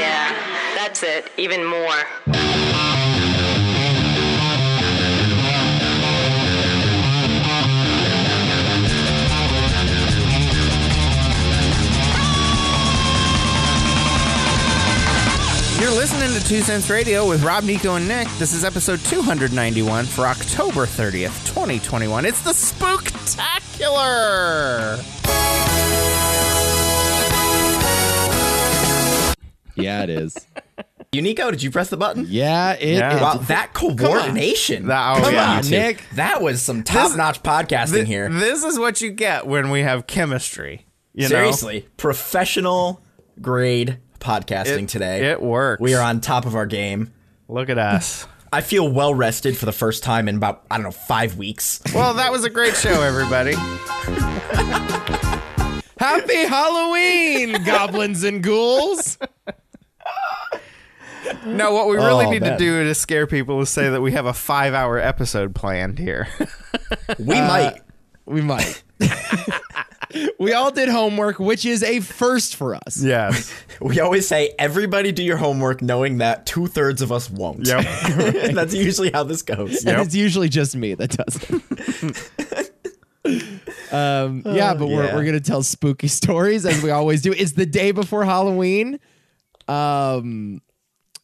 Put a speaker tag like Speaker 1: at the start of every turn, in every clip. Speaker 1: Yeah, that's it. Even more.
Speaker 2: You're listening to Two Cents Radio with Rob, Nico, and Nick. This is episode 291 for October 30th, 2021. It's the Spooktacular!
Speaker 3: Yeah, it is.
Speaker 4: Unico, did you press the button?
Speaker 3: Yeah, it is.
Speaker 2: Yeah.
Speaker 4: Wow, that coordination.
Speaker 2: That- oh,
Speaker 4: Come
Speaker 2: yeah.
Speaker 4: on,
Speaker 2: You
Speaker 3: Nick.
Speaker 4: That was some top-notch podcasting
Speaker 2: Thi-
Speaker 4: here.
Speaker 2: This is what you get when we have chemistry. You
Speaker 4: Seriously, professional grade podcasting
Speaker 2: It-
Speaker 4: today.
Speaker 2: it works.
Speaker 4: We are on top of our game.
Speaker 2: know? Look at us.
Speaker 4: I feel well rested for the first time in about I don't know five weeks.
Speaker 2: well, that was a great show, everybody.
Speaker 3: Happy Halloween, goblins and ghouls.
Speaker 2: No, what we really
Speaker 4: Oh,
Speaker 2: need
Speaker 4: man.
Speaker 2: to do to scare people is say that we have a five hour episode planned here.
Speaker 4: We might.
Speaker 3: We might. we all did homework, which is a first for us.
Speaker 2: yes.
Speaker 4: We always say everybody do your homework, knowing that two thirds of us won't.
Speaker 2: Yep.
Speaker 4: That's usually how this goes.
Speaker 3: And it's usually just me that does it. um, yeah, but we're,
Speaker 4: yeah.
Speaker 3: we're going to tell spooky stories as we always do. It's the day before Halloween. Um,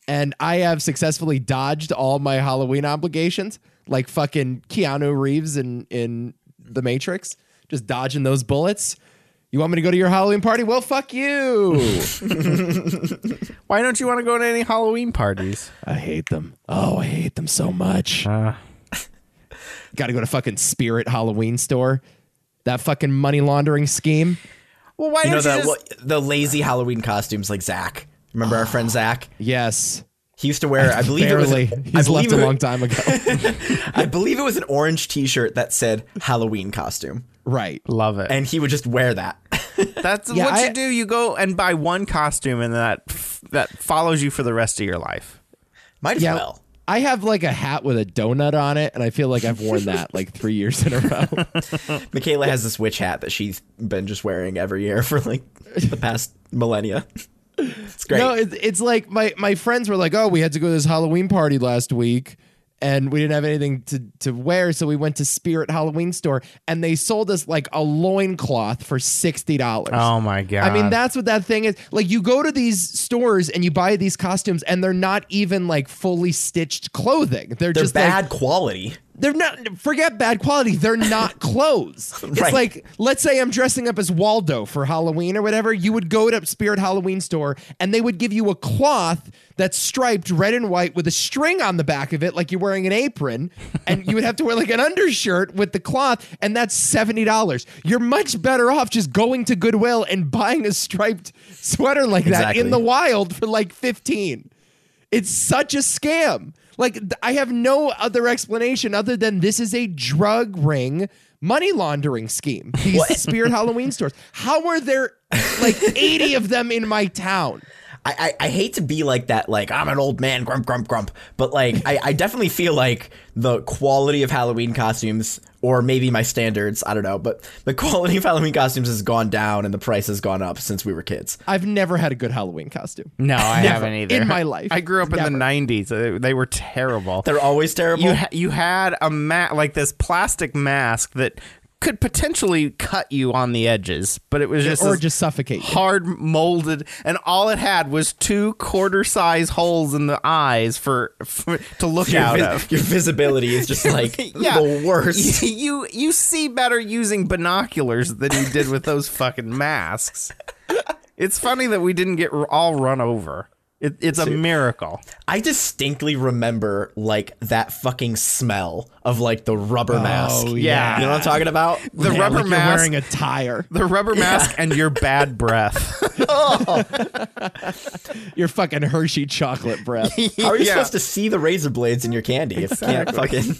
Speaker 3: and I have successfully dodged all my Halloween obligations, like fucking Keanu Reeves in, in The Matrix, just dodging those bullets. You want me to go to your Halloween party? Well, fuck you.
Speaker 2: Why don't you want to go to any Halloween parties?
Speaker 3: I hate them. Oh, I hate them so much. Got to go to fucking Spirit Halloween store. That fucking money laundering scheme.
Speaker 2: Well, why
Speaker 4: You know
Speaker 2: don't you
Speaker 4: the
Speaker 2: just
Speaker 4: what, the lazy Halloween costumes like Zach. Remember our friend Zach?
Speaker 3: Yes.
Speaker 4: He used to wear. I believe
Speaker 3: Barely.
Speaker 4: it was.
Speaker 3: He's
Speaker 4: I believe
Speaker 3: left a
Speaker 4: it-
Speaker 3: long time ago.
Speaker 4: I believe it was an orange T-shirt that said Halloween costume,
Speaker 3: right.
Speaker 2: love it?
Speaker 4: and he would just wear that.
Speaker 2: That's
Speaker 3: Yeah,
Speaker 2: what
Speaker 3: I-
Speaker 2: you do. You go and buy one costume, and that that follows you for the rest of your life.
Speaker 4: might as
Speaker 3: Yeah.
Speaker 4: well.
Speaker 3: I have like a hat with a donut on it, and I feel like I've worn that like three years in a row.
Speaker 4: Michaela has this witch hat that she's been just wearing every year for like the past millennia. It's great.
Speaker 3: No, it's, it's like my my friends were like, "Oh, we had to go to this Halloween party last week, and we didn't have anything to to wear, so we went to Spirit Halloween store, and they sold us like a loincloth for sixty dollars."
Speaker 2: Oh my god!
Speaker 3: I mean, that's what that thing is. Like, you go to these stores and you buy these costumes, and they're not even like fully stitched clothing. They're,
Speaker 4: They're
Speaker 3: just like-
Speaker 4: bad quality.
Speaker 3: they're not forget bad quality they're not clothes it's
Speaker 4: Right.
Speaker 3: like let's say i'm dressing up as waldo for halloween or whatever you would go to spirit halloween store and they would give you a cloth that's striped red and white with a string on the back of it like you're wearing an apron and you would have to wear like an undershirt with the cloth and that's $70 you're much better off just going to goodwill and buying a striped sweater like that in
Speaker 4: Exactly.
Speaker 3: the wild for like 15 it's such a scam. Like th- I have no other explanation other than this is a drug ring money laundering scheme. These spirit Halloween stores. How are there like 80 of them in my town?
Speaker 4: I, I, I hate to be like that, like, I'm an old man, grump, grump, grump. But, like, I, I definitely feel like the quality of Halloween costumes, or maybe my standards, I don't know, but the quality of Halloween costumes has gone down and the price has gone up since we were kids.
Speaker 3: I've never had a good Halloween costume.
Speaker 2: no, I haven't either
Speaker 3: in my life.
Speaker 2: I grew up in
Speaker 3: Never.
Speaker 2: the '90s. They, they were terrible.
Speaker 4: They're always terrible.
Speaker 2: you ha- you had a ma- like this plastic mask that could potentially cut you on the edges, but it was just
Speaker 3: Or
Speaker 2: this
Speaker 3: just suffocate you.
Speaker 2: hard molded, and all it had was two quarter size holes in the eyes for, for to look
Speaker 4: your,
Speaker 2: out
Speaker 4: vis-
Speaker 2: of.
Speaker 4: your visibility is just like
Speaker 2: Yeah.
Speaker 4: the worst.
Speaker 2: you you see better using binoculars than you did with those fucking masks. It's funny that we didn't get r- all run over. It, it's a miracle.
Speaker 4: I distinctly remember like that fucking smell of like the rubber mask.
Speaker 2: Oh, yeah.
Speaker 4: You know what I'm talking about?
Speaker 2: The rubber
Speaker 3: like
Speaker 2: mask,
Speaker 3: You're wearing a tire.
Speaker 2: the rubber mask, and your bad breath.
Speaker 3: Your fucking Hershey chocolate breath.
Speaker 4: How are you
Speaker 2: Yeah.
Speaker 4: supposed to see the razor blades in your candy if you can't fucking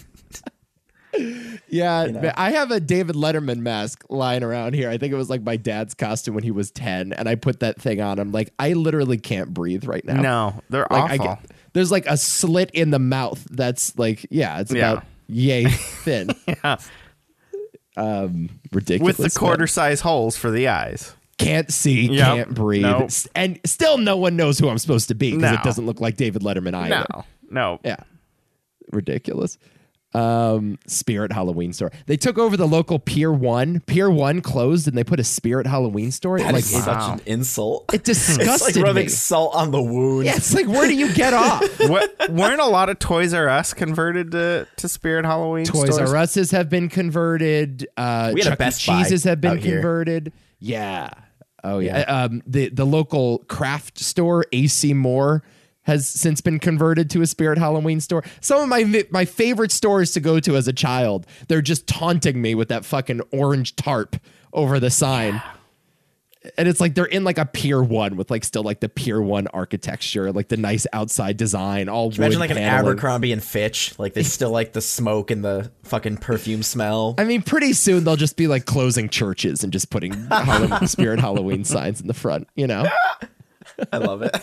Speaker 3: Yeah, but I have a David Letterman mask lying around here. I think it was like my dad's costume when he was 10 and I put that thing on. I'm like, I literally can't breathe right now.
Speaker 2: No, they're
Speaker 3: Like I
Speaker 2: awful.
Speaker 3: get, there's like a slit in the mouth that's like, yeah, it's
Speaker 2: Yeah.
Speaker 3: about yay thin.
Speaker 2: Yeah.
Speaker 3: Um ridiculous.
Speaker 2: With the
Speaker 3: but-
Speaker 2: quarter size holes for the eyes.
Speaker 3: can't see,
Speaker 2: Yep.
Speaker 3: can't breathe,
Speaker 2: Nope.
Speaker 3: S- and still no one knows who I'm supposed to be because
Speaker 2: No.
Speaker 3: it doesn't look like David Letterman either.
Speaker 2: No, no.
Speaker 3: Yeah. Ridiculous. Um, Spirit Halloween store. They took over the local Pier One. Pier One closed, and they put a Spirit Halloween store.
Speaker 4: That
Speaker 3: like
Speaker 4: is
Speaker 3: it,
Speaker 4: such an insult.
Speaker 3: it disgusted
Speaker 4: it's like rubbing
Speaker 3: me.
Speaker 4: salt on the wound.
Speaker 3: Yeah, it's like where do you get off?
Speaker 2: what, weren't a lot of Toys R Us converted to, to Spirit Halloween
Speaker 3: Toys
Speaker 2: stores?
Speaker 3: R Us's have been converted. Uh,
Speaker 4: We had a
Speaker 3: Chuck E.
Speaker 4: Best Buy
Speaker 3: Cheese's have been
Speaker 4: out here.
Speaker 3: converted. Yeah. Oh yeah. Uh, Um, the the local craft store AC Moore has since been converted to a Spirit Halloween store. Some of my mi- my favorite stores to go to as a child. They're just taunting me with that fucking orange tarp over the sign. And it's like they're in like a Pier One with like still like the Pier One architecture, like the nice outside design, all
Speaker 4: Imagine
Speaker 3: wood
Speaker 4: like an
Speaker 3: paneling.
Speaker 4: Abercrombie and Fitch. Like they still like the smoke and the fucking perfume smell.
Speaker 3: I mean, pretty soon they'll just be like closing churches and just putting Halloween, spirit Halloween signs in the front. You know,
Speaker 4: I love it.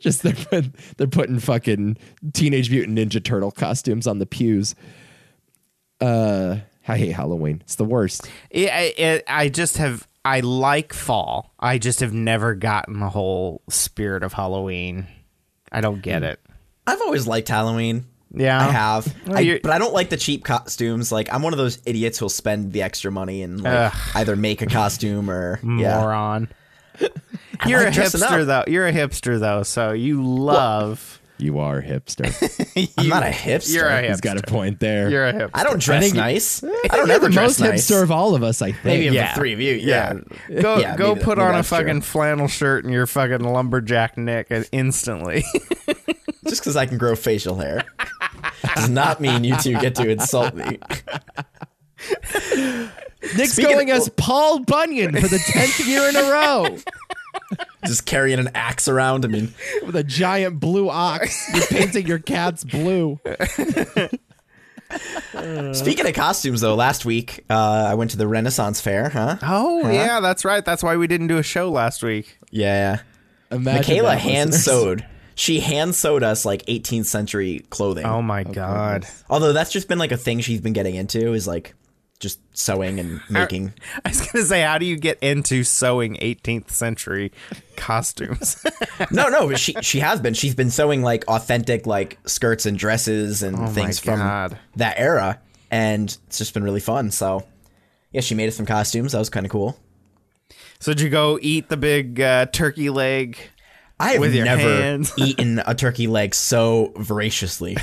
Speaker 3: just they're put, they're putting fucking Teenage Mutant Ninja Turtle costumes on the pews. Uh, I hate Halloween. It's the worst.
Speaker 2: It, I- it, I just have. I like fall. I just have never gotten the whole spirit of Halloween. I don't get it.
Speaker 4: I've always liked Halloween.
Speaker 2: Yeah.
Speaker 4: I have.
Speaker 2: Well,
Speaker 4: I-
Speaker 2: you're-
Speaker 4: but I don't like the cheap costumes. Like I'm one of those idiots who'll spend the extra money and like, either make a costume or yeah.
Speaker 2: Moron. You're
Speaker 4: like
Speaker 2: a
Speaker 4: dressing
Speaker 2: hipster though. You're a hipster though, so you love.
Speaker 3: You are a hipster.
Speaker 4: I'm not a hipster.
Speaker 2: You're a
Speaker 3: He's got a
Speaker 2: hipster.
Speaker 3: point there.
Speaker 2: You're a hipster.
Speaker 4: I don't dress
Speaker 3: think-
Speaker 4: nice. I
Speaker 3: You're
Speaker 4: don't ever
Speaker 3: the
Speaker 4: dress
Speaker 3: most
Speaker 4: nice.
Speaker 3: hipster of all of us, I think.
Speaker 4: Maybe of
Speaker 2: Yeah.
Speaker 4: the three of you.
Speaker 2: Yeah.
Speaker 4: Yeah.
Speaker 2: Go
Speaker 4: Yeah,
Speaker 2: go
Speaker 4: maybe that-
Speaker 2: put
Speaker 4: maybe
Speaker 2: on a
Speaker 4: that's true.
Speaker 2: fucking flannel shirt and your fucking lumberjack neck instantly.
Speaker 4: Just because I can grow facial hair does not mean you two get to insult me.
Speaker 3: Nick's
Speaker 4: Speaking
Speaker 3: going
Speaker 4: of-
Speaker 3: as Paul Bunyan for the tenth year in a row
Speaker 4: Just carrying an axe around. I mean,
Speaker 3: with a giant blue ox. You're painting your cats blue.
Speaker 4: speaking of costumes, though, last week uh, I went to the Renaissance Fair, huh?
Speaker 2: oh yeah, that's right. That's why we didn't do a show last week.
Speaker 4: Yeah.
Speaker 3: Imagine
Speaker 4: Michaela
Speaker 3: that,
Speaker 4: hand
Speaker 3: listeners.
Speaker 4: sewed. She hand sewed us like 18th century clothing.
Speaker 2: Oh my god.
Speaker 4: Although that's just been like a thing she's been getting into is like just sewing and making.
Speaker 2: I was gonna say, how do you get into sewing 18th century costumes?
Speaker 4: no, no, but she she has been. She's been sewing like authentic like skirts and dresses and things from
Speaker 2: God.
Speaker 4: that era, and it's just been really fun. So, yeah, she made us some costumes. That was kind of cool.
Speaker 2: so did you go eat the big uh, turkey leg?
Speaker 4: I have
Speaker 2: With your
Speaker 4: never
Speaker 2: hands.
Speaker 4: eaten a turkey leg so voraciously.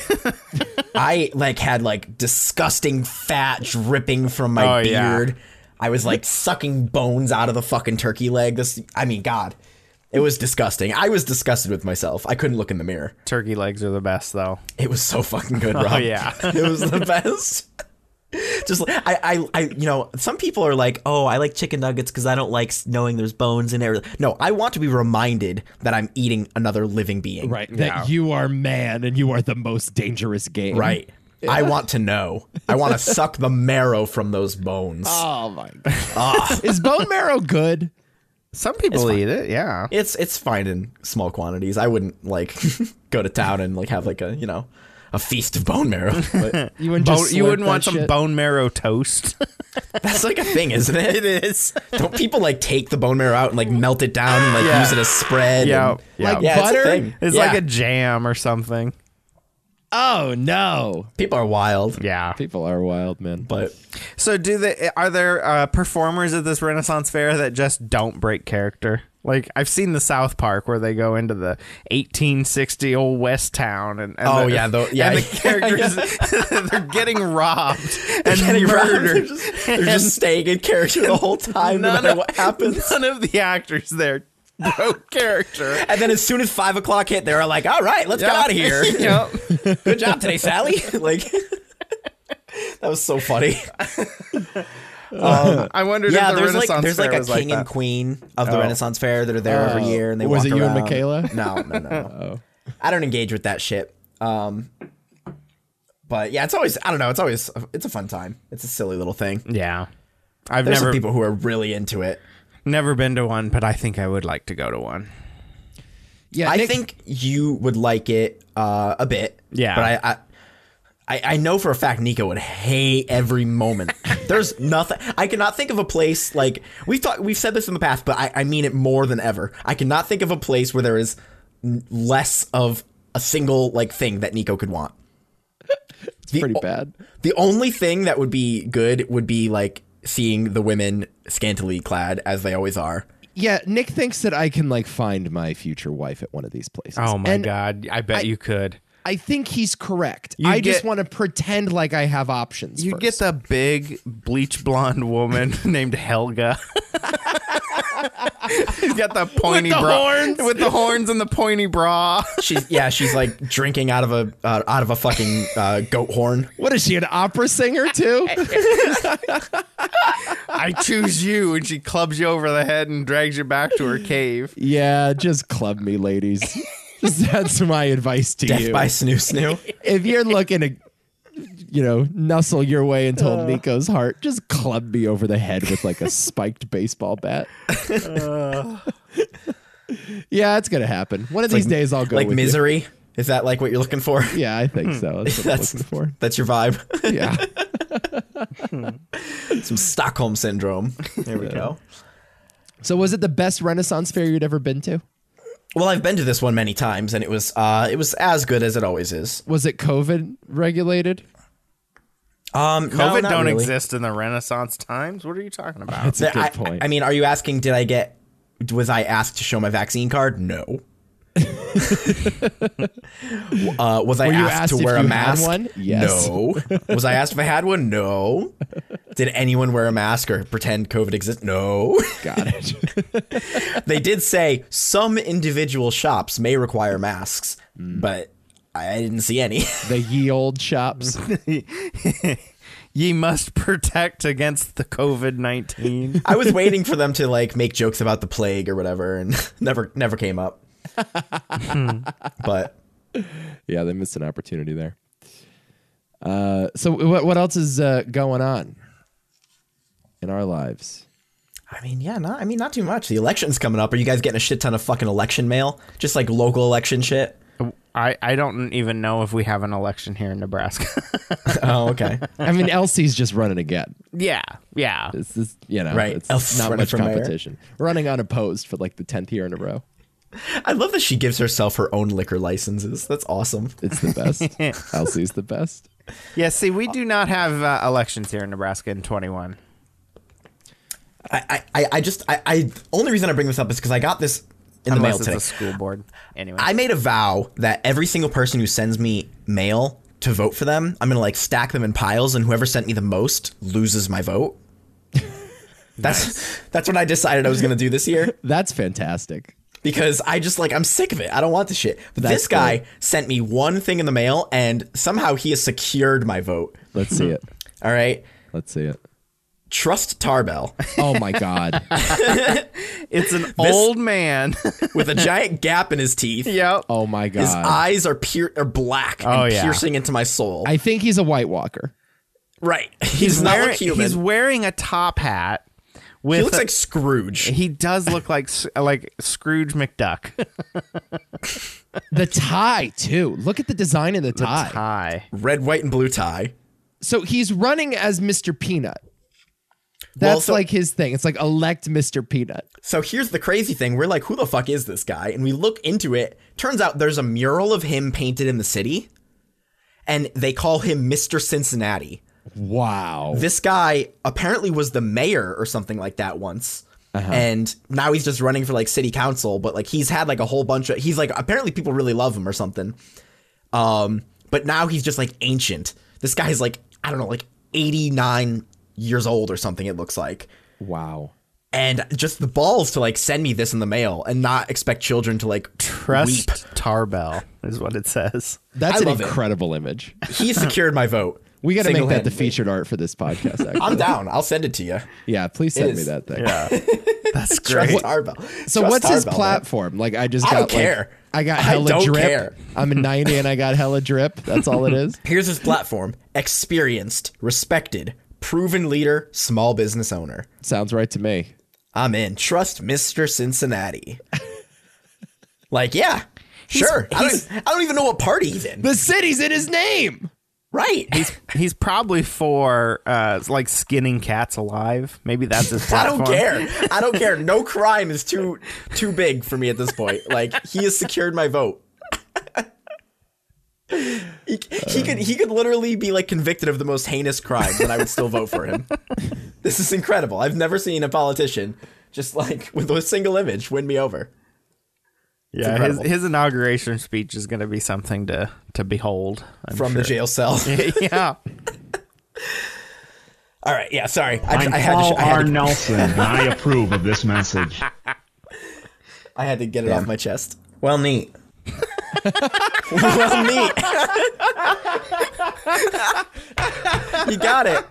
Speaker 4: I like had like disgusting fat dripping from
Speaker 2: Oh,
Speaker 4: my
Speaker 2: yeah.
Speaker 4: beard. I was like sucking bones out of the fucking turkey leg. This, I mean, God, it was disgusting. I was disgusted with myself. I couldn't look in the mirror.
Speaker 2: Turkey legs are the best though.
Speaker 4: It was so fucking good, Rob.
Speaker 2: yeah.
Speaker 4: it was the best. Just like, I, I, I, you know, some people are like, oh, I like chicken nuggets because I don't like s- knowing there's bones in there. No, I want to be reminded that I'm eating another living being.
Speaker 3: Right. That you are man and you are the most dangerous game.
Speaker 4: Right. I want to know. I want to suck the marrow from those bones.
Speaker 3: Oh my god. Is bone marrow good?
Speaker 2: Some people eat it, yeah.
Speaker 4: It's it's fine in small quantities. I wouldn't like go to town and like have like a you know a feast of bone marrow. But
Speaker 3: You wouldn't
Speaker 2: Bone,
Speaker 3: just
Speaker 2: you
Speaker 3: slurp
Speaker 2: wouldn't
Speaker 3: that
Speaker 2: want some
Speaker 3: shit?
Speaker 2: bone marrow toast.
Speaker 4: that's like a thing, isn't it? It is. Don't people like take the bone marrow out and like melt it down and like
Speaker 2: Yeah.
Speaker 4: use it as spread?
Speaker 2: Yeah.
Speaker 4: and-
Speaker 2: Yeah.
Speaker 3: Like
Speaker 4: Yeah, it's a
Speaker 3: butter?
Speaker 4: thing.
Speaker 2: It's
Speaker 4: Yeah.
Speaker 2: like a jam or something.
Speaker 3: Oh no.
Speaker 4: people are wild.
Speaker 2: Yeah.
Speaker 3: People are wild, man.
Speaker 4: But
Speaker 2: So do they are there uh, performers at this Renaissance fair that just don't break character? Like I've seen the South Park where they go into the 1860 old West town and, and
Speaker 4: Oh,
Speaker 2: the,
Speaker 4: yeah, the- yeah.
Speaker 2: and the characters they're getting robbed and
Speaker 4: they're
Speaker 2: murdered.
Speaker 4: just, they're just staying in character the whole time, no
Speaker 2: None
Speaker 4: matter
Speaker 2: of-
Speaker 4: what happens.
Speaker 2: None of the actors there broke character.
Speaker 4: And then as soon as five o'clock hit, they're like, "All right, let's get out of here."
Speaker 2: yep.
Speaker 4: good job today, Sally. like that was so funny.
Speaker 2: I wondered
Speaker 4: Yeah,
Speaker 2: if the
Speaker 4: there's
Speaker 2: Renaissance
Speaker 4: like there's
Speaker 2: fair
Speaker 4: like a
Speaker 2: was
Speaker 4: king
Speaker 2: like
Speaker 4: and
Speaker 2: that. Oh.
Speaker 4: queen of the Renaissance fair that are there every year, and they
Speaker 3: Oh. Was
Speaker 4: walk
Speaker 3: it you and
Speaker 4: around.
Speaker 3: Michaela? Oh.
Speaker 4: No, no, no. no. I don't engage with that shit. Um, but yeah, it's always I don't know. It's always it's a fun time. It's a silly little thing.
Speaker 2: Yeah. I've
Speaker 4: There's
Speaker 2: never
Speaker 4: some people who are really into it.
Speaker 2: never been to one, but I think I would like to go to one.
Speaker 3: Yeah,
Speaker 4: I
Speaker 3: Nick-
Speaker 4: think you would like it uh, a bit.
Speaker 2: Yeah.
Speaker 4: But I, I I, I know for a fact Nico would hate every moment. There's nothing. I cannot think of a place like we've talked. We've said this in the past, but I, I mean it more than ever. I cannot think of a place where there is n- less of a single like thing that Nico could want.
Speaker 3: It's pretty
Speaker 4: o-
Speaker 3: bad.
Speaker 4: The only thing that would be good would be like seeing the women scantily clad as they always are.
Speaker 3: Yeah, Nick thinks that I can like find my future wife at one of these places.
Speaker 2: Oh my
Speaker 3: And
Speaker 2: god! I bet you could.
Speaker 3: I think he's correct.
Speaker 2: You
Speaker 3: I just
Speaker 2: get-
Speaker 3: want to pretend like I have options.
Speaker 2: You
Speaker 3: first.
Speaker 2: get the big bleach blonde woman named Helga. She's got the pointy
Speaker 3: the
Speaker 2: bra
Speaker 3: horns.
Speaker 2: with the horns and the pointy bra.
Speaker 4: She's yeah, she's like drinking out of a uh, out of a fucking uh, goat horn.
Speaker 3: What is she, an opera singer too?
Speaker 2: I choose you, and she clubs you over the head and drags you back to her cave.
Speaker 3: yeah, just club me, ladies. Just- That's my advice to
Speaker 4: Death
Speaker 3: you.
Speaker 4: by snoo snoo.
Speaker 3: if you're looking to, you know, nuzzle your way into old Nico's heart, just club me over the head with like a spiked baseball bat. yeah, it's gonna happen. One of these days, I'll go
Speaker 4: like
Speaker 3: with you.
Speaker 4: misery. Is that like what you're looking for?
Speaker 3: Yeah, I think so. That's what
Speaker 4: That's-
Speaker 3: I'm looking
Speaker 4: That's your vibe.
Speaker 3: for. Yeah.
Speaker 4: Some Stockholm syndrome. There we go.
Speaker 3: So was it the best Renaissance fair you'd ever been to?
Speaker 4: Well, I've been to this one many times, and it was uh, it was as good as it always is.
Speaker 3: Was it COVID regulated?
Speaker 4: Um, no,
Speaker 2: COVID
Speaker 4: not
Speaker 2: don't
Speaker 4: really.
Speaker 2: exist in the Renaissance times. What are you talking about?
Speaker 3: That's a
Speaker 4: There-
Speaker 3: good
Speaker 4: I,
Speaker 3: point.
Speaker 4: I mean, are you asking? Did I get? Was I asked to show my vaccine card? No. uh, was I
Speaker 3: Were you
Speaker 4: asked,
Speaker 3: asked
Speaker 4: to
Speaker 3: if
Speaker 4: wear a
Speaker 3: you had
Speaker 4: mask?
Speaker 3: one? Yes.
Speaker 4: No. was I asked if I had one? No. Did anyone wear a mask or pretend COVID exists? No.
Speaker 3: Got it.
Speaker 4: they did say some individual shops may require masks,
Speaker 2: Hmm.
Speaker 4: but I didn't see any.
Speaker 3: the ye old shops.
Speaker 2: Ye must protect against the COVID nineteen.
Speaker 4: I was waiting for them to like make jokes about the plague or whatever, and never never came up. but
Speaker 3: yeah, they missed an opportunity there. Uh, so what what else is uh, going on in our lives?
Speaker 4: I mean, yeah, not I mean not too much. The election's coming up. Are you guys getting a shit ton of fucking election mail? Just like local election shit.
Speaker 2: I I don't even know if we have an election here in Nebraska.
Speaker 4: Oh, okay.
Speaker 3: I mean, Elsie's just running again.
Speaker 2: yeah, yeah.
Speaker 3: It's this, you know,
Speaker 4: Right.
Speaker 3: it's
Speaker 4: Elsie's
Speaker 3: not
Speaker 4: running
Speaker 3: much
Speaker 4: for mayor.
Speaker 3: competition. Running unopposed for like the tenth year in a row.
Speaker 4: I love that she gives herself her own liquor licenses. That's awesome.
Speaker 3: It's the best. Elsie's the best.
Speaker 2: Yeah, see, we do not have uh, elections here in Nebraska in 21.
Speaker 4: I I, I just I, I only reason I bring this up is because I got this in the
Speaker 2: Unless
Speaker 4: mail
Speaker 2: it's
Speaker 4: today.
Speaker 2: a school board. Anyway.
Speaker 4: I made a vow that every single person who sends me mail to vote for them, I'm gonna like stack them in piles, and whoever sent me the most loses my vote. That's that's what I decided I was gonna do this year
Speaker 3: That's fantastic.
Speaker 4: because I just like I'm sick of it. I don't want this shit. But
Speaker 3: That's
Speaker 4: this guy
Speaker 3: great.
Speaker 4: sent me one thing in the mail, and somehow he has secured my vote.
Speaker 3: Let's see it.
Speaker 4: All right,
Speaker 3: Let's see it.
Speaker 4: trust Tarbell
Speaker 3: Oh my god.
Speaker 2: it's an old man.
Speaker 4: with a giant gap in his teeth.
Speaker 2: yep.
Speaker 3: Oh my god.
Speaker 4: His eyes are pier- are black
Speaker 2: Oh,
Speaker 4: and
Speaker 2: yeah.
Speaker 4: piercing into my soul.
Speaker 3: I think he's a White Walker.
Speaker 4: right, he's, not
Speaker 2: wearing,
Speaker 4: like human.
Speaker 2: He's wearing a top hat with
Speaker 4: he looks
Speaker 2: a-
Speaker 4: like Scrooge.
Speaker 2: he does look like S- like Scrooge McDuck.
Speaker 3: The tie too. Look at the design of the tie.
Speaker 2: Hi.
Speaker 4: red, white, and blue tie.
Speaker 3: So he's running as Mr. Peanut. That's
Speaker 4: Well, so-
Speaker 3: like his thing. It's like elect Mr. Peanut.
Speaker 4: So here's the crazy thing. We're like, who the fuck is this guy? And we look into it. Turns out there's a mural of him painted in the city, and they call him Mr. Cincinnati.
Speaker 3: Wow.
Speaker 4: This guy apparently was the mayor or something like that once. And now he's just running for like city council, but like he's had like a whole bunch of he's like apparently people really love him or something. Um, but now he's just like ancient. This guy's like, I don't know, like 89 years old or something, it looks like.
Speaker 3: Wow.
Speaker 4: and just the balls to like send me this in the mail and not expect children to like
Speaker 2: Trust
Speaker 4: weep.
Speaker 2: Tarbell is what it says.
Speaker 3: That's
Speaker 4: I
Speaker 3: an
Speaker 4: love it.
Speaker 3: incredible image.
Speaker 4: He secured my vote.
Speaker 3: We got to make that the
Speaker 4: Single-handedly.
Speaker 3: featured art for this podcast. Actually.
Speaker 4: I'm down. I'll send it to you.
Speaker 3: Yeah, please send me
Speaker 4: is.
Speaker 3: that thing.
Speaker 2: Yeah. That's
Speaker 4: Trust
Speaker 2: great.
Speaker 4: Tarbell.
Speaker 3: So
Speaker 4: Trust
Speaker 3: what's his
Speaker 4: Tarbell,
Speaker 3: platform? Like I just
Speaker 4: I
Speaker 3: got
Speaker 4: don't
Speaker 3: like,
Speaker 4: care.
Speaker 3: I got
Speaker 4: I
Speaker 3: hella
Speaker 4: don't
Speaker 3: drip.
Speaker 4: care.
Speaker 3: I'm a 90 and I got hella drip. That's all it is.
Speaker 4: man. Here's his platform: experienced, respected, proven leader, small business owner.
Speaker 3: Sounds right to me.
Speaker 4: I'm in. Trust Mr. Cincinnati. like, yeah, sure. I, don't, I don't even know what party he's in.
Speaker 3: The city's in his name.
Speaker 4: Right.
Speaker 2: He's probably for uh, like skinning cats alive. Maybe that's his
Speaker 4: I
Speaker 2: platform.
Speaker 4: don't care. I don't care. No crime is too too big for me at this point. Like he has secured my vote. he, he could he could literally be like convicted of the most heinous crimes and I would still vote for him. this is incredible. I've never seen a politician just like with a single image win me over.
Speaker 2: Yeah, his,
Speaker 4: incredible.
Speaker 2: his inauguration speech is going to be something to to behold I'm
Speaker 4: from the
Speaker 2: sure.
Speaker 4: jail cell.
Speaker 2: yeah.
Speaker 4: All right, yeah, sorry. I,
Speaker 5: I'm
Speaker 4: just, I, had,
Speaker 5: Paul
Speaker 4: to, I, had,
Speaker 5: R.
Speaker 4: to,
Speaker 5: Nelson, and I approve of this message.
Speaker 4: I had to get it off my chest. Well, neat. well, neat. you got it.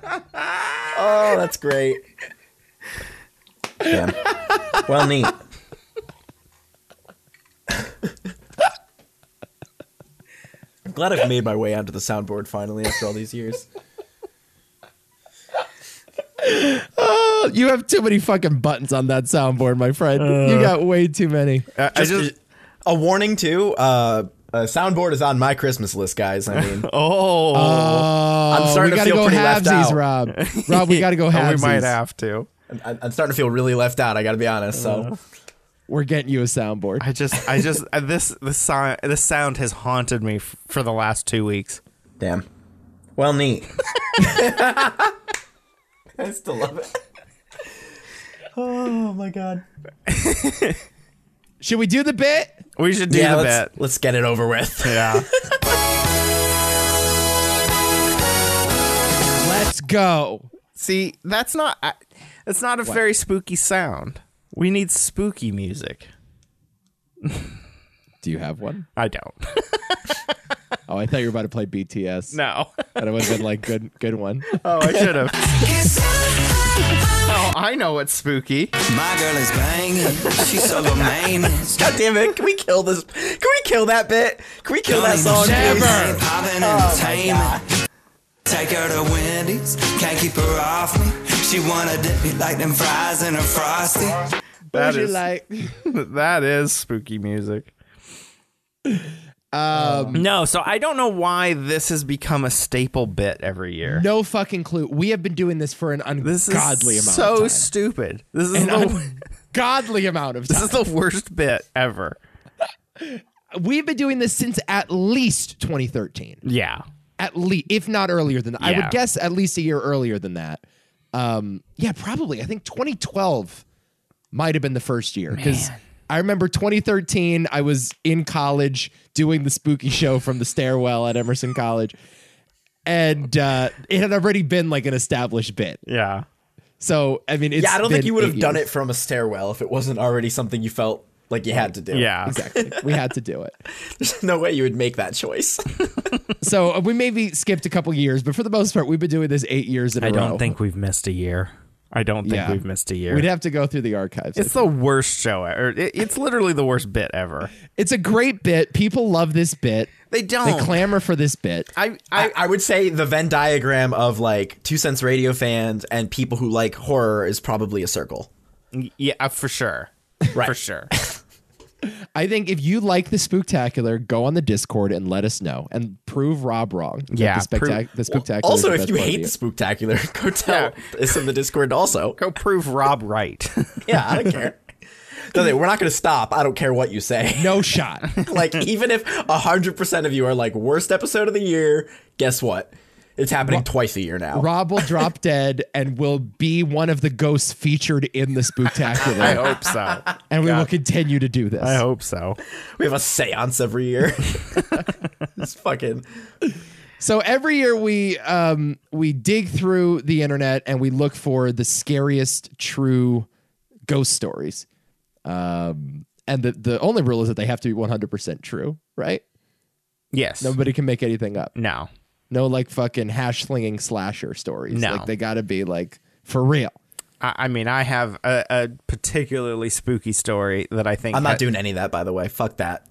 Speaker 4: Oh, that's great. Damn. Well, neat. I'm glad I've made my way onto the soundboard finally after all these years.
Speaker 3: Oh, you have too many fucking buttons on that soundboard, my friend.
Speaker 4: Uh.
Speaker 3: you got way too many.
Speaker 2: I- I just
Speaker 4: a warning too. Uh, a soundboard is on my Christmas list, guys. I mean,
Speaker 2: oh,
Speaker 3: Oh,
Speaker 4: starting
Speaker 3: we
Speaker 4: to
Speaker 3: gotta
Speaker 4: feel
Speaker 3: go
Speaker 4: pretty left
Speaker 3: halvesies,
Speaker 4: out.
Speaker 3: Rob. Rob, we gotta
Speaker 2: Oh,
Speaker 3: go
Speaker 2: we
Speaker 3: halvesies.
Speaker 2: might have to.
Speaker 4: I'm, I'm starting to feel really left out. I got to be honest. So
Speaker 3: We're getting you a soundboard.
Speaker 2: I just, I just, uh, this, this sound, this sound has haunted me f- for the last two weeks.
Speaker 4: damn. Well, neat. I still love it. Oh my god.
Speaker 3: Should we do the bit?
Speaker 2: We should do
Speaker 4: yeah,
Speaker 2: the
Speaker 4: let's,
Speaker 2: bit.
Speaker 4: let's get it over with.
Speaker 2: Yeah.
Speaker 3: Let's go.
Speaker 2: See, that's not, I- that's not a very spooky sound. We need spooky music.
Speaker 3: Do you have one?
Speaker 2: I don't.
Speaker 3: Oh, I thought you were about to play BTS.
Speaker 2: No.
Speaker 3: That would have been like good good one.
Speaker 2: Oh, I should have. oh, I know what's spooky.
Speaker 6: My girl is banging. She's so domain.
Speaker 4: God damn it! Can we kill this? Can we kill that bit? Can we kill that song? please?
Speaker 6: Poppin' entertainment. Take her to Wendy's. Can't keep her off me. She wanna dip me like them fries in a frosty.
Speaker 2: That
Speaker 3: Would you
Speaker 2: is-
Speaker 3: like?
Speaker 2: that is spooky music. Um, no, so I don't know why this has become a staple bit every year.
Speaker 3: No fucking clue. We have been doing this for an
Speaker 2: this is
Speaker 3: ungodly amount
Speaker 2: so
Speaker 3: of time.
Speaker 2: stupid. This is
Speaker 3: An
Speaker 2: the
Speaker 3: ungodly amount of
Speaker 2: this
Speaker 3: time.
Speaker 2: is the worst bit ever.
Speaker 3: We've been doing this since at least 2013.
Speaker 2: Yeah,
Speaker 3: At least, if not earlier than that. I
Speaker 2: Yeah.
Speaker 3: would guess at least a year earlier than that. Um, yeah, probably. I think 2012 might have been the first year because I remember 2013. I was in college doing the spooky show from the stairwell at Emerson College, and uh, it had already been like an established bit.
Speaker 2: yeah.
Speaker 3: So I mean, it's
Speaker 4: Yeah, I don't think
Speaker 3: been
Speaker 4: you would have
Speaker 3: eight
Speaker 4: done
Speaker 3: years.
Speaker 4: it from a stairwell if it wasn't already something you felt like you had to do.
Speaker 2: Yeah.
Speaker 3: Exactly. We had to do it.
Speaker 4: There's no way you would make that choice.
Speaker 3: So uh, we maybe skipped a couple years, but for the most part, we've been doing this eight years in a
Speaker 2: I
Speaker 3: row.
Speaker 2: don't think we've missed a year. I don't think
Speaker 3: Yeah.
Speaker 2: we've missed a year.
Speaker 3: we'd have to go through the archives.
Speaker 2: it's the worst show ever. It, it's literally the worst bit ever.
Speaker 3: It's a great bit. People love this bit.
Speaker 2: They
Speaker 3: They
Speaker 2: don't.
Speaker 3: clamor for this bit.
Speaker 2: I,
Speaker 4: I,
Speaker 2: I,
Speaker 4: I would say the Venn diagram of like Two Cents Radio fans and people who like horror is probably a circle.
Speaker 2: yeah, uh, for sure.
Speaker 4: Right.
Speaker 2: For sure.
Speaker 3: I think if you like the spooktacular, go on the Discord and let us know and prove Rob wrong. that
Speaker 2: Yeah,
Speaker 3: the, spectac-
Speaker 2: prove-
Speaker 3: the spooktacular. is the
Speaker 4: also, if
Speaker 3: best
Speaker 4: you
Speaker 3: part of
Speaker 4: hate the spooktacular, go tell us in the Discord also.
Speaker 2: Go prove Rob right.
Speaker 4: Yeah, I don't care. No, they- we're not going to stop. I don't care what you say.
Speaker 3: no shot.
Speaker 4: like, even if 100% of you are like, worst episode of the year, guess what? It's happening twice a year now.
Speaker 3: Rob will drop dead and will be one of the ghosts featured in
Speaker 2: I
Speaker 3: the spooktacular,
Speaker 2: hope so.
Speaker 3: and we will continue to do this.
Speaker 2: I hope so.
Speaker 4: We have a seance every year. it's fucking.
Speaker 3: So every year we um we dig through the internet and we look for the scariest true ghost stories. Um and the the only rule is that they have to be 100% true, right?
Speaker 2: Yes.
Speaker 3: Nobody can make anything up.
Speaker 2: no.
Speaker 3: No like fucking hash slinging slasher stories.
Speaker 2: No.
Speaker 3: Like they got to be like for real.
Speaker 2: I, I mean, I have a, a particularly spooky story that I think
Speaker 4: I'm not
Speaker 2: that-
Speaker 4: doing any of that, by the way. Fuck that.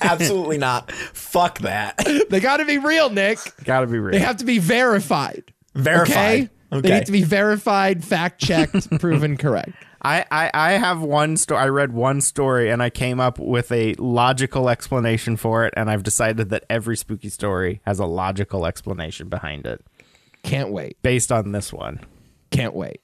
Speaker 4: Absolutely not. Fuck that.
Speaker 3: They got to be real, Nick.
Speaker 2: Gotta be real.
Speaker 3: They have to be verified.
Speaker 4: Verified.
Speaker 3: Okay?
Speaker 4: Okay.
Speaker 3: They need to be verified, fact checked, proven correct.
Speaker 2: I, I, I have one story. I read one story and I came up with a logical explanation for it, and I've decided that every spooky story has a logical explanation behind it
Speaker 3: Can't wait.
Speaker 2: based on this one.
Speaker 3: Can't wait.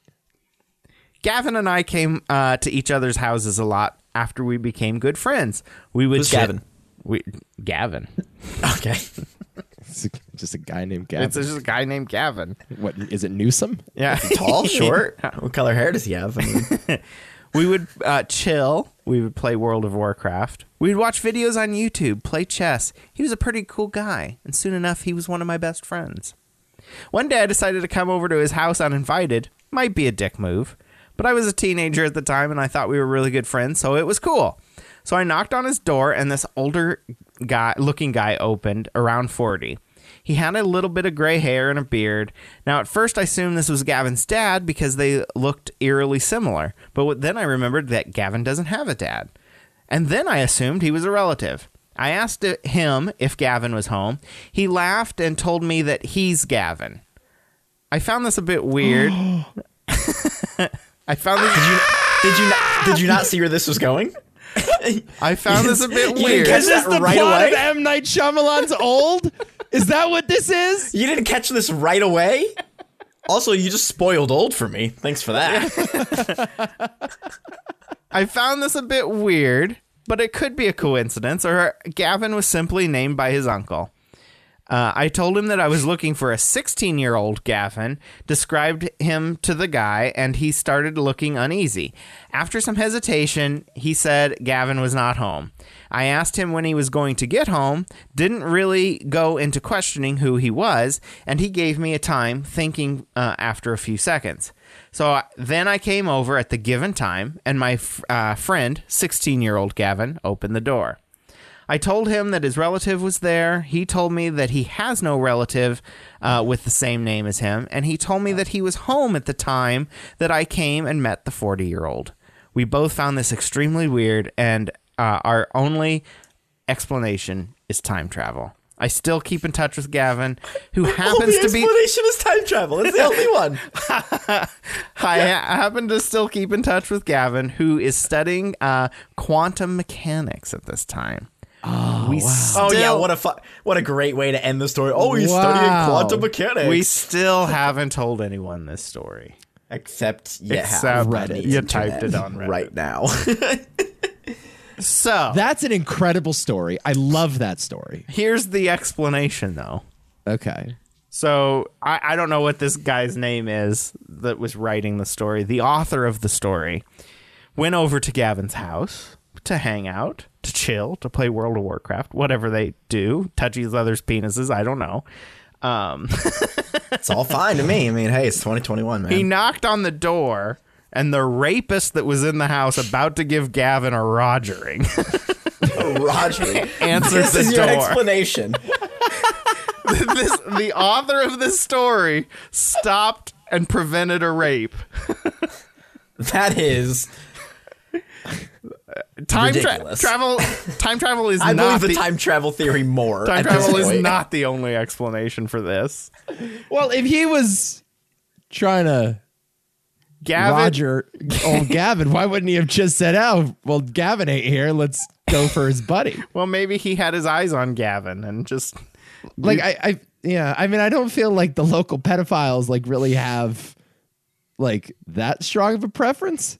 Speaker 2: Gavin and I came uh, to each other's houses a lot after we became good friends. We would
Speaker 4: Who's
Speaker 2: sit-
Speaker 4: Gavin?
Speaker 2: We Gavin.
Speaker 4: Okay.
Speaker 3: It's a- just a guy named Gavin.
Speaker 2: It's just a guy named Gavin.
Speaker 3: what is it? Newsom?
Speaker 2: Yeah.
Speaker 4: Tall, short. What color hair does he have? I mean,
Speaker 2: We would uh, chill. We would play World of Warcraft. We'd watch videos on YouTube, play chess. He was a pretty cool guy, and soon enough, he was one of my best friends. One day, I decided to come over to his house uninvited. Might be a dick move, but I was a teenager at the time, and I thought we were really good friends, so it was cool. So I knocked on his door, and this older guy, looking guy, opened around 40. He had a little bit of gray hair and a beard. Now, at first, I assumed this was Gavin's dad because they looked eerily similar. But what- then I remembered that Gavin doesn't have a dad. And then I assumed he was a relative. I asked i- him if Gavin was home. He laughed and told me that he's Gavin. I found this a bit weird. I found this.
Speaker 4: did you not? Did you not see where this was going?
Speaker 2: I found this a bit
Speaker 4: You
Speaker 2: weird.
Speaker 4: catch
Speaker 3: Is this
Speaker 4: that
Speaker 3: the
Speaker 4: right
Speaker 3: plot
Speaker 4: away?
Speaker 3: of M Night Shyamalan's Old? Is that what this is?
Speaker 4: You didn't catch this right away. Also, you just spoiled old for me. Thanks for that.
Speaker 2: I found this a bit weird, but it could be a coincidence, or Gavin was simply named by his uncle. Uh, I told him that I was looking for a 16 year old Gavin, described him to the guy, and he started looking uneasy. After some hesitation, he said Gavin was not home. I asked him when he was going to get home, didn't really go into questioning who he was, and he gave me a time, thinking uh, after a few seconds. So I, then I came over at the given time, and my f- uh, friend, 16 year old Gavin, opened the door. I told him that his relative was there. He told me that he has no relative uh, with the same name as him, and he told me that he was home at the time that I came and met the 40 year old. We both found this extremely weird, and uh, our only explanation is time travel. I still keep in touch with Gavin, who happens
Speaker 4: the
Speaker 2: to be.
Speaker 4: explanation is time travel. It's the only one.
Speaker 2: I ha- happen to still keep in touch with Gavin, who is studying uh, quantum mechanics at this time. Oh, we still,
Speaker 4: Oh yeah, what a fu- what a great way to end the story. Oh, he's
Speaker 3: Wow.
Speaker 4: studying quantum mechanics.
Speaker 2: we still haven't told anyone this story.
Speaker 4: Except you have
Speaker 2: Except
Speaker 4: Reddit.
Speaker 2: you typed it on Reddit.
Speaker 4: right now.
Speaker 2: So
Speaker 3: That's an incredible story. I love that story.
Speaker 2: here's the explanation, though.
Speaker 3: Okay.
Speaker 2: So I, I don't know what this guy's name is that was writing the story. The author of the story went over to Gavin's house to hang out, to chill, to play World of Warcraft, whatever they do, touch each other's penises. I don't know.
Speaker 4: it's all fine to me. I mean, hey, it's 2021, man.
Speaker 2: He knocked on the door, and the rapist that was in the house about to give Gavin a rogering
Speaker 4: Roger
Speaker 2: answered
Speaker 4: This is
Speaker 2: the
Speaker 4: your
Speaker 2: door.
Speaker 4: explanation.
Speaker 2: this the author of this story stopped and prevented a rape.
Speaker 4: That is,
Speaker 2: Time tra-
Speaker 4: Ridiculous.
Speaker 2: travel time travel is
Speaker 4: I
Speaker 2: not
Speaker 4: believe the, time travel theory more.
Speaker 2: time
Speaker 4: at this
Speaker 2: travel is
Speaker 4: point.
Speaker 2: not the only explanation for this.
Speaker 3: Well, if he was trying to
Speaker 2: Gavin
Speaker 3: Roger old Gavin, why wouldn't he have just said, "Oh, well, Gavin ain't here. Let's go for his buddy."
Speaker 2: well maybe he had his eyes on Gavin and just
Speaker 3: Like I, I, yeah. I mean, I don't feel like the local pedophiles like really have like that strong of a preference.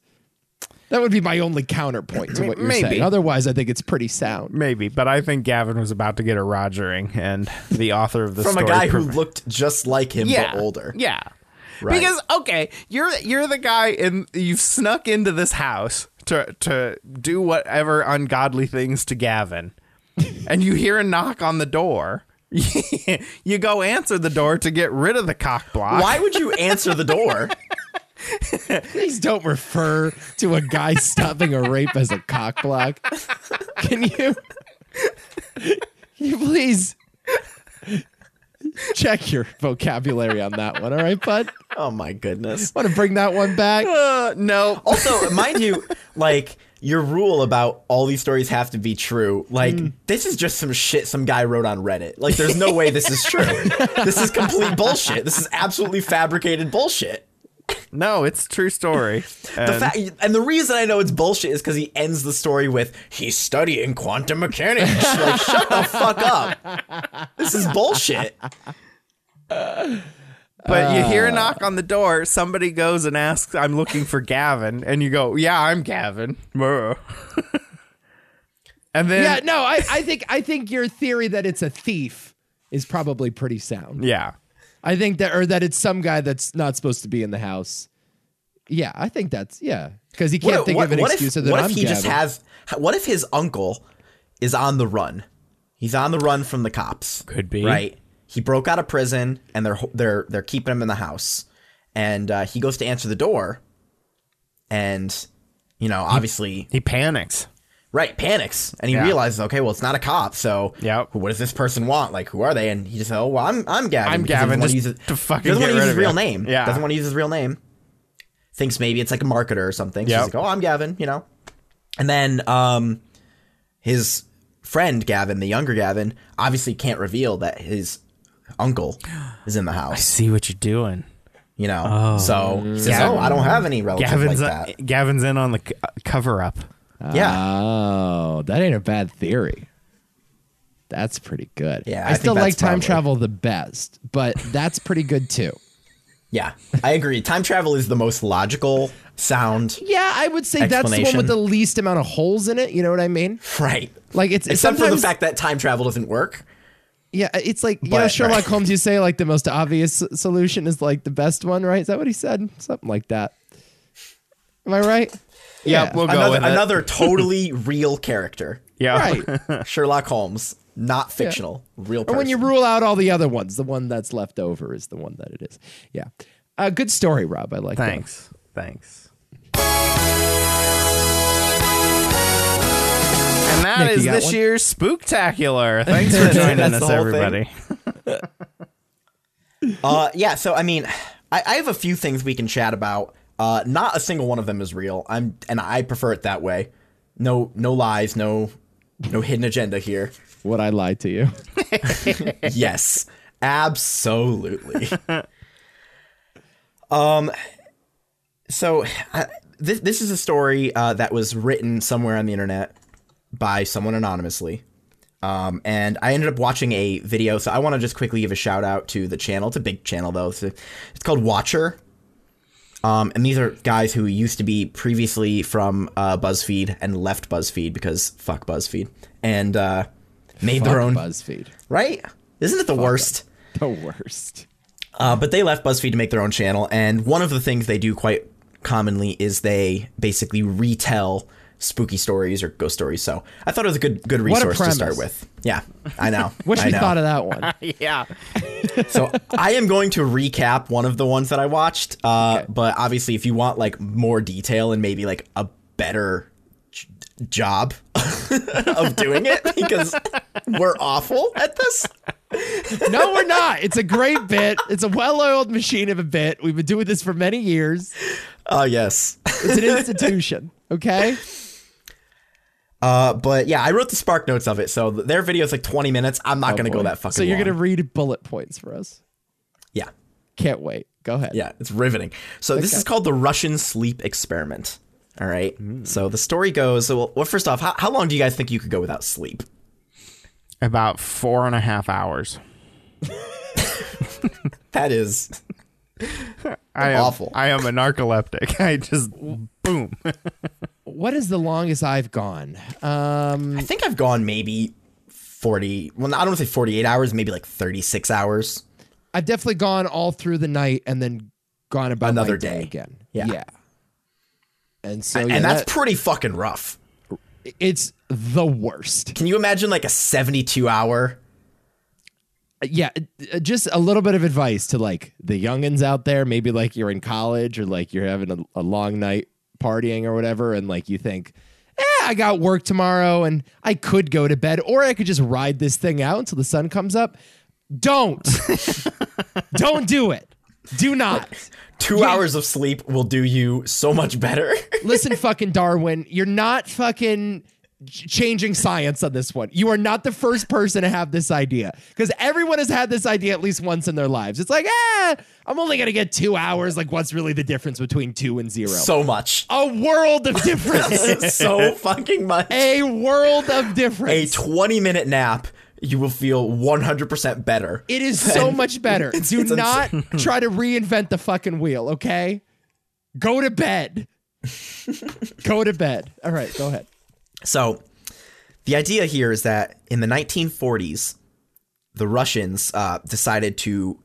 Speaker 3: That would be my only counterpoint to what you're
Speaker 2: Maybe.
Speaker 3: saying. Otherwise, I think it's pretty sound.
Speaker 2: maybe, but I think Gavin was about to get a rogering and the author of the
Speaker 4: from a
Speaker 2: story
Speaker 4: guy who
Speaker 2: preven-
Speaker 4: looked just like him
Speaker 2: yeah,
Speaker 4: but older.
Speaker 2: Yeah.
Speaker 4: Right.
Speaker 2: Because okay, you're you're the guy and you've snuck into this house to to do whatever ungodly things to Gavin. and you hear a knock on the door. you go answer the door to get rid of the cock block.
Speaker 4: Why would you answer the door?
Speaker 3: Please don't refer to a guy stopping a rape as a cock block. Can you? Can you please check your vocabulary on that one, all right, bud?
Speaker 4: Oh my goodness.
Speaker 3: Want to bring that one back?
Speaker 2: Uh, no.
Speaker 4: Also, mind you, like your rule about all these stories have to be true. Like
Speaker 2: Mm.
Speaker 4: this is just some shit some guy wrote on Reddit. Like there's no way this is true. this is complete bullshit. This is absolutely fabricated bullshit.
Speaker 2: No, it's a true story.
Speaker 4: The
Speaker 2: And-
Speaker 4: fact, and the reason I know it's bullshit is because he ends the story with he's studying quantum mechanics. like, shut the fuck up. This is bullshit.
Speaker 2: but you
Speaker 4: Uh.
Speaker 2: hear a knock on the door. Somebody goes and asks, "I'm looking for Gavin," and you go, "Yeah, I'm Gavin." Brr. and then
Speaker 3: Yeah, no, I, I think I think your theory that it's a thief is probably pretty sound.
Speaker 2: yeah,
Speaker 3: I think that or that it's some guy that's not supposed to be in the house. Yeah, I think that's yeah. Because he can't
Speaker 4: if-
Speaker 3: think of an
Speaker 4: what
Speaker 3: excuse
Speaker 4: if,
Speaker 3: other
Speaker 4: what
Speaker 3: than
Speaker 4: if
Speaker 3: I'm
Speaker 4: he just
Speaker 3: Gavin.
Speaker 4: has? What if his uncle is on the run? He's on the run from the cops.
Speaker 2: Could be.
Speaker 4: right. He broke out of prison, and they're they're they're keeping him in the house, and uh, he goes to answer the door, and you know, obviously,
Speaker 2: he panics.
Speaker 4: right, panics, and he
Speaker 2: Yeah.
Speaker 4: realizes, okay, well, it's not a cop, so
Speaker 2: Yep.
Speaker 4: what does this person want? Like, who are they? And he just, oh, well, I'm I'm Gavin.
Speaker 2: I'm
Speaker 4: because he
Speaker 2: Gavin,
Speaker 4: doesn't wanna
Speaker 2: just
Speaker 4: use his-
Speaker 2: to fucking
Speaker 4: doesn't wanna
Speaker 2: get
Speaker 4: use
Speaker 2: rid
Speaker 4: his
Speaker 2: of
Speaker 4: real
Speaker 2: you.
Speaker 4: name.
Speaker 2: Yeah.
Speaker 4: doesn't want to use his real name. Thinks maybe it's like a marketer or something. So
Speaker 2: Yep.
Speaker 4: He's like, oh, I'm Gavin, you know. And then um, his friend Gavin, the younger Gavin, obviously can't reveal that his uncle is in the house.
Speaker 2: See what you're doing.
Speaker 4: You know, so he says, oh, I don't have any relatives
Speaker 2: Gavin's
Speaker 4: like that.
Speaker 2: Gavin's in on the c- cover up.
Speaker 4: yeah,
Speaker 3: Oh, that ain't a bad theory. That's pretty good.
Speaker 4: Yeah,
Speaker 3: I,
Speaker 4: I think
Speaker 3: still like
Speaker 4: that's
Speaker 3: time
Speaker 4: probably-
Speaker 3: travel the best, but that's pretty good too.
Speaker 4: yeah, I agree. Time travel is the most logical sound,
Speaker 3: Yeah, I would say that's the one
Speaker 4: Explanation.
Speaker 3: with the least amount of holes in it. You know what I mean?
Speaker 4: right?
Speaker 3: Like it's it's
Speaker 4: Except
Speaker 3: sometimes,
Speaker 4: for the fact that time travel doesn't work.
Speaker 3: Yeah, uh, it's like you
Speaker 4: But-
Speaker 3: know Sherlock
Speaker 4: right.
Speaker 3: Holmes. You say like the most obvious s- solution is like the best one, right? Is that what he said? Something like that. Am I right?
Speaker 2: Yep, we'll go
Speaker 4: Another,
Speaker 2: with it.
Speaker 4: another totally real character,
Speaker 2: Yeah,
Speaker 3: Right.
Speaker 4: Sherlock Holmes, not fictional, real person.
Speaker 3: Or when you rule out all the other ones, the one that's left over is the one that it is. Yeah. Uh, good story, Rob. I like that.
Speaker 2: Thanks. Thanks. And that
Speaker 3: Nick, you
Speaker 2: is
Speaker 3: got
Speaker 2: this
Speaker 3: one?
Speaker 2: year's spooktacular. Thanks for joining
Speaker 4: That's the
Speaker 2: us,
Speaker 4: whole thing.
Speaker 2: everybody.
Speaker 4: Uh, yeah, so I mean, I, I have a few things we can chat about. Uh, not a single one of them is real. I'm and I prefer it that way. No, no lies, no, no hidden agenda here.
Speaker 3: Would I lie to you?
Speaker 4: yes, absolutely. um, so I, this this is a story uh, that was written somewhere on the internet by someone anonymously. Um, and I ended up watching a video, so I want to just quickly give a shout out to the channel. It's a big channel though. So it's called Watcher. Um, and these are guys who used to be previously from uh, BuzzFeed and left BuzzFeed because fuck BuzzFeed and uh, made their
Speaker 3: Fuck
Speaker 4: own
Speaker 3: BuzzFeed.
Speaker 4: right? Isn't it the worst?
Speaker 3: The worst.
Speaker 4: Uh, but they left BuzzFeed to make their own channel, and one of the things they do quite commonly is they basically retell spooky stories or ghost stories. So I thought it was a good good
Speaker 3: a
Speaker 4: resource to
Speaker 3: premise.
Speaker 4: start with. Yeah, I know.
Speaker 3: Wish
Speaker 4: I
Speaker 3: we
Speaker 4: know.
Speaker 3: thought of that one.
Speaker 2: yeah.
Speaker 4: So I am going to recap one of the ones that I watched. Uh, But obviously, if you want like more detail and maybe like a better j- job of doing it, because we're awful at this.
Speaker 3: No, we're not. It's a great bit. It's a well-oiled machine of a bit. We've been doing this for many years.
Speaker 4: Oh yes.
Speaker 3: It's an institution. Okay.
Speaker 4: Uh, but yeah, I wrote the spark notes of it, so th- their video's like 20 minutes. I'm
Speaker 3: Oh,
Speaker 4: not gonna go that fucking.
Speaker 3: So you're
Speaker 4: long.
Speaker 3: gonna read bullet points for us.
Speaker 4: yeah,
Speaker 3: Can't wait. Go ahead.
Speaker 4: yeah, it's riveting. So this is called the Russian sleep experiment. All right.
Speaker 3: Hmm.
Speaker 4: So the story goes. So well, well, first off, how, how long do you guys think you could go without sleep?
Speaker 2: About four and a half hours.
Speaker 4: That is
Speaker 2: I am,
Speaker 4: Awful.
Speaker 2: I am a narcoleptic. I just boom.
Speaker 3: What is the longest I've gone? Um,
Speaker 4: I think I've gone maybe 40, well, I don't want to say 48 hours, maybe like 36 hours.
Speaker 3: I've definitely gone all through the night and then gone about
Speaker 4: Another
Speaker 3: my day.
Speaker 4: day.
Speaker 3: again.
Speaker 4: Yeah.
Speaker 3: And so Oh, yeah,
Speaker 4: and that's
Speaker 3: that-
Speaker 4: pretty fucking rough.
Speaker 3: it's the worst.
Speaker 4: Can you imagine like a 72 hour?
Speaker 3: Yeah, uh, just a little bit of advice to like the youngins out there. Maybe like you're in college or like you're having a, a long night partying or whatever, and like you think, eh, I got work tomorrow and I could go to bed or I could just ride this thing out until the sun comes up. Don't, don't do it. Do not.
Speaker 4: Two hours of sleep will do you so much better.
Speaker 3: Listen, fucking Darwin, you're not fucking ch- changing science on this one. You are not the first person to have this idea because everyone has had this idea at least once in their lives. It's like, ah, I'm only gonna get two hours. Like, what's really the difference between two and zero?
Speaker 4: so much.
Speaker 3: a world of difference.
Speaker 4: so fucking much.
Speaker 3: a world of
Speaker 4: A
Speaker 3: difference.
Speaker 4: 20 minute nap, you will feel 100% better.
Speaker 3: it is so much better. Do
Speaker 4: it's
Speaker 3: not try to reinvent the fucking wheel, okay? Go to bed. go to bed. All right, go ahead.
Speaker 4: So, the idea here is that in the 1940s, the Russians uh, decided to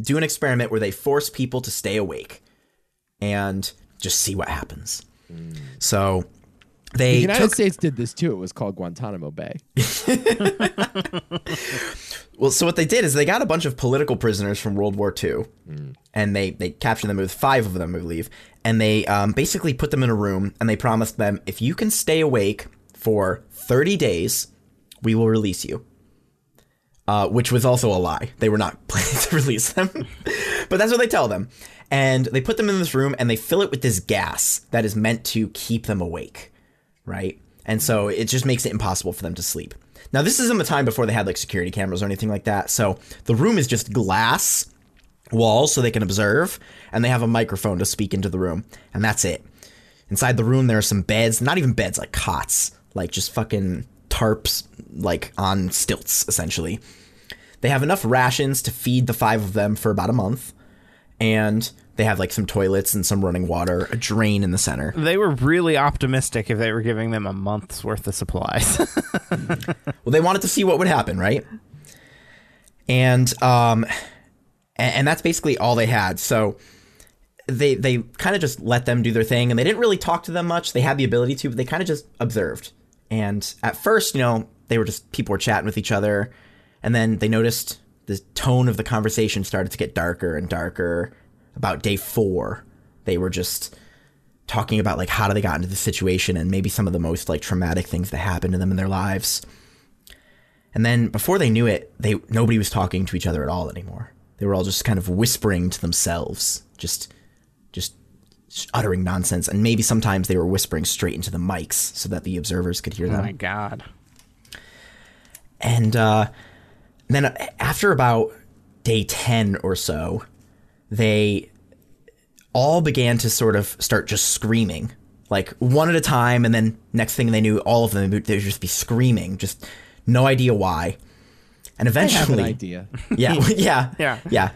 Speaker 4: do an experiment where they force people to stay awake and just see what happens. So, they
Speaker 3: Mm. The United
Speaker 4: took
Speaker 3: States did this too. It was called Guantanamo Bay.
Speaker 4: Well, so what they did is they got a bunch of political prisoners from World War II, and they they captured them with five of them, I believe, and they um, basically put them in a room and they promised them if you can stay awake for thirty days, we will release you. Uh, which was also a lie. They were not planning to release them, but that's what they tell them. And they put them in this room and they fill it with this gas that is meant to keep them awake right? And so it just makes it impossible for them to sleep. Now, this is in the time before they had like security cameras or anything like that. So the room is just glass walls so they can observe, and they have a microphone to speak into the room, and that's it. Inside the room, there are some beds, not even beds, like cots, like just fucking tarps, like on stilts, essentially. They have enough rations to feed the five of them for about a month, and they have like some toilets and some running water, a drain in the center.
Speaker 2: They were really optimistic if they were giving them a month's worth of supplies.
Speaker 4: Well, they wanted to see what would happen, right? And um, a- and, that's basically all they had. So they they kind of just let them do their thing, and they didn't really talk to them much. They had the ability to, but they kind of just observed. And at first, you know, they were just people were chatting with each other, and then they noticed the tone of the conversation started to get darker and darker. About day four, they were just talking about like how they got into the situation and maybe some of the most like traumatic things that happened to them in their lives. And then before they knew it, they nobody was talking to each other at all anymore. They were all just kind of whispering to themselves, just just uttering nonsense. And maybe sometimes they were whispering straight into the mics so that the observers could hear them.
Speaker 2: My God.
Speaker 4: And uh, then uh, after about day 10 or so, they all began to sort of start just screaming, like one at a time. And then next thing they knew, all of them, would they'd just be screaming, just no idea why. And
Speaker 3: I have an
Speaker 4: eventually,
Speaker 3: idea.
Speaker 4: yeah, yeah,
Speaker 2: Yeah.
Speaker 4: yeah.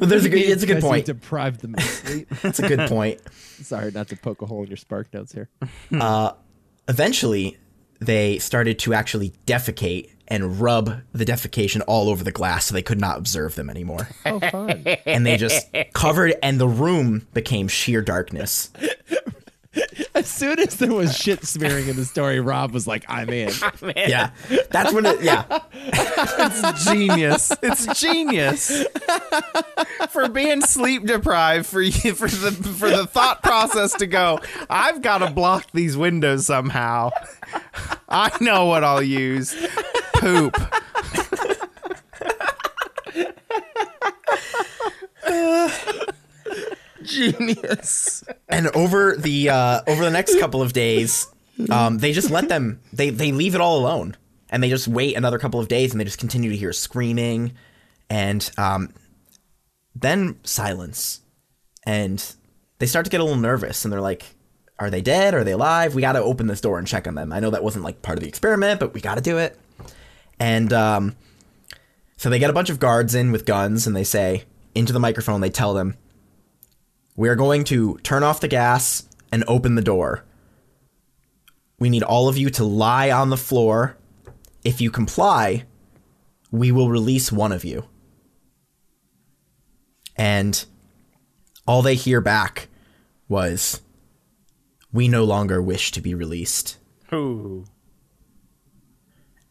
Speaker 4: Well, there's a good, it's a good
Speaker 3: Because you
Speaker 4: point.
Speaker 3: Deprived them of sleep.
Speaker 4: It's a good point.
Speaker 3: Sorry, not to poke a hole in your spark notes here.
Speaker 4: eventually they started to actually defecate and rub the defecation all over the glass so they could not observe them anymore.
Speaker 3: Oh, fun.
Speaker 4: And they just covered and the room became sheer darkness.
Speaker 3: as soon as there was shit smearing in the story, Rob was like, "I'm in."
Speaker 4: Yeah. That's when it yeah.
Speaker 2: It's genius. It's genius. For being sleep deprived, for you, for the for the thought process to go, I've got to block these windows somehow. I know what I'll use. Poop. genius.
Speaker 4: And over the uh over the next couple of days, um they just let them they they leave it all alone. And they just wait another couple of days and they just continue to hear screaming and um then silence. and they start to get a little nervous and they're like are they dead are they alive we got to open this door and check on them i know that wasn't like part of the experiment but we got to do it and um, so they get a bunch of guards in with guns and they say into the microphone they tell them we're going to turn off the gas and open the door we need all of you to lie on the floor if you comply we will release one of you and all they hear back was, We no longer wish to be released.
Speaker 2: Ooh.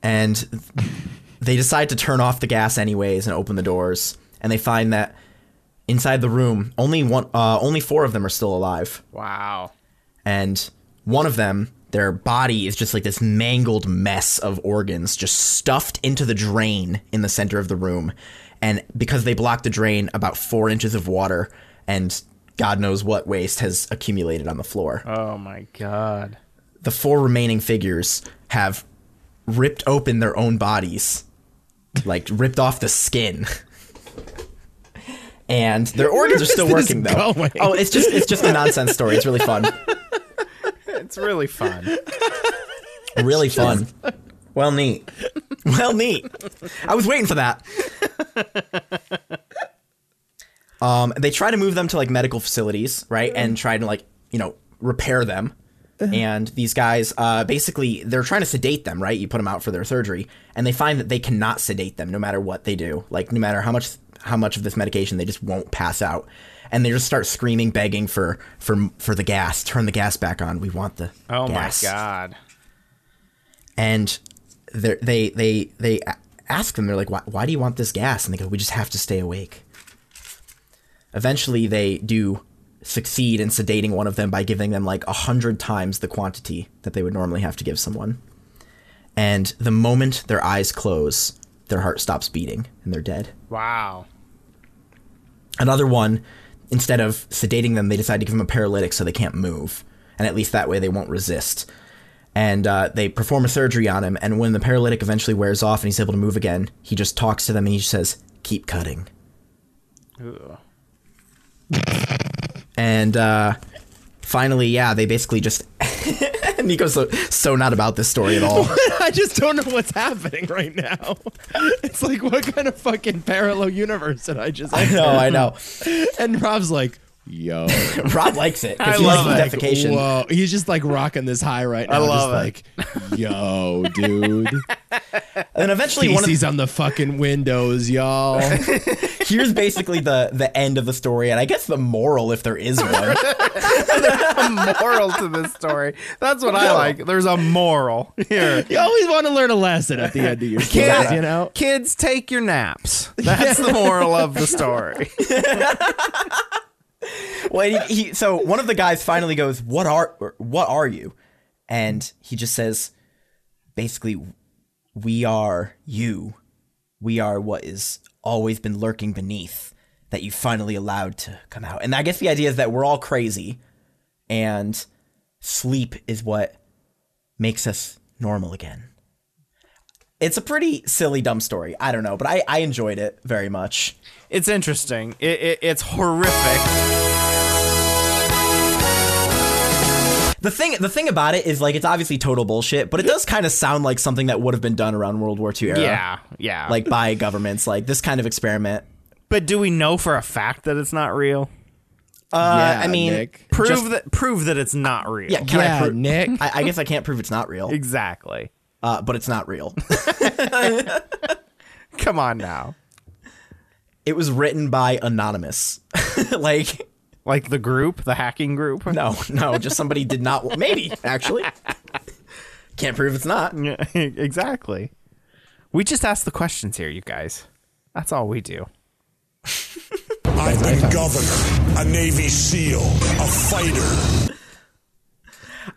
Speaker 4: And they decide to turn off the gas anyways and open the doors. And they find that inside the room, only one, uh, only four of them are still alive.
Speaker 2: Wow.
Speaker 4: And one of them, their body is just like this mangled mess of organs, just stuffed into the drain in the center of the room. And because they blocked the drain, about four inches of water and God knows what waste has accumulated on the floor.
Speaker 2: Oh my God.
Speaker 4: the four remaining figures have ripped open their own bodies, like ripped off the skin. And their organs are still
Speaker 3: this
Speaker 4: working though.
Speaker 3: going?
Speaker 4: Oh, it's just it's just a nonsense story. It's really fun.
Speaker 2: It's really fun.
Speaker 4: Really fun. Well neat. Well neat. I was waiting for that. Um they try to move them to like medical facilities, right? And try to like, you know, repair them. And these guys uh basically they're trying to sedate them, right? You put them out for their surgery and they find that they cannot sedate them no matter what they do. Like no matter how much how much of this medication they just won't pass out. And they just start screaming begging for for for the gas. Turn the gas back on. We want the
Speaker 2: Oh
Speaker 4: gas
Speaker 2: my god.
Speaker 4: and they're- they they they a- ask them they're like why, why do you want this gas and they go we just have to stay awake eventually they do succeed in sedating one of them by giving them like a hundred times the quantity that they would normally have to give someone and the moment their eyes close their heart stops beating and they're dead
Speaker 2: Wow.
Speaker 4: another one instead of sedating them they decide to give them a paralytic so they can't move and at least that way they won't resist and uh, they perform a surgery on him and when the paralytic eventually wears off and he's able to move again he just talks to them and he says keep cutting
Speaker 2: Ooh.
Speaker 4: and uh, finally yeah they basically just nico's so, so not about this story at all
Speaker 3: I just don't know what's happening right now. It's like what kind of fucking parallel universe did I just?
Speaker 4: i know i know
Speaker 3: And Rob's like, yo,
Speaker 4: rob likes it 'cause
Speaker 2: I
Speaker 4: he
Speaker 2: love
Speaker 4: likes
Speaker 2: it.
Speaker 4: the defecation
Speaker 3: whoa, he's just like rocking this high right now.
Speaker 2: love
Speaker 3: just like, yo, dude,
Speaker 4: and then eventually one of
Speaker 3: feces on the fucking windows, y'all.
Speaker 4: here's basically the the end of the story and i guess the moral if there is one
Speaker 2: a moral to this story. That's what I like. There's a moral here.
Speaker 3: You always want to learn a lesson at the end of your
Speaker 2: Kids,
Speaker 3: stories, you know.
Speaker 2: kids, take your naps. That's the moral of the story.
Speaker 4: well, he, he, so one of the guys finally goes, "What are or, what are you?" And he just says, basically, "We are you. We are what is always been lurking beneath that you finally allowed to come out." And I guess the idea is that we're all crazy, and sleep is what makes us normal again. It's a pretty silly, dumb story. I don't know, but I, I enjoyed it very much.
Speaker 2: It's interesting. It, it, it's horrific.
Speaker 4: The thing, the thing about it is like it's obviously total bullshit, but it does kind of sound like something that would have been done around World War II era,
Speaker 2: Yeah, yeah.
Speaker 4: like by governments, like this kind of experiment.
Speaker 2: but do we know for a fact that it's not real?
Speaker 4: Uh,
Speaker 3: Yeah,
Speaker 4: I mean,
Speaker 3: Nick.
Speaker 2: Prove
Speaker 4: just-
Speaker 2: that. Prove that it's not real.
Speaker 4: yeah, can
Speaker 3: Yeah,
Speaker 4: I prove?
Speaker 3: Nick.
Speaker 4: I, I guess I can't prove it's not real,
Speaker 2: Exactly.
Speaker 4: uh, but it's not real.
Speaker 2: Come on now.
Speaker 4: it was written by anonymous, like
Speaker 2: Like the group, the hacking group.
Speaker 4: no, no, just somebody did not. Maybe actually, can't prove it's not.
Speaker 2: Yeah, exactly. We just ask the questions here, you guys. That's all we do.
Speaker 7: I've been governor, a Navy SEAL, a fighter.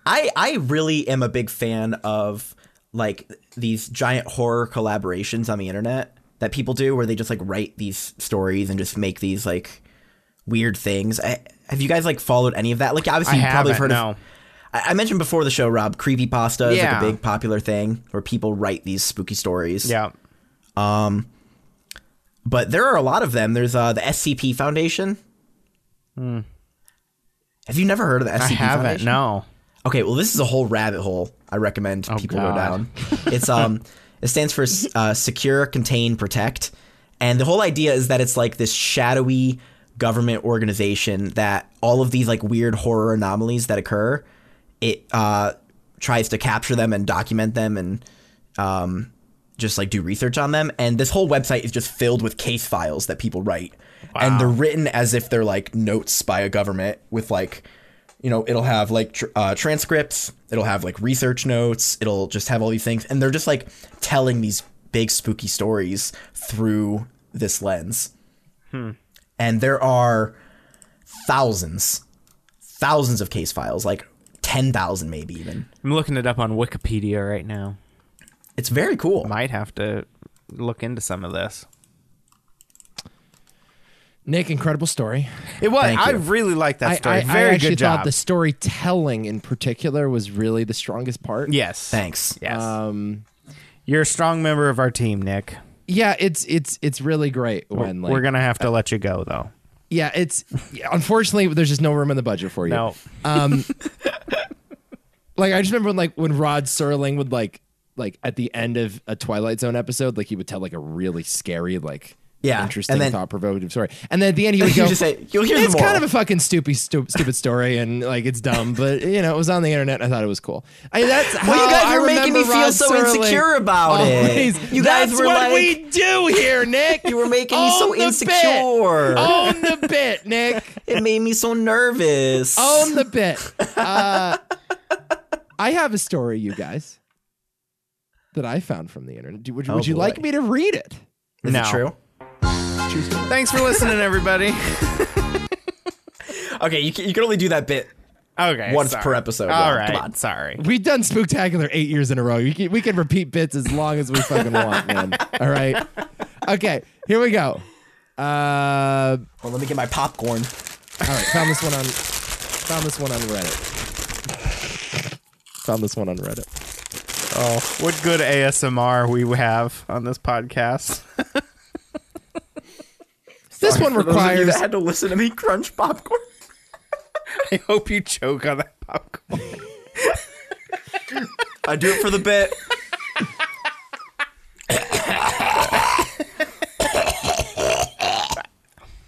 Speaker 4: I I really am a big fan of like these giant horror collaborations on the internet that people do where they just like write these stories and just make these like weird things. I, have you guys like followed any of that? Like obviously you probably have
Speaker 2: haven't,
Speaker 4: heard
Speaker 2: no.
Speaker 4: of I I mentioned before the show, Rob, creepypasta is
Speaker 2: Yeah.
Speaker 4: like a big popular thing where people write these spooky stories.
Speaker 2: Yeah.
Speaker 4: But there are a lot of them. There's uh, the SCP Foundation. Have you never heard of the SCP
Speaker 2: Hmm. I haven't.
Speaker 4: Foundation?
Speaker 2: No.
Speaker 4: Okay, well, this is a whole rabbit hole. I recommend people go
Speaker 2: God.
Speaker 4: down. It's um, it stands for uh, secure, contain, protect, and the whole idea is that it's like this shadowy government organization that all of these like weird horror anomalies that occur, it uh, tries to capture them and document them and um, just like do research on them. And this whole website is just filled with case files that people write, and they're written as if they're like notes by a government with like, you know, it'll have like tr- uh, transcripts, it'll have like research notes, it'll just have all these things, and they're just like telling these big spooky stories through this lens. And there are thousands, thousands of case files, like ten thousand maybe even.
Speaker 2: I'm looking it up on Wikipedia right now.
Speaker 4: It's very cool.
Speaker 2: Might have to look into some of this.
Speaker 3: Nick, incredible story.
Speaker 2: It was.
Speaker 4: Thank
Speaker 2: I
Speaker 4: you.
Speaker 2: really like that
Speaker 3: I,
Speaker 2: story.
Speaker 3: I- I
Speaker 2: Very
Speaker 3: actually
Speaker 2: good
Speaker 3: thought
Speaker 2: job.
Speaker 3: the storytelling in particular was really the strongest part.
Speaker 2: yes.
Speaker 4: Thanks.
Speaker 2: Yes.
Speaker 3: Um,
Speaker 2: You're a strong member of our team, Nick.
Speaker 3: yeah, it's it's it's really great when like
Speaker 2: We're gonna have
Speaker 4: uh,
Speaker 2: to let you go though.
Speaker 3: yeah, it's yeah, unfortunately there's just no room in the budget for you.
Speaker 2: No.
Speaker 3: Like I just remember when like when Rod Serling would like like at the end of a Twilight Zone episode, like he would tell like a really scary like
Speaker 4: Yeah,
Speaker 3: interesting
Speaker 4: and then-
Speaker 3: thought provoking story, and then at the end he would
Speaker 4: You
Speaker 3: go
Speaker 4: just say, "You'll hear the
Speaker 3: It's kind
Speaker 4: moral."
Speaker 3: of a fucking stupid stupid, stupid story, and like it's dumb, but you know it was on the internet. and I thought it was cool. I, that's how
Speaker 4: Well, you guys
Speaker 3: Oh, I
Speaker 4: were making
Speaker 3: remember
Speaker 4: me feel
Speaker 3: Rod
Speaker 4: so
Speaker 3: Serling
Speaker 4: insecure about it.
Speaker 3: always.
Speaker 4: You guys
Speaker 3: that's
Speaker 4: were
Speaker 3: what
Speaker 4: like-
Speaker 3: we do here, Nick.
Speaker 4: You were making me
Speaker 3: Own
Speaker 4: so
Speaker 3: the bit.
Speaker 4: insecure.
Speaker 3: Own the bit, Nick.
Speaker 4: It made me so nervous.
Speaker 3: Own the bit. Uh, I have a story, you guys, that I found from the internet. Do- Would, would you
Speaker 4: boy.
Speaker 3: like me to read it?
Speaker 4: Is
Speaker 2: no.
Speaker 4: it true?
Speaker 2: Thanks for listening, everybody.
Speaker 4: Okay, you can, you can only do that bit.
Speaker 2: okay.
Speaker 4: Once
Speaker 2: sorry.
Speaker 4: per episode,
Speaker 2: All
Speaker 4: yeah,
Speaker 2: right.
Speaker 4: come on.
Speaker 2: Sorry.
Speaker 3: We've done spectacular eight years in a row. We can, we can repeat bits as long as we fucking want, man. All right. Okay. Here we go. Uh,
Speaker 4: Well, let me get my popcorn.
Speaker 3: All right, found this one on found this one on Reddit. Found this one on Reddit.
Speaker 2: What good ASMR we have on this podcast.
Speaker 3: This one
Speaker 4: Those of you
Speaker 3: requires
Speaker 4: that had to listen to me crunch popcorn.
Speaker 2: I hope you choke on that popcorn.
Speaker 4: I do it for the bit.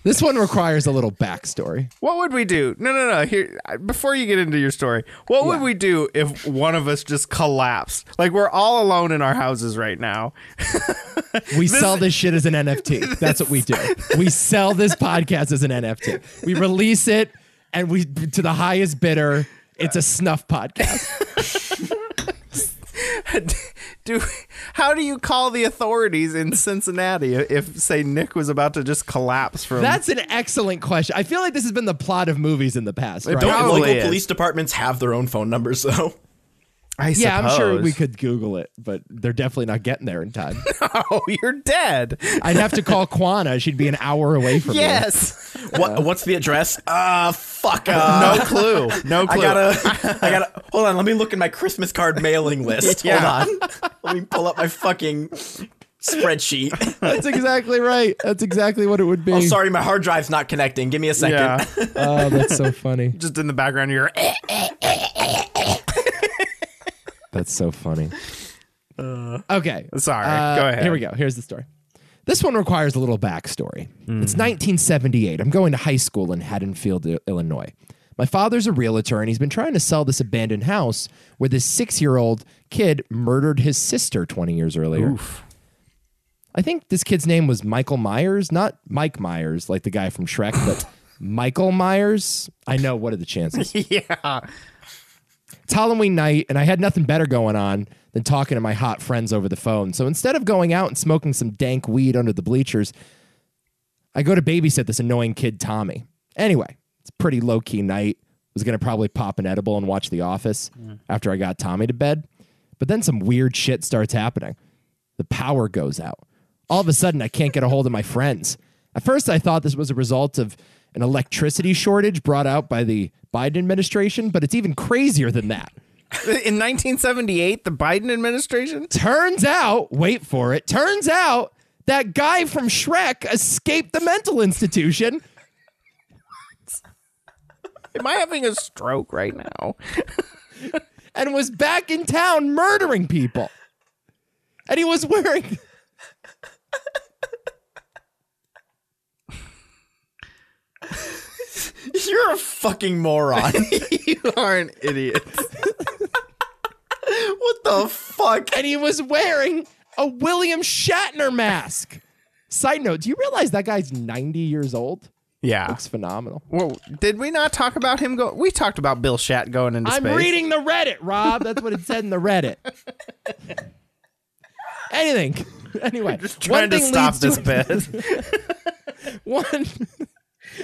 Speaker 3: this one requires a little backstory.
Speaker 2: What would we do? No, no, no. Here, before you get into your story, what would
Speaker 3: Yeah.
Speaker 2: we do if one of us just collapsed? Like we're all alone in our houses right now.
Speaker 3: We sell this shit as an NFT. That's what we do. We sell this podcast as an NFT. We release it and we to the highest bidder. It's a snuff podcast.
Speaker 2: do how do you call the authorities in Cincinnati if say Nick was about to just collapse from
Speaker 3: That's an excellent question. I feel like this has been the plot of movies in the past. Right?
Speaker 2: don't-
Speaker 4: Don't
Speaker 2: Probably
Speaker 4: local
Speaker 2: is.
Speaker 4: police departments have their own phone numbers though?
Speaker 2: I
Speaker 3: yeah, I'm sure
Speaker 2: suppose.
Speaker 3: we could Google it, but they're definitely not getting there in time.
Speaker 2: Oh, you're dead.
Speaker 3: I'd have to call Kwana. She'd be an hour away from me.
Speaker 2: Yes.
Speaker 4: What what's the address? Uh fuck. Uh,
Speaker 2: no clue. No
Speaker 4: I
Speaker 2: clue.
Speaker 4: gotta I gotta hold on, let me look at my Christmas card mailing list.
Speaker 2: Yeah.
Speaker 4: Hold on. Let me pull up my fucking spreadsheet.
Speaker 3: That's exactly right. That's exactly what it would be.
Speaker 4: Oh sorry, my hard drive's not connecting. Give me a second.
Speaker 2: Yeah.
Speaker 3: Oh, that's so funny.
Speaker 2: Just in the background, you're. "Eh,
Speaker 3: That's so funny. okay.
Speaker 2: Sorry.
Speaker 3: Uh,
Speaker 2: go ahead.
Speaker 3: Here we go. Here's the story. This one requires a little backstory.
Speaker 2: Hmm.
Speaker 3: It's 1978. I'm going to high school in Haddonfield, I- Illinois. My father's a realtor, and he's been trying to sell this abandoned house where this six year old kid murdered his sister 20 years earlier. I think this kid's name was Michael Myers, not Mike Myers, like the guy from Shrek, but Michael Myers. I know. What are the chances?
Speaker 2: Yeah.
Speaker 3: it's Halloween night, and I had nothing better going on than talking to my hot friends over the phone. So instead of going out and smoking some dank weed under the bleachers, I go to babysit this annoying kid, Tommy. Anyway, it's a pretty low key night. Was going to probably pop an edible and watch The Office after I got Tommy to bed. But then some weird shit starts happening. The power goes out. All of a sudden, I can't get a hold of my friends. At first, I thought this was a result of an electricity shortage brought out by the Biden administration, but it's even crazier than that.
Speaker 2: In 1978, the Biden administration.
Speaker 3: Turns out, wait for it, turns out that guy from Shrek escaped the mental institution
Speaker 2: Am I having a stroke right now?
Speaker 3: and was back in town murdering people. And he was wearing.
Speaker 4: You're a fucking moron.
Speaker 2: you are an idiot.
Speaker 4: what the fuck?
Speaker 3: and he was wearing a William Shatner mask. Side note, do you realize that guy's 90 years old?
Speaker 2: Yeah.
Speaker 3: Looks phenomenal.
Speaker 2: Well, did we not talk about him go? We talked about Bill Shat going into
Speaker 3: I'm
Speaker 2: space.
Speaker 3: reading the Reddit, Rob. That's what it said in the Reddit. Anything. Anyway,
Speaker 2: Trying to stop this bit.
Speaker 3: one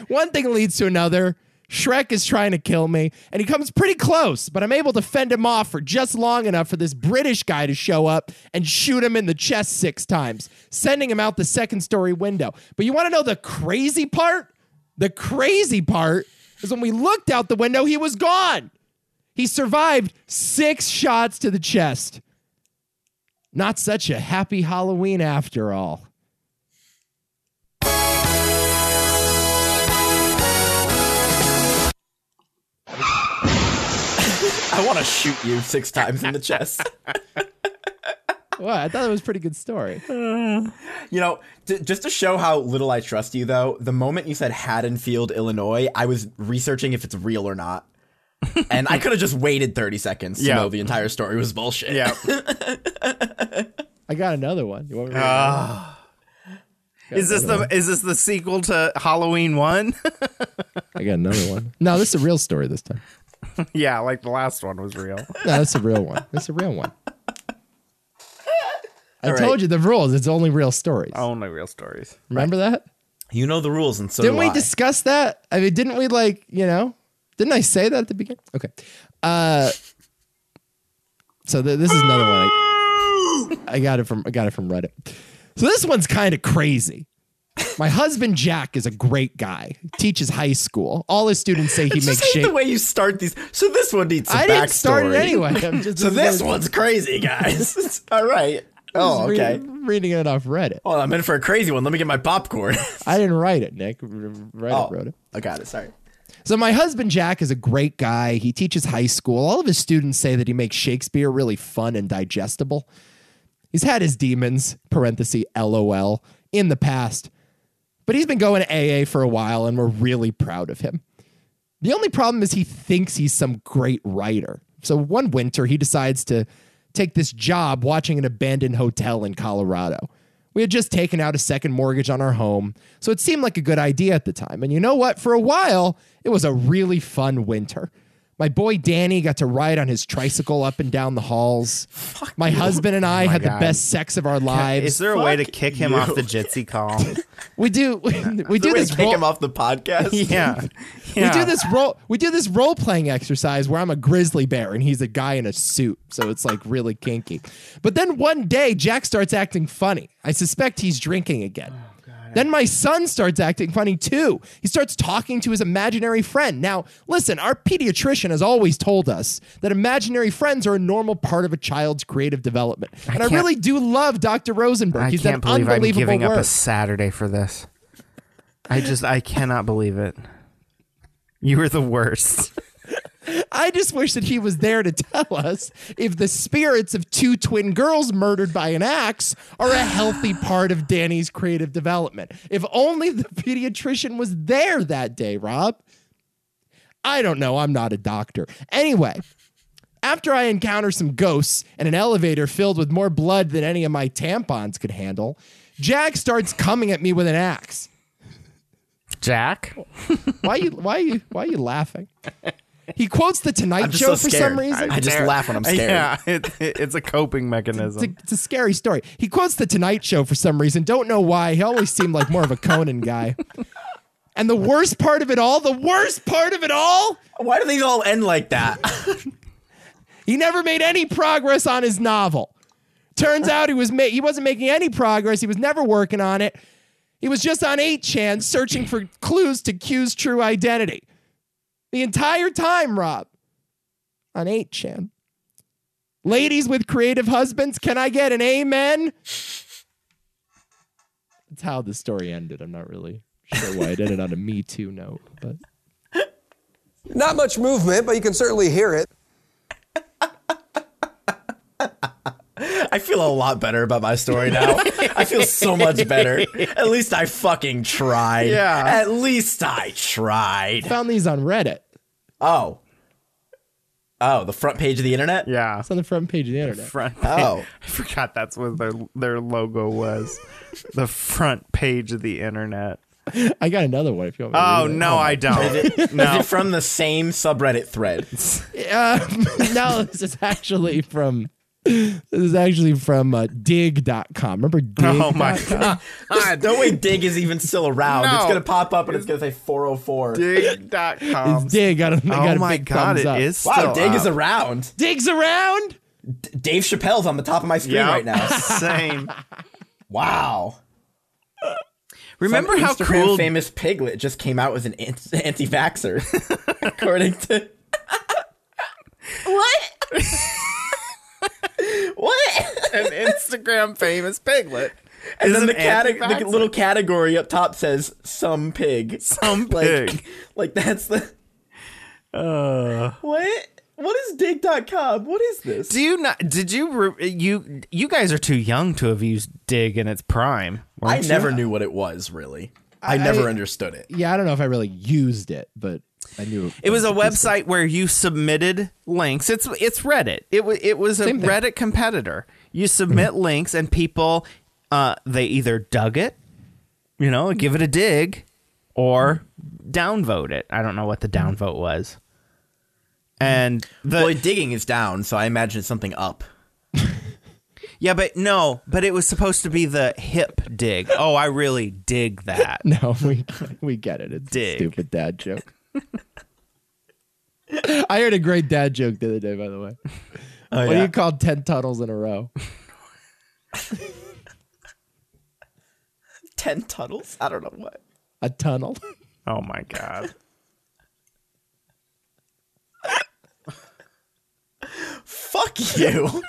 Speaker 3: one thing leads to another. Shrek is trying to kill me, and he comes pretty close, but I'm able to fend him off for just long enough for this British guy to show up and shoot him in the chest six times, sending him out the second story window. But you want to know the crazy part? The crazy part is when we looked out the window, he was gone. He survived six shots to the chest. Not such a happy Halloween after all.
Speaker 4: I want to shoot you six times in the chest.
Speaker 3: Well, I thought that was a pretty good story.
Speaker 4: You know, j- just to show how little I trust you, though, the moment you said Haddonfield, Illinois, I was researching if it's real or not. and I could have just waited 30 seconds to
Speaker 2: Yeah.
Speaker 4: know the entire story was bullshit.
Speaker 2: Yeah.
Speaker 3: I got another one. You want me to read
Speaker 4: Ah.
Speaker 2: Is this the is this the sequel to Halloween one?
Speaker 3: I got another one. No, this is a real story this time.
Speaker 2: yeah, like the last one was real.
Speaker 3: No, that's a real one. That's a real one. I
Speaker 4: All right.
Speaker 3: told you the rules. It's only real stories.
Speaker 2: Only real stories.
Speaker 3: Remember that?
Speaker 4: You know the rules, and so
Speaker 3: Didn't
Speaker 4: do
Speaker 3: we
Speaker 4: I.
Speaker 3: discuss that? I mean, didn't we like, you know, didn't I say that at the beginning? Okay. Uh, so th- this is another one. I, I got it from, I got it from Reddit. So this one's kind of crazy. My husband Jack is a great guy. Teaches high school. All his students say he
Speaker 4: just
Speaker 3: makes
Speaker 4: hate
Speaker 3: shape.
Speaker 4: the way you start these. So this one needs some
Speaker 3: I
Speaker 4: backstory.
Speaker 3: didn't start it anyway. I'm just,
Speaker 4: So this one's crazy, guys. It's- All right. Oh,
Speaker 3: reading-
Speaker 4: okay.
Speaker 3: reading it off Reddit.
Speaker 4: Well, I'm in for a crazy one. Let me get my popcorn.
Speaker 3: I didn't write it, Nick. R- Reddit
Speaker 4: oh,
Speaker 3: wrote it.
Speaker 4: I got it. Sorry.
Speaker 3: So my husband Jack is a great guy. He teaches high school. All of his students say that he makes Shakespeare really fun and digestible. He's had his demons, parenthesis LOL, in the past. But he's been going to AA for a while and we're really proud of him. The only problem is he thinks he's some great writer. So one winter, he decides to take this job watching an abandoned hotel in Colorado. We had just taken out a second mortgage on our home, so it seemed like a good idea at the time. And you know what? For a while, it was a really fun winter. My boy Danny got to ride on his tricycle up and down the halls. my husband and I had the
Speaker 2: God.
Speaker 3: best sex of our lives.
Speaker 2: Is there a way to kick him off the Jitsi call?
Speaker 3: we do we, do
Speaker 4: Way to
Speaker 3: this
Speaker 4: kick
Speaker 3: roll-
Speaker 4: him off the podcast.
Speaker 2: yeah.
Speaker 3: We
Speaker 2: Yeah.
Speaker 3: do this role we do this role playing exercise where I'm a grizzly bear and he's a guy in a suit, so it's like really kinky. But then one day Jack starts acting funny. I suspect he's drinking again.
Speaker 2: Oh,
Speaker 3: Then my son starts acting funny too. He starts talking to his imaginary friend. Now, listen, our pediatrician has always told us that imaginary friends are a normal part of a child's creative development. And I,
Speaker 2: can't-
Speaker 3: really do love Dr. Rosenberg.
Speaker 2: I
Speaker 3: He's
Speaker 2: can't
Speaker 3: done
Speaker 2: believe I'm
Speaker 3: unbelievable
Speaker 2: giving
Speaker 3: work.
Speaker 2: up a Saturday for this. I just I cannot believe it. You were the worst.
Speaker 3: I just wish that he was there to tell us if the spirits of two twin girls murdered by an axe are a healthy part of Danny's creative development. If only the pediatrician was there that day, Rob. I don't know. I'm not a doctor. Anyway, after I encounter some ghosts and an elevator filled with more blood than any of my tampons could handle, Jack starts coming at me with an axe.
Speaker 2: Jack?
Speaker 3: Why you why you why are you laughing? He quotes the Tonight
Speaker 4: I'm just
Speaker 3: Show
Speaker 4: so
Speaker 3: for
Speaker 4: scared.
Speaker 3: some reason.
Speaker 4: I just laugh when I'm scared.
Speaker 2: Yeah, it, it- it's a coping mechanism.
Speaker 3: it's a, it's a scary story. He quotes the Tonight Show for some reason. Don't know why. He always seemed like more of a Conan guy. And the worst part of it all, the worst part of it all,
Speaker 4: Why do these all end like that?
Speaker 3: he never made any progress on his novel. Turns out he was ma- he wasn't making any progress. He was never working on it. He was just on 8chan searching for clues to Q's true identity. The entire time, Rob. On 8chan. Ladies with creative husbands, can I get an amen? That's how the story ended. I'm not really sure why it ended on a Me Too note, but
Speaker 8: Not much movement, but you can certainly hear it.
Speaker 4: I feel a lot better about my story now. I feel so much better. At least I fucking tried.
Speaker 2: Yeah.
Speaker 4: At least I tried.
Speaker 3: found these on Reddit.
Speaker 4: Oh. Oh, the front page of the internet?
Speaker 2: yeah.
Speaker 3: It's on the front page of the internet.
Speaker 2: Front
Speaker 4: Oh.
Speaker 2: I forgot that's what their their logo was. the front page of the internet.
Speaker 3: I got another one if you want me to read
Speaker 2: Oh
Speaker 3: it.
Speaker 2: no, I don't.
Speaker 4: Is
Speaker 2: No.
Speaker 4: it from the same subreddit thread?
Speaker 3: Uh, no, this is actually from This is actually from uh, dig.com. Remember dig?
Speaker 2: Oh my god.
Speaker 4: There's no way Dig is even still around.
Speaker 2: No.
Speaker 4: It's gonna pop up and it's gonna say 404.
Speaker 3: It's
Speaker 2: Dig.com.
Speaker 3: dig. Got a, got
Speaker 2: Oh
Speaker 3: a
Speaker 2: my
Speaker 3: big
Speaker 2: god,
Speaker 3: thumbs
Speaker 2: it
Speaker 3: up.
Speaker 2: is.
Speaker 4: Wow,
Speaker 2: still
Speaker 4: Dig
Speaker 2: up.
Speaker 4: is around.
Speaker 3: Dig's around.
Speaker 4: D- Dave Chappelle's on the top of my screen
Speaker 2: Yep.
Speaker 4: right now.
Speaker 2: Same.
Speaker 4: Wow.
Speaker 2: Remember
Speaker 4: Some
Speaker 2: how
Speaker 4: Instagram
Speaker 2: cool
Speaker 4: famous piglet just came out as an anti vaxxer, according to. what? what?
Speaker 2: an Instagram famous piglet.
Speaker 4: And then
Speaker 2: Isn't
Speaker 4: the, cate- the
Speaker 2: anti-vaxxer?
Speaker 4: little category up top says some pig.
Speaker 2: Some
Speaker 4: like,
Speaker 2: pig. Uh.
Speaker 4: Like that's the. What? What is dig.com? What is this?
Speaker 2: Do you not? Did you re- you you guys are too young to have used Dig in its prime.
Speaker 4: I
Speaker 2: weren't you?
Speaker 4: never knew what it was, really. I, never understood it.
Speaker 3: Yeah, I don't know if I really used it, but I knew
Speaker 2: It was a website where you submitted links. It's it's Reddit. It was it was a
Speaker 3: Same thing.
Speaker 2: Reddit competitor. You submit
Speaker 4: Mm-hmm.
Speaker 2: links and people uh, they either dug it, you know, give it a dig, or downvote it. I don't know what the downvote was. And the
Speaker 4: Mm-hmm. well, digging is down, so I imagine it's something up.
Speaker 2: yeah, but no, but it was supposed to be the hip dig. Oh, I really dig that.
Speaker 3: No, we we get it. It's a
Speaker 2: Dig.
Speaker 3: stupid dad joke. I heard a great dad joke the other day, by the way.
Speaker 2: Oh,
Speaker 3: what do
Speaker 4: yeah.
Speaker 3: you call ten tunnels in a row?
Speaker 4: Ten tunnels? I don't know what.
Speaker 3: A tunnel.
Speaker 2: Oh my god.
Speaker 4: Fuck you.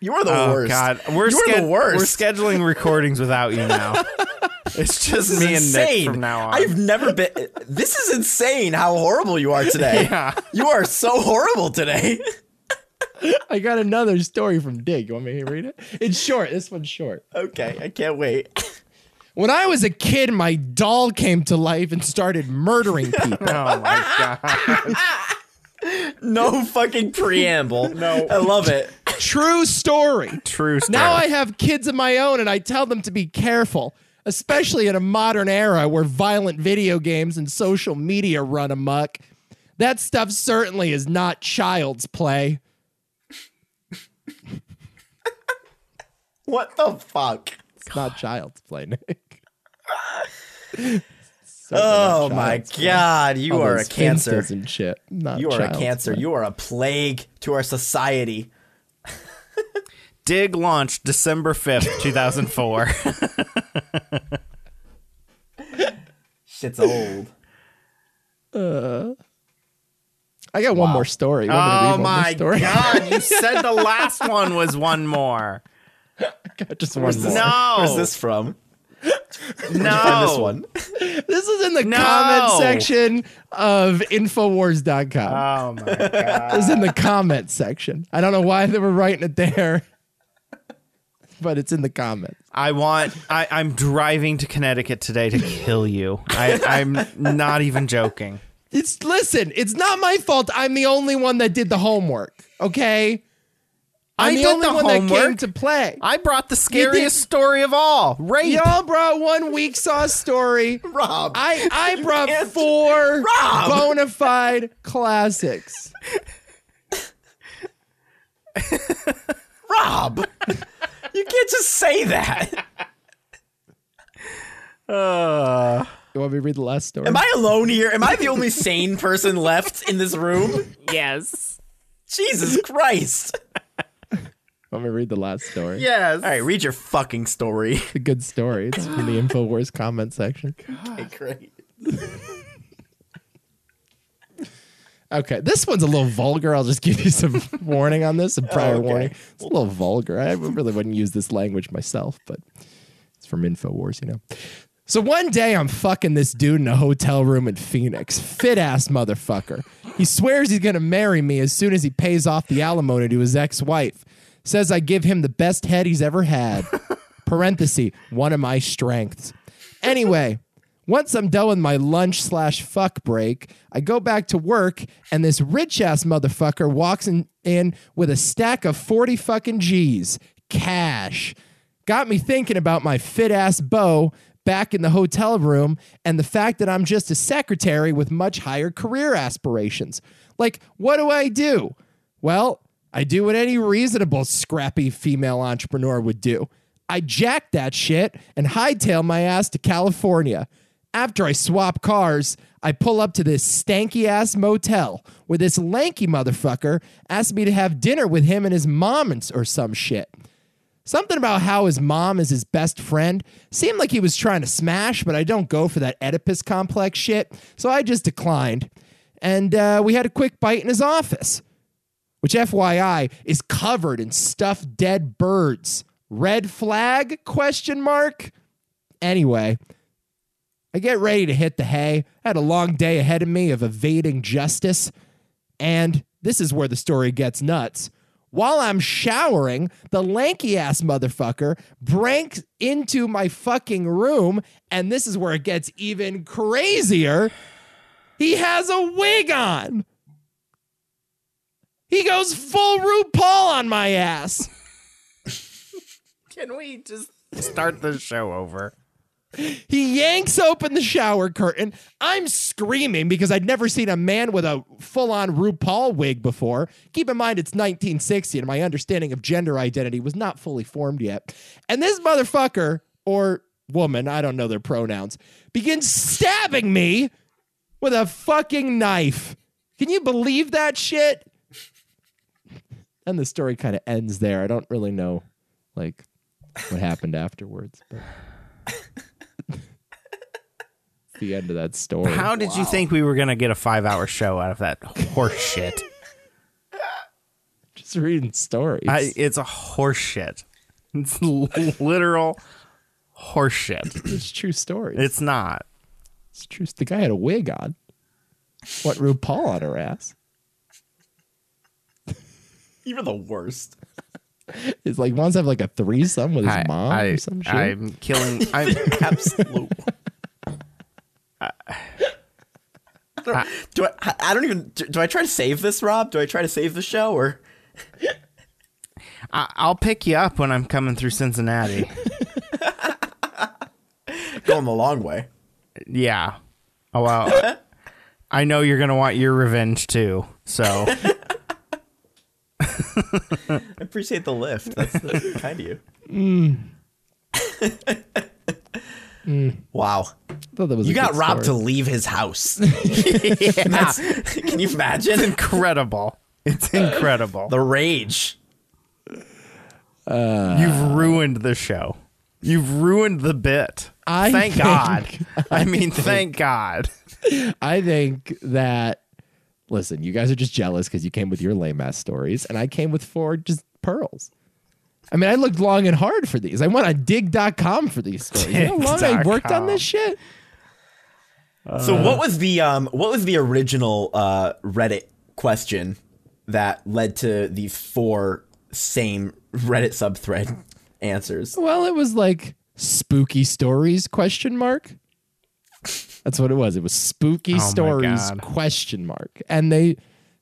Speaker 4: You're the
Speaker 2: Oh
Speaker 4: worst.
Speaker 2: God, we're
Speaker 4: You're
Speaker 2: sched-
Speaker 4: the worst.
Speaker 2: We're scheduling recordings without you now. It's just
Speaker 4: This is
Speaker 2: me and
Speaker 4: insane.
Speaker 2: Nick from now on.
Speaker 4: I've never been. This is insane. How horrible you are today.
Speaker 2: Yeah.
Speaker 4: You are so horrible today.
Speaker 3: I got another story from Dig. You want me to read it? It's short. This one's short.
Speaker 4: Okay, I can't wait.
Speaker 3: When I was a kid, my doll came to life and started murdering people.
Speaker 2: oh my god.
Speaker 4: No fucking preamble. no, I love it.
Speaker 3: True story.
Speaker 2: True story.
Speaker 3: Now I have kids of my own and I tell them to be careful, especially in a modern era where violent video games and social media run amok. That stuff certainly is not child's play.
Speaker 4: What the fuck?
Speaker 3: It's not child's play, Nick.
Speaker 4: Oh my god, you are a cancer.
Speaker 3: And shit. Not
Speaker 4: You are a
Speaker 3: child's
Speaker 4: cancer.
Speaker 3: play.
Speaker 4: You are a plague to our society.
Speaker 2: Dig launched December fifth, two thousand four.
Speaker 4: Shit's old.
Speaker 3: I got one more story. You want me to read
Speaker 2: oh
Speaker 3: one more
Speaker 2: my
Speaker 3: story?
Speaker 2: god! You said the last one was one more.
Speaker 3: Just one more.
Speaker 2: No,
Speaker 4: Where's this from?
Speaker 2: no.
Speaker 4: This one.
Speaker 3: This is in the
Speaker 2: No.
Speaker 3: comment section of Infowars.com.
Speaker 2: Oh my god!
Speaker 3: It was in the comment section. I don't know why they were writing it there, but it's in the comments.
Speaker 2: I want. I, I'm driving to Connecticut today to kill you. I, I'm not even joking.
Speaker 3: It's listen. It's not my fault. I'm the only one that did the homework. Okay, I'm
Speaker 2: I
Speaker 3: the
Speaker 2: did
Speaker 3: only
Speaker 2: the
Speaker 3: one that came
Speaker 2: homework.
Speaker 3: to play.
Speaker 2: I brought the
Speaker 3: did-
Speaker 2: scariest story of all. Rape.
Speaker 3: Y'all brought one weak sauce story.
Speaker 4: Rob.
Speaker 3: I I brought four bona fide classics.
Speaker 4: Rob. you can't just say that.
Speaker 3: You want me to read the last story?
Speaker 4: Am I alone here? Am I the only sane person left in this room?
Speaker 2: Yes.
Speaker 4: Jesus Christ.
Speaker 3: want me to read the last story?
Speaker 2: Yes.
Speaker 4: All right, read your fucking story.
Speaker 3: It's a good story. It's in the Infowars comment section.
Speaker 4: Okay, great.
Speaker 3: Okay, this one's a little vulgar. I'll just give you some warning on this, a prior warning. It's a little vulgar. I really wouldn't use this language myself, but it's from InfoWars, you know. So one day I'm fucking this dude in a hotel room in Phoenix. Fit ass motherfucker. He swears he's gonna marry me as soon as he pays off the alimony to his ex wife. Says I give him the best head he's ever had. Parenthesis, one of my strengths. Anyway, once I'm done with my lunch slash fuck break, I go back to work and this rich ass motherfucker walks in, in with a stack of 40 fucking G's. Cash. Got me thinking about my fit ass bow back in the hotel room and the fact that I'm just a secretary with much higher career aspirations. Like, what do I do? Well, I do what any reasonable scrappy female entrepreneur would do. I jack that shit and hightail my ass to California. After I swap cars, I pull up to this stanky ass motel where this lanky motherfucker asked me to have dinner with him and his mom and, s- or some shit. Something about how his mom is his best friend seemed like he was trying to smash, but I don't go for that Oedipus complex shit, so I just declined. And uh, we had a quick bite in his office, which, FYI, is covered in stuffed dead birds. Red flag? Question mark. Anyway, I get ready to hit the hay. I had a long day ahead of me of evading justice. And this is where the story gets nuts. While I'm showering, the lanky ass motherfucker breaks into my fucking room. And this is where it gets even crazier. He has a wig on. He goes full RuPaul on my ass.
Speaker 2: Can we just start the show over?
Speaker 3: He yanks open the shower curtain. I'm screaming because I'd never seen a man with a full on RuPaul wig before. Keep in mind, it's 1960 and my understanding of gender identity was not fully formed yet. And this motherfucker, or woman, I don't know their pronouns, begins stabbing me with a fucking knife. Can you believe that shit? And the story kind of ends there. I don't really know, like, what happened afterwards. But It's the end of that story.
Speaker 2: How did you think we were gonna get a five-hour show out of that horse shit?
Speaker 3: Just reading stories.
Speaker 2: I, it's a horse shit. It's literal horse shit.
Speaker 3: it's true stories.
Speaker 2: It's not.
Speaker 3: It's true. The guy had a wig on. What RuPaul on her ass?
Speaker 4: You're the worst.
Speaker 3: It's like wants to have like a threesome with his mom or some shit.
Speaker 2: am killing. I'm,
Speaker 4: Absolute. I, do I? I don't even. Do, do I try to save this, Rob? Do I try to save the show or?
Speaker 2: I, I'll pick you up when I'm coming through Cincinnati.
Speaker 4: going the long way.
Speaker 2: Yeah. Oh well. I know you're gonna want your revenge too. So
Speaker 4: I appreciate the lift. That's, that's kind of you. Mm. Wow.
Speaker 3: Thought that was
Speaker 4: You
Speaker 3: a
Speaker 4: got
Speaker 3: good
Speaker 4: Rob to
Speaker 3: story.
Speaker 4: leave his house. That's- Can you imagine?
Speaker 2: incredible. It's incredible.
Speaker 4: The rage.
Speaker 2: You've ruined the show. You've ruined the bit.
Speaker 3: I
Speaker 2: thank
Speaker 3: think-
Speaker 2: God. I mean, thank God.
Speaker 3: I think that. Listen, you guys are just jealous because you came with your lame ass stories, and I came with four just pearls. I mean, I looked long and hard for these. I went on dig.com for these stories. You know how long I worked on this shit?
Speaker 4: So
Speaker 2: Uh-huh.
Speaker 4: what was the um what was the original uh Reddit question that led to the four same Reddit subthread
Speaker 2: Oh,
Speaker 4: answers?
Speaker 3: Well, it was like spooky stories question mark. That's what it was. It was spooky
Speaker 2: Oh my
Speaker 3: stories
Speaker 2: God.
Speaker 3: question mark. And they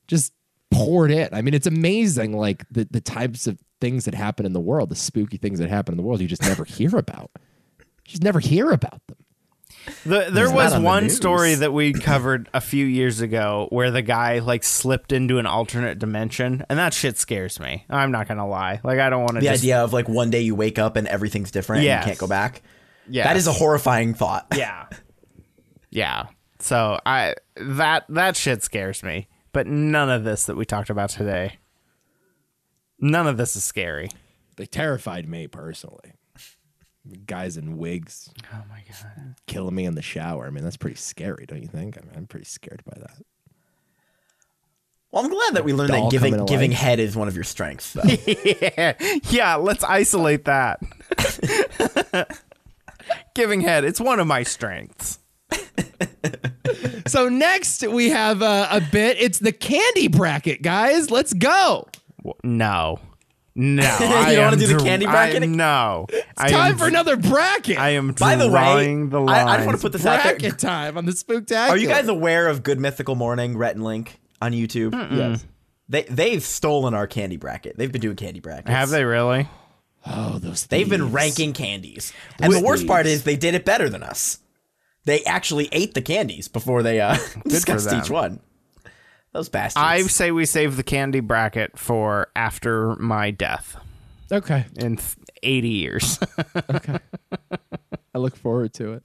Speaker 3: just poured in. I mean, it's amazing like the, the types of things that happen in the world, the spooky things that happen in the world you just never hear about. You just never hear about them.
Speaker 2: The, there
Speaker 4: not
Speaker 2: was
Speaker 4: on the
Speaker 2: one
Speaker 4: news.
Speaker 2: story that we covered a few years ago where the guy like slipped into an alternate dimension, and that shit scares me. I'm not gonna lie. Like, I don't want to.
Speaker 4: The
Speaker 2: just,
Speaker 4: idea of like one day you wake up and everything's different and
Speaker 2: Yes.
Speaker 4: you can't go back.
Speaker 2: yeah,
Speaker 4: That is a horrifying thought.
Speaker 2: yeah, yeah. So I that that shit scares me. But none of this that we talked about today, none of this is scary.
Speaker 3: They terrified me personally. Guys in wigs
Speaker 2: Oh my god.
Speaker 3: killing me in the shower. I mean, that's pretty scary, don't you think? I mean, I'm pretty scared by that.
Speaker 4: Well, I'm glad that we learned
Speaker 3: Doll
Speaker 4: that giving
Speaker 3: coming
Speaker 4: giving
Speaker 3: alive.
Speaker 4: head is one of your strengths. Though.
Speaker 2: Yeah, yeah. Let's isolate that. Giving head, it's one of my strengths.
Speaker 3: So next we have a, a bit. It's the candy bracket, guys. Let's go.
Speaker 2: No. No. you
Speaker 4: don't wanna do the candy bracket?
Speaker 2: no. I
Speaker 3: Time
Speaker 2: am,
Speaker 3: for another bracket.
Speaker 2: I am
Speaker 4: By the way,
Speaker 2: drawing the
Speaker 4: I, I just want
Speaker 2: lines.
Speaker 4: to put this out there.
Speaker 3: bracket time on the spooktacular.
Speaker 4: Are you guys aware of Good Mythical Morning, Rhett and Link on YouTube?
Speaker 3: Yes.
Speaker 4: They they've stolen our candy bracket. They've been doing candy brackets.
Speaker 2: Have they really?
Speaker 3: Oh, those.
Speaker 4: They've been
Speaker 3: thieves.
Speaker 4: ranking candies. And the worst part is they did it better than us. They actually ate the candies before they uh, discussed
Speaker 2: them.
Speaker 4: each one. Those bastards.
Speaker 2: I say we save the candy bracket for after my death
Speaker 3: Okay.
Speaker 2: in th- 80 years.
Speaker 3: I look forward to it.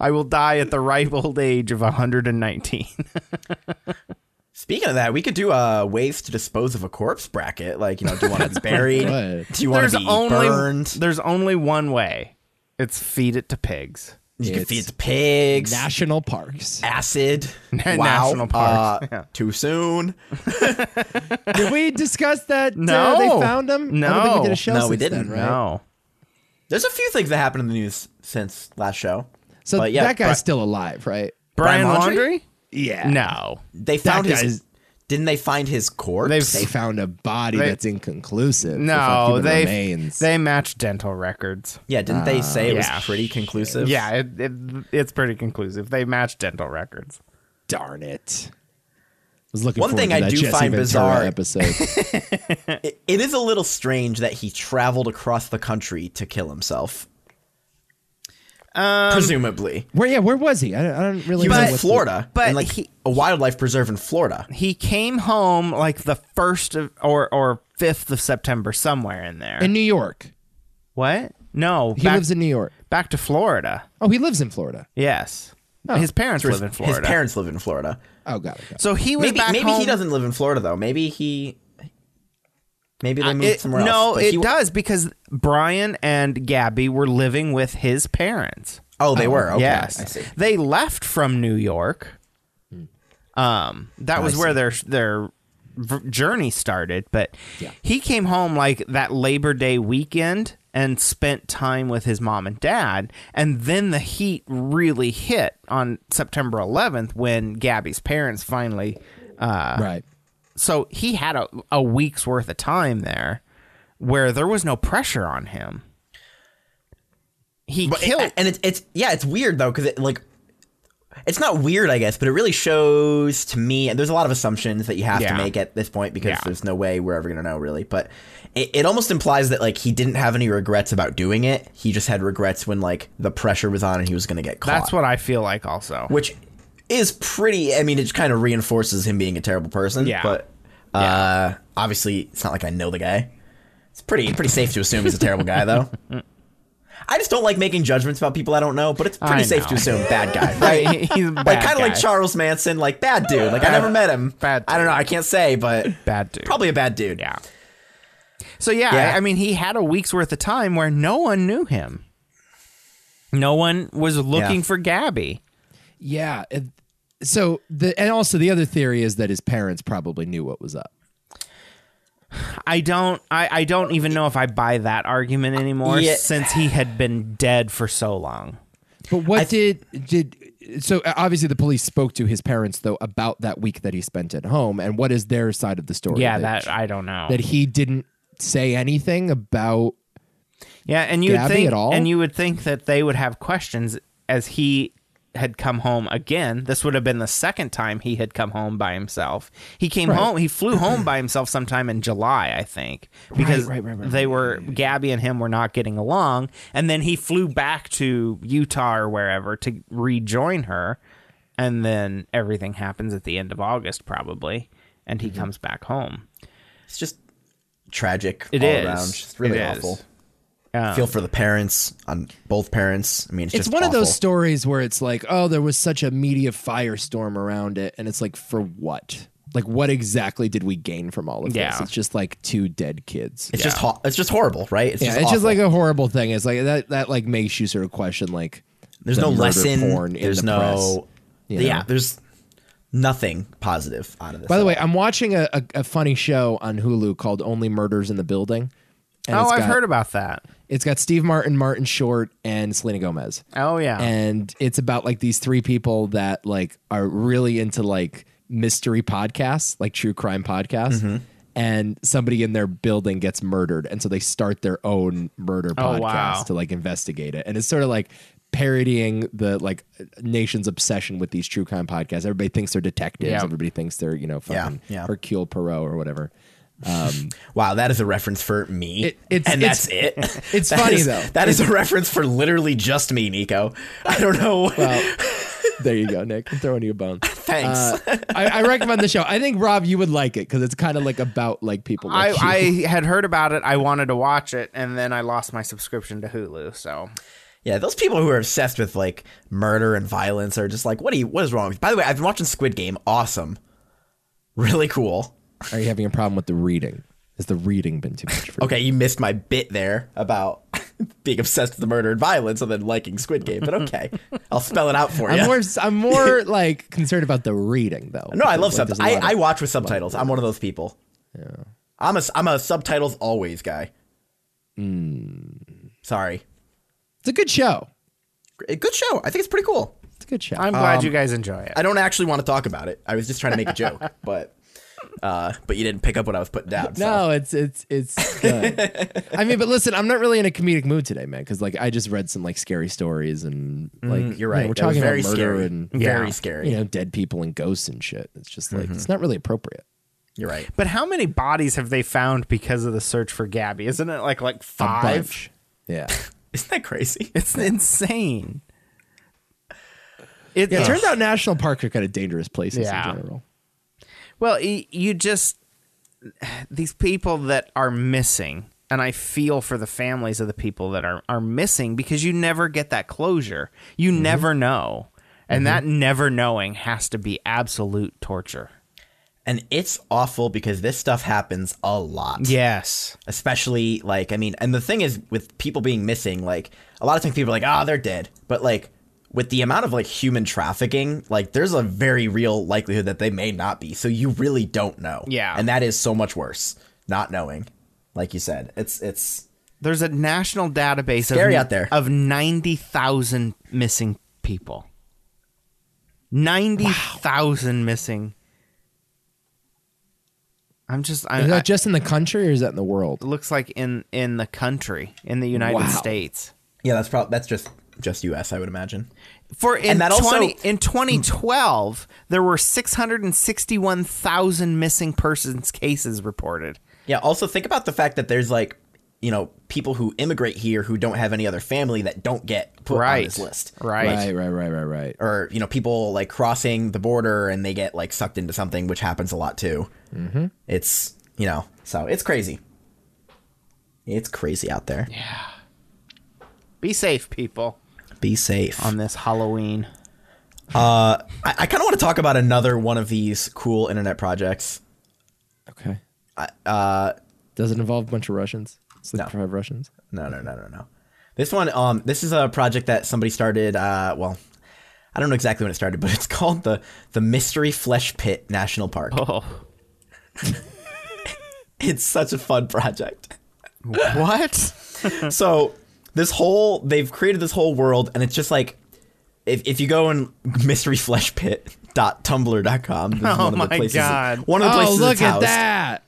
Speaker 2: I will die at the ripe old age of 119.
Speaker 4: Speaking of that, we could do uh, ways to dispose of a corpse bracket. Like, you know, do you want it buried?
Speaker 3: What?
Speaker 4: Do you want it to be burned?
Speaker 2: there's only one way. It's feed it to pigs.
Speaker 4: you can
Speaker 3: It's
Speaker 4: feed it to pigs.
Speaker 3: National parks.
Speaker 4: acid. wow.
Speaker 2: National parks,
Speaker 4: Uh,
Speaker 2: yeah.
Speaker 4: Too soon.
Speaker 3: Did we discuss that? uh,
Speaker 2: No.
Speaker 3: they found them. I don't think
Speaker 2: No.
Speaker 3: we did a show.
Speaker 4: No, we
Speaker 3: since
Speaker 4: didn't.
Speaker 3: then, right?
Speaker 2: No.
Speaker 4: There's a few things that happened in the news since last show.
Speaker 3: So
Speaker 4: But yeah,
Speaker 3: that guy's
Speaker 4: Bri-
Speaker 3: still alive, right?
Speaker 2: Brian,
Speaker 4: Brian
Speaker 2: Laundry?
Speaker 4: Laundry?
Speaker 3: Yeah.
Speaker 2: No.
Speaker 4: They found his.
Speaker 3: guy's-
Speaker 4: Didn't they find his corpse?
Speaker 2: They've-
Speaker 3: They found a body
Speaker 2: They-
Speaker 3: that's inconclusive. with, like,
Speaker 2: No,
Speaker 3: human
Speaker 2: they
Speaker 3: remains.
Speaker 2: they match dental records.
Speaker 4: yeah, didn't they say it was
Speaker 2: Uh, yeah.
Speaker 4: pretty conclusive?
Speaker 2: Yeah, it, it, it's pretty conclusive. They match dental records.
Speaker 3: Darn it. Was looking
Speaker 4: One
Speaker 3: forward
Speaker 4: thing
Speaker 3: to
Speaker 4: I
Speaker 3: that
Speaker 4: do
Speaker 3: Jesse
Speaker 4: find
Speaker 3: Ventura
Speaker 4: bizarre-
Speaker 3: episode.
Speaker 4: It, it is a little strange that he traveled across the country to kill himself. Presumably,
Speaker 3: where yeah, where was he? I don't, I don't really
Speaker 4: he
Speaker 3: know.
Speaker 4: was in
Speaker 3: what's the-
Speaker 4: Florida,
Speaker 2: Um, but
Speaker 4: in like
Speaker 2: he-
Speaker 4: a wildlife preserve in Florida.
Speaker 2: He came home like the first of, or or fifth of September, somewhere in there.
Speaker 3: in New York.
Speaker 2: what? No,
Speaker 3: He
Speaker 2: back,
Speaker 3: lives in New York.
Speaker 2: back to Florida.
Speaker 3: Oh, he lives in Florida.
Speaker 2: Yes, his parents live in Florida.
Speaker 4: His parents live in Florida.
Speaker 3: Oh, got it. Got it.
Speaker 2: So he was
Speaker 4: Maybe
Speaker 2: back
Speaker 4: maybe
Speaker 2: home.
Speaker 4: he doesn't live in Florida though. Maybe he. Maybe they moved
Speaker 2: Uh, It-
Speaker 4: somewhere
Speaker 2: no,
Speaker 4: else. but
Speaker 2: it
Speaker 4: he-
Speaker 2: does because Brian and Gabby were living with his parents.
Speaker 4: Oh, they were. Okay.
Speaker 2: yes,
Speaker 4: I see. Hmm.
Speaker 2: they left from New York. Um, that was where their their v- journey started. But he came home like that Labor Day weekend and spent time with his mom and dad. And then the heat really hit on September 11th when Gabby's parents finally.
Speaker 4: Uh.
Speaker 3: right.
Speaker 2: So he had a, a week's worth of time there where there was no pressure on him. He
Speaker 4: But it-
Speaker 2: killed.
Speaker 4: and it's it's yeah, it's weird though because it like it's not weird, I guess, but it really shows to me. And there's a lot of assumptions that you have
Speaker 2: Yeah.
Speaker 4: to make at this point because
Speaker 2: Yeah.
Speaker 4: there's no way we're ever gonna know really. But it, it almost implies that like he didn't have any regrets about doing it. He just had regrets when like the pressure was on and he was gonna get caught.
Speaker 2: that's what I feel like also.
Speaker 4: which is pretty. I mean, it kind of reinforces him being a terrible person.
Speaker 2: Yeah.
Speaker 4: But uh, obviously, it's not like I know the guy. It's pretty pretty safe to assume he's a terrible guy, though. I just don't like making judgments about people I don't know, but it's pretty
Speaker 2: I
Speaker 4: safe to
Speaker 2: know.
Speaker 4: assume bad guy, right?
Speaker 2: He's a
Speaker 4: like
Speaker 2: bad
Speaker 4: kind of like
Speaker 2: guy.
Speaker 4: Charles Manson, like bad dude. Like I never met him.
Speaker 2: bad
Speaker 4: I don't know. I can't say, but
Speaker 2: Bad dude.
Speaker 4: Probably a bad dude.
Speaker 2: Yeah. So yeah,
Speaker 4: Yeah.
Speaker 2: I, I mean, he had a week's worth of time where no one knew him. No one was looking
Speaker 4: Yeah.
Speaker 2: for Gabby.
Speaker 3: Yeah. it- so the and also the other theory is that his parents probably knew what was up.
Speaker 2: I don't. I, I don't even know if I buy that argument anymore
Speaker 4: Yeah.
Speaker 2: since he had been dead for so long.
Speaker 3: But what did did so uh, obviously the police spoke to his parents though about that week that he spent at home and what is their side of the story?
Speaker 2: Yeah, that I don't know.
Speaker 3: that uh, he didn't say anything about
Speaker 2: yeah, and you would
Speaker 3: Gabby
Speaker 2: think,
Speaker 3: at all?
Speaker 2: and you would think that they would have questions as he had come home again. This would have been the second time he had come home by himself. He came home. He flew home by himself sometime in July, I think, because
Speaker 3: right, right, right,
Speaker 2: they were Gabby and him were not getting along, and then he flew back to Utah or wherever to rejoin her, and then everything happens at the end of August probably, and
Speaker 3: Mm-hmm.
Speaker 2: he comes back home.
Speaker 4: It's just tragic
Speaker 2: It
Speaker 4: all
Speaker 2: is.
Speaker 4: around. It's just really
Speaker 2: It is.
Speaker 4: awful. Feel for the parents on both parents. I mean, it's,
Speaker 3: it's
Speaker 4: just
Speaker 3: one of those
Speaker 4: awful.
Speaker 3: stories where it's like, oh, there was such a media firestorm around it, and it's like, for what? Like, what exactly did we gain from all of
Speaker 2: Yeah.
Speaker 3: this? It's just like two dead kids.
Speaker 4: It's just ho- it's just horrible, right? It's
Speaker 3: yeah,
Speaker 4: just
Speaker 3: it's just
Speaker 4: awful.
Speaker 3: like a horrible thing. It's like that that like makes you sort of question like,
Speaker 4: There's
Speaker 3: the
Speaker 4: no
Speaker 3: murder
Speaker 4: lesson.
Speaker 3: porn in
Speaker 4: there's
Speaker 3: the
Speaker 4: no.
Speaker 3: press, you
Speaker 4: yeah.
Speaker 3: know?
Speaker 4: There's nothing positive out of this.
Speaker 3: By the
Speaker 4: at
Speaker 3: way,
Speaker 4: all.
Speaker 3: I'm watching a, a, a funny show on Hulu called Only Murders in the Building. And
Speaker 2: oh,
Speaker 3: it's
Speaker 2: I've
Speaker 3: got-
Speaker 2: heard about that.
Speaker 3: It's got Steve Martin, Martin Short, and Selena Gomez.
Speaker 2: Oh yeah,
Speaker 3: and it's about like these three people that like are really into like mystery podcasts, like true crime podcasts.
Speaker 2: Mm-hmm.
Speaker 3: And somebody in their building gets murdered, and so they start their own murder podcast
Speaker 2: Oh, wow.
Speaker 3: to like investigate it. And it's sort of like parodying the like nation's obsession with these true crime podcasts. Everybody thinks they're detectives.
Speaker 2: Yeah.
Speaker 3: Everybody thinks they're you know
Speaker 4: Yeah,
Speaker 3: fucking
Speaker 4: yeah.
Speaker 3: Hercule Poirot or whatever.
Speaker 4: wow, that is a reference for me.
Speaker 3: It- it's-
Speaker 4: and
Speaker 3: it's-
Speaker 4: that's it.
Speaker 3: it's
Speaker 4: That
Speaker 3: funny,
Speaker 4: is-
Speaker 3: though.
Speaker 4: That is a reference for literally just me, Nico. I don't know.
Speaker 3: There you go, Nick. I'm throwing you a bone.
Speaker 4: Thanks.
Speaker 3: Uh, I, I recommend the show. I think Rob, you would like it because it's kind of like about like people. Like you.
Speaker 2: I, I had heard about it. I wanted to watch it, and then I lost my subscription to Hulu. So
Speaker 4: yeah, those people who are obsessed with like murder and violence are just like, what? Are you, what is wrong? with you? By the way, I've been watching Squid Game. Awesome. Really cool.
Speaker 3: Are you having a problem with the reading? Has the reading been too much for you?
Speaker 4: Okay, you missed my bit there about being obsessed with the murder and violence and then liking Squid Game, but okay. I'll spell it out for you.
Speaker 3: I'm more I'm more like concerned about the reading though.
Speaker 4: no, I love
Speaker 3: Like, there's
Speaker 4: subtitles.
Speaker 3: a
Speaker 4: I,
Speaker 3: lot of-
Speaker 4: I watch with subtitles. I'm one of those people. Yeah. I'm a, I'm a subtitles always guy.
Speaker 3: Hmm.
Speaker 4: Sorry.
Speaker 3: It's a good show.
Speaker 4: G- Good show. I think it's pretty cool.
Speaker 3: It's a good show.
Speaker 2: I'm glad you guys enjoy it.
Speaker 4: I don't actually want to talk about it. I was just trying to make a joke, but uh, but you didn't pick up what I was putting down. so.
Speaker 3: No, it's it's it's good. I mean, but listen, I'm not really in a comedic mood today, man, because like I just read some like scary stories and like
Speaker 4: Mm, You're
Speaker 3: you know,
Speaker 4: right.
Speaker 3: we're
Speaker 4: That was
Speaker 3: talking
Speaker 4: very
Speaker 3: about murder
Speaker 4: scary. Mm,
Speaker 3: and
Speaker 4: very Mm-hmm.
Speaker 2: Yeah.
Speaker 4: scary.
Speaker 3: you know dead people and ghosts and shit. It's just like it's not really appropriate.
Speaker 4: You're right.
Speaker 2: But how many bodies have they found because of the search for Gabby? Isn't it like like five?
Speaker 3: bunch. Yeah.
Speaker 4: Isn't that crazy?
Speaker 2: It's insane. It,
Speaker 3: Yeah, it
Speaker 2: it-
Speaker 3: turns out national parks are kind of dangerous places
Speaker 2: Yeah.
Speaker 3: in general.
Speaker 2: Well, y- you just these people that are missing, and I feel for the families of the people that are are missing because you never get that closure. You
Speaker 3: Mm-hmm.
Speaker 2: never know, and that never knowing has to be absolute torture.
Speaker 4: And it's awful because this stuff happens a lot.
Speaker 2: Yes.
Speaker 4: Especially like I mean, and the thing is with people being missing, like a lot of times people are like, ah, they're dead. But like with the amount of like human trafficking, like there's a very real likelihood that they may not be. So you really don't know.
Speaker 2: Yeah.
Speaker 4: And that is so much worse. Not knowing. Like you said. It's it's
Speaker 2: There's a national database
Speaker 4: Scary
Speaker 2: of,
Speaker 4: out there.
Speaker 2: of 90,000 missing people. 90,000 missing. I'm just I,
Speaker 3: Is
Speaker 2: I,
Speaker 3: that just in the country or is that in the world?
Speaker 2: it looks like in in the country in the United
Speaker 3: Wow.
Speaker 2: States.
Speaker 4: yeah, that's probably that's just just US, I would imagine.
Speaker 2: For in
Speaker 4: And that also-
Speaker 2: 20 in 2012 there were 661,000 missing persons cases reported.
Speaker 4: Yeah, also think about the fact that there's like, you know, people who immigrate here who don't have any other family that don't get put on
Speaker 2: Right.
Speaker 4: this list.
Speaker 2: Right.
Speaker 3: Right, right, right, right, right.
Speaker 4: Or, you know, people like crossing the border and they get like sucked into something, which happens a lot too. Mm-hmm. It's, you know, so it's crazy. It's crazy out there.
Speaker 2: Be safe people
Speaker 4: Be safe.
Speaker 2: on this Halloween.
Speaker 4: I, I kind of want to talk about another one of these cool internet projects.
Speaker 3: Okay. uh, Does it involve a bunch of Russians? Sleep deprived Russians?
Speaker 4: No, no, no, no, no. This one, um, this is a project that somebody started. Uh, well, I don't know exactly when it started, but it's called the the Mystery Flesh Pit National Park.
Speaker 2: Oh.
Speaker 4: It's such a fun project.
Speaker 2: What?
Speaker 4: so this whole they've created this whole world, and it's just like if if you go in mysteryfleshpit.tumblr.com, this is
Speaker 2: Oh
Speaker 4: one of the
Speaker 2: my
Speaker 4: places.
Speaker 2: God.
Speaker 4: One of the places
Speaker 3: oh, look
Speaker 4: it's
Speaker 3: at
Speaker 4: housed.
Speaker 3: that.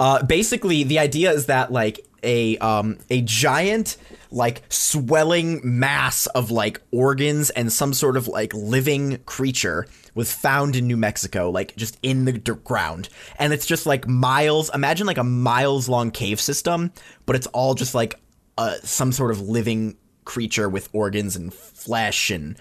Speaker 4: Uh, basically, the idea is that like a um a giant like swelling mass of like organs and some sort of like living creature was found in New Mexico, like just in the d- ground, and it's just like miles. Imagine like a miles long cave system, but it's all just like uh some sort of living creature with organs and flesh and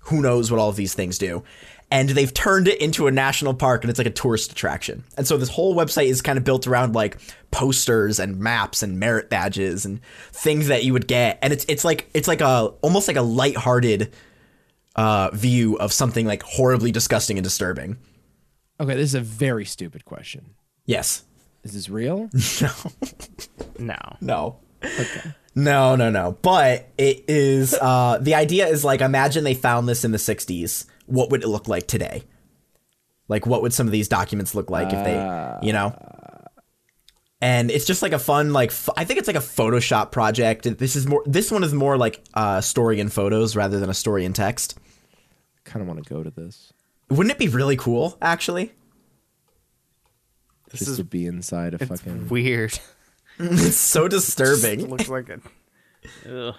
Speaker 4: who knows what all of these things do. And they've turned it into a national park and it's like a tourist attraction. And so this whole website is kind of built around like posters and maps and merit badges and things that you would get. And it's it's like it's like a almost like a lighthearted uh view of something like horribly disgusting and disturbing.
Speaker 3: Okay, this is a very stupid question.
Speaker 4: Yes.
Speaker 3: Is this real?
Speaker 2: No.
Speaker 4: No. No, no, no. But it is uh the idea is like imagine they found this in the 60s. What would it look like today? Like what would some of these documents look like if they, you know? And it's just like a fun like f- I think it's like a Photoshop project. This is more this one is more like uh story in photos rather than a story in text.
Speaker 3: kind of want to go to this.
Speaker 4: Wouldn't it be really cool actually?
Speaker 3: This just to be inside a fucking.
Speaker 2: Weird.
Speaker 4: It's so disturbing.
Speaker 2: looks like it. Ugh.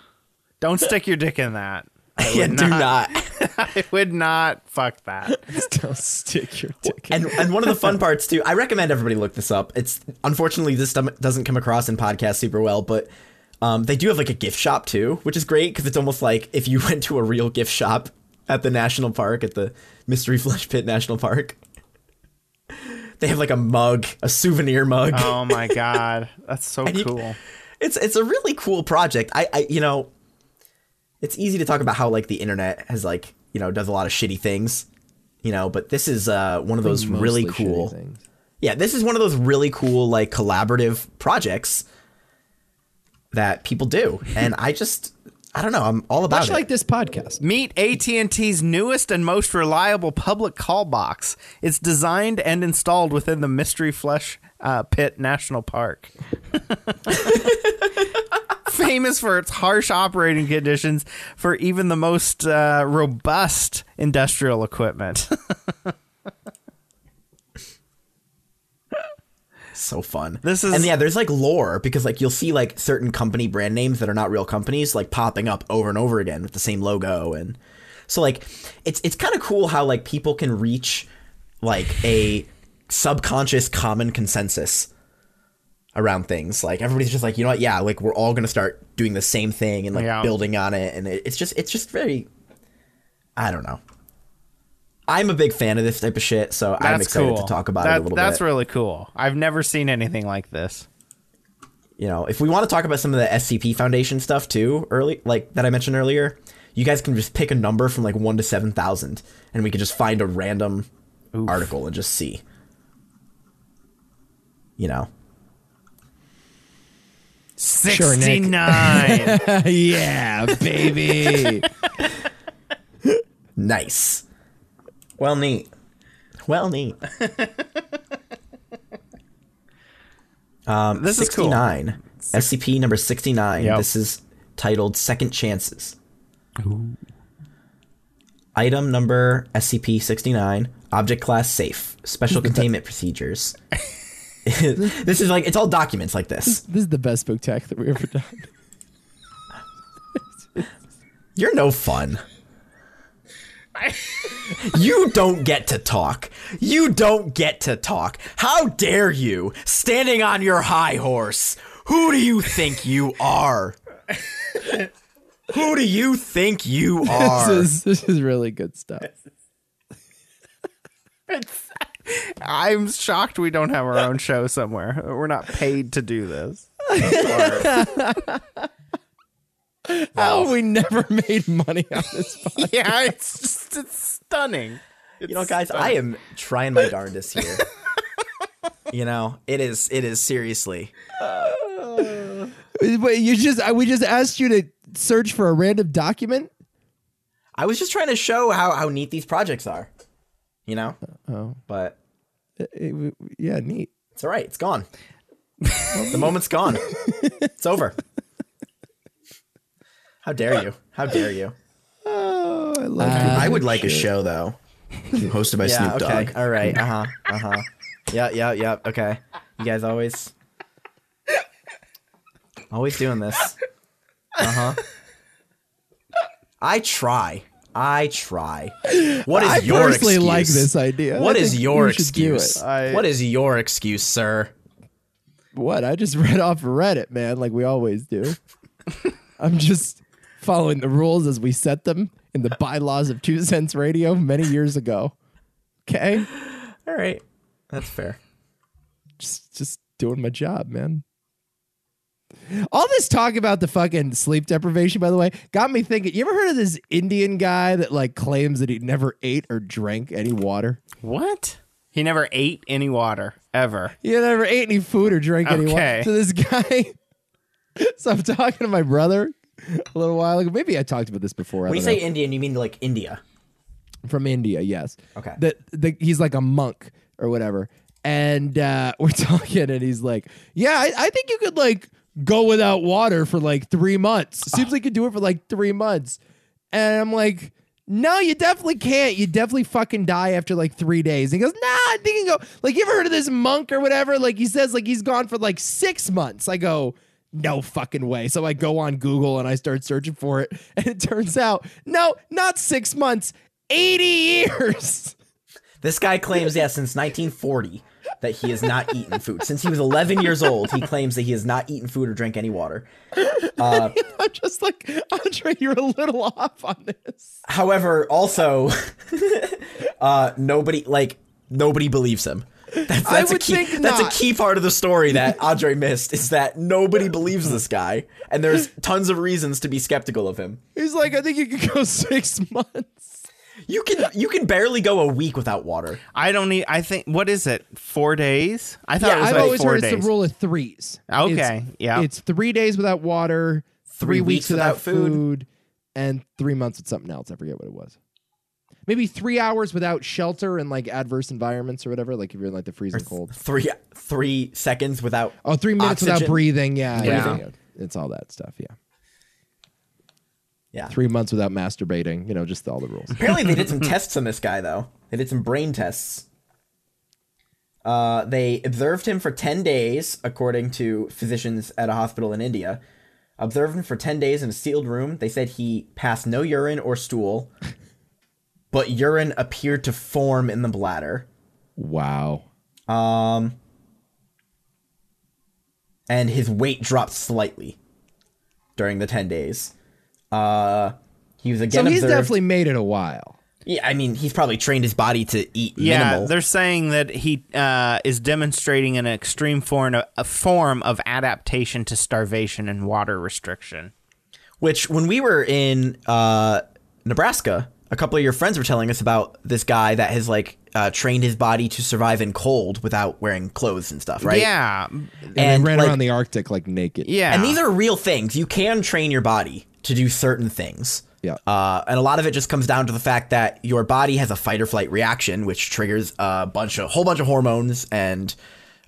Speaker 2: Don't stick your dick in that. I
Speaker 4: Yeah,
Speaker 2: would
Speaker 4: do
Speaker 2: not.
Speaker 4: not.
Speaker 2: I would not fuck that.
Speaker 3: Don't stick your dick.
Speaker 4: and and one of the fun parts too. I recommend everybody look this up. It's unfortunately this dom- doesn't come across in podcasts super well, but um, they do have like a gift shop too, which is great because it's almost like if you went to a real gift shop at the national park at the Mystery Flesh Pit National Park. They have like a mug, a souvenir mug.
Speaker 2: Oh my god, that's so
Speaker 4: you-
Speaker 2: cool.
Speaker 4: It's it's a really cool project. I, I you know, it's easy to talk about how like the internet has like you know does a lot of shitty things, you know, but this is uh, one of those really
Speaker 3: Mostly shitty
Speaker 4: cool.
Speaker 3: things.
Speaker 4: Yeah, this is one of those really cool like collaborative projects that people do, and I just I don't know. I'm all about
Speaker 3: Much
Speaker 4: it.
Speaker 3: like this podcast.
Speaker 2: Meet AT&T's newest and most reliable public call box. It's designed and installed within the Mystery Flesh uh, Pit National Park. Famous for its harsh operating conditions for even the most uh, robust industrial equipment.
Speaker 4: so fun.
Speaker 2: This is-
Speaker 4: and yeah, there's like lore because like you'll see like certain company brand names that are not real companies like popping up over and over again with the same logo and so like it's it's kind of cool how like people can reach like a subconscious common consensus around things like everybody's just like you know what yeah like we're all gonna start doing the same thing and like
Speaker 2: Yeah.
Speaker 4: building on it and it, it's just it's just very I don't know. I'm a big fan of this type of shit, so I'm
Speaker 2: That's
Speaker 4: excited
Speaker 2: cool.
Speaker 4: to talk about
Speaker 2: That-
Speaker 4: it a little bit.
Speaker 2: That's really cool. I've never seen anything like this.
Speaker 4: you know, if we want to talk about some of the SCP Foundation stuff too, early like that I mentioned earlier, you guys can just pick a number from like one to seven thousand, and we could just find a random article and just see. You know,
Speaker 2: 69.
Speaker 3: yeah, baby.
Speaker 4: nice. Well, neat. Well, neat. um,
Speaker 2: This is cool.
Speaker 4: 69. SCP number sixty nine.
Speaker 2: Yep.
Speaker 4: This is titled Second Chances. Item number SCP 69, object class safe, special containment procedures. this is like, it's all documents like this.
Speaker 3: this is the best book tech that we've ever done.
Speaker 4: You're no fun. you don't get to talk. You don't get to talk. How dare you, standing on your high horse? Who do you think you are? Who do you think you are?
Speaker 3: This is, this is really good stuff.
Speaker 2: I'm shocked we don't have our own show somewhere. We're not paid to do this.
Speaker 3: Oh, we never made money on this podcast.
Speaker 2: Yeah, it's just it's stunning.
Speaker 4: you know guys i am trying my darndest here you know it is it is seriously
Speaker 3: Wait, you just I, we just asked you to search for a random document.
Speaker 4: i was just trying to show how how neat these projects are you know
Speaker 3: Oh.
Speaker 4: but
Speaker 3: It- it- yeah, neat.
Speaker 4: it's all right it's gone the moment's gone it's over how dare you how dare you
Speaker 3: Oh, I love it.
Speaker 4: i would like a show though
Speaker 9: hosted by
Speaker 4: yeah
Speaker 9: Snoop Dogg.
Speaker 4: okay all right uh-huh uh-huh yeah yeah yeah okay you guys always always doing this uh-huh i try i try what is
Speaker 3: I
Speaker 4: your
Speaker 3: personally
Speaker 4: excuse
Speaker 3: like this idea.
Speaker 4: what
Speaker 3: I
Speaker 4: is
Speaker 3: think
Speaker 4: your
Speaker 3: you should do
Speaker 4: excuse
Speaker 3: it.
Speaker 2: I-
Speaker 4: what is your excuse sir
Speaker 3: What? I just read off Reddit, man, like we always do. I'm just following the rules as we set them in the bylaws of Two Cents Radio many years ago. Okay?
Speaker 4: all right that's fair
Speaker 3: Just just doing my job, man. All this talk about the fucking sleep deprivation, by the way, got me thinking. You ever heard of this Indian guy that like claims that he never ate or drank any water?
Speaker 2: What? He never ate any water ever.
Speaker 3: He never ate any food or drank any water.
Speaker 2: Okay.
Speaker 3: So this guy. so I'm talking to my brother a little while ago. Maybe I talked about this before. I
Speaker 4: when you
Speaker 3: don't
Speaker 4: say indian you mean like india
Speaker 3: know. from India, yes.
Speaker 4: Okay.
Speaker 3: That the, he's like a monk or whatever, and uh, we're talking, and he's like, "Yeah, I, I think you could like go without water for like three months. Seems like you could do it for like three months." And I'm like. No, you definitely can't. You definitely fucking die after like three days. He goes, nah, I think you can go. Like, you ever heard of this monk or whatever? Like, he says, like, he's gone for like six months. I go, no fucking way. So I go on Google and I start searching for it. And it turns out, no, not six months, 80 years.
Speaker 4: this guy claims yeah since 1940 that he has not eaten food since he was 11 years old. He claims that he has not eaten food or drank any water.
Speaker 3: I'm just like Andre, you're a little off on this.
Speaker 4: However, also, uh, nobody like nobody believes him. That's,
Speaker 3: I
Speaker 4: that's a
Speaker 3: would
Speaker 4: key,
Speaker 3: think
Speaker 4: that's
Speaker 3: not.
Speaker 4: a key part of the story that Andre missed is that nobody believes this guy, and there's tons of reasons to be skeptical of him.
Speaker 3: He's like, I think you could go six months.
Speaker 4: You can you can barely go a week without water.
Speaker 2: I don't need. I think what is it? Four days? I thought
Speaker 3: Yeah,
Speaker 2: it was
Speaker 3: I've
Speaker 2: like
Speaker 3: always
Speaker 2: four
Speaker 3: heard
Speaker 2: days.
Speaker 3: it's the rule of threes.
Speaker 2: Okay,
Speaker 3: It's-
Speaker 2: yeah.
Speaker 3: It's three days without water, three,
Speaker 4: Three
Speaker 3: weeks,
Speaker 4: weeks
Speaker 3: without,
Speaker 4: without
Speaker 3: food.
Speaker 4: food.
Speaker 3: and three months with something else. I forget what it was. Maybe three hours without shelter and like adverse environments or whatever. Like if you're in like the freezing cold.
Speaker 4: Three three seconds without
Speaker 3: Oh, three minutes without
Speaker 4: oxygen.
Speaker 3: breathing. Yeah, yeah,
Speaker 2: Breathing.
Speaker 3: yeah. It's all that stuff. Yeah.
Speaker 4: Yeah.
Speaker 3: Three months without masturbating. You know, just all the rules.
Speaker 4: Apparently, they did some tests on this guy, though. They did some brain tests. Uh, they observed him for 10 days, according to physicians at a hospital in India. Observed him for 10 days in a sealed room. They said he passed no urine or stool, but urine appeared to form in the bladder.
Speaker 3: wow.
Speaker 4: and his weight dropped slightly during the 10 days. Uh, he was
Speaker 3: So
Speaker 4: again
Speaker 3: he's
Speaker 4: observed.
Speaker 3: definitely made it a while.
Speaker 4: yeah, I mean, he's probably trained his body to eat
Speaker 2: yeah,
Speaker 4: minimal.
Speaker 2: they're saying that he uh, is demonstrating an extreme form of, a form of adaptation to starvation and water restriction.
Speaker 4: Which, when we were in uh, Nebraska, a couple of your friends were telling us about this guy that has like uh, trained his body to survive in cold without wearing clothes and stuff, right?
Speaker 2: Yeah,
Speaker 3: And,
Speaker 4: and
Speaker 3: ran
Speaker 4: like,
Speaker 3: around the Arctic like naked.
Speaker 2: yeah.
Speaker 4: And these are real things. You can train your body to do certain things.
Speaker 3: Yeah.
Speaker 4: Uh, and a lot of it just comes down to the fact that your body has a fight or flight reaction, which triggers a bunch of whole bunch of hormones and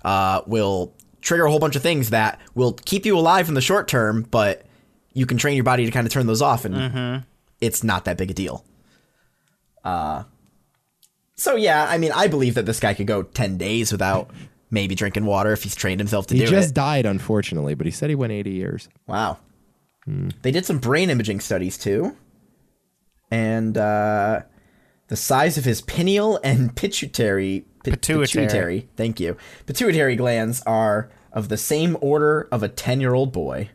Speaker 4: uh, will trigger a whole bunch of things that will keep you alive in the short term, but you can train your body to kind of turn those off, and
Speaker 3: Mm-hmm.
Speaker 4: it's not that big a deal. Uh, so yeah, I mean, I believe that this guy could go ten days without maybe drinking water if he's trained himself to
Speaker 3: He
Speaker 4: do
Speaker 3: just
Speaker 4: it.
Speaker 3: died, unfortunately, but he said he went 80 years.
Speaker 4: Wow.
Speaker 2: Hmm.
Speaker 4: They did some brain imaging studies too. And uh, the size of his pineal and pituitary, pi-
Speaker 2: Pituitary.
Speaker 4: Thank you. Pituitary glands are of the same order of a 10 year old boy.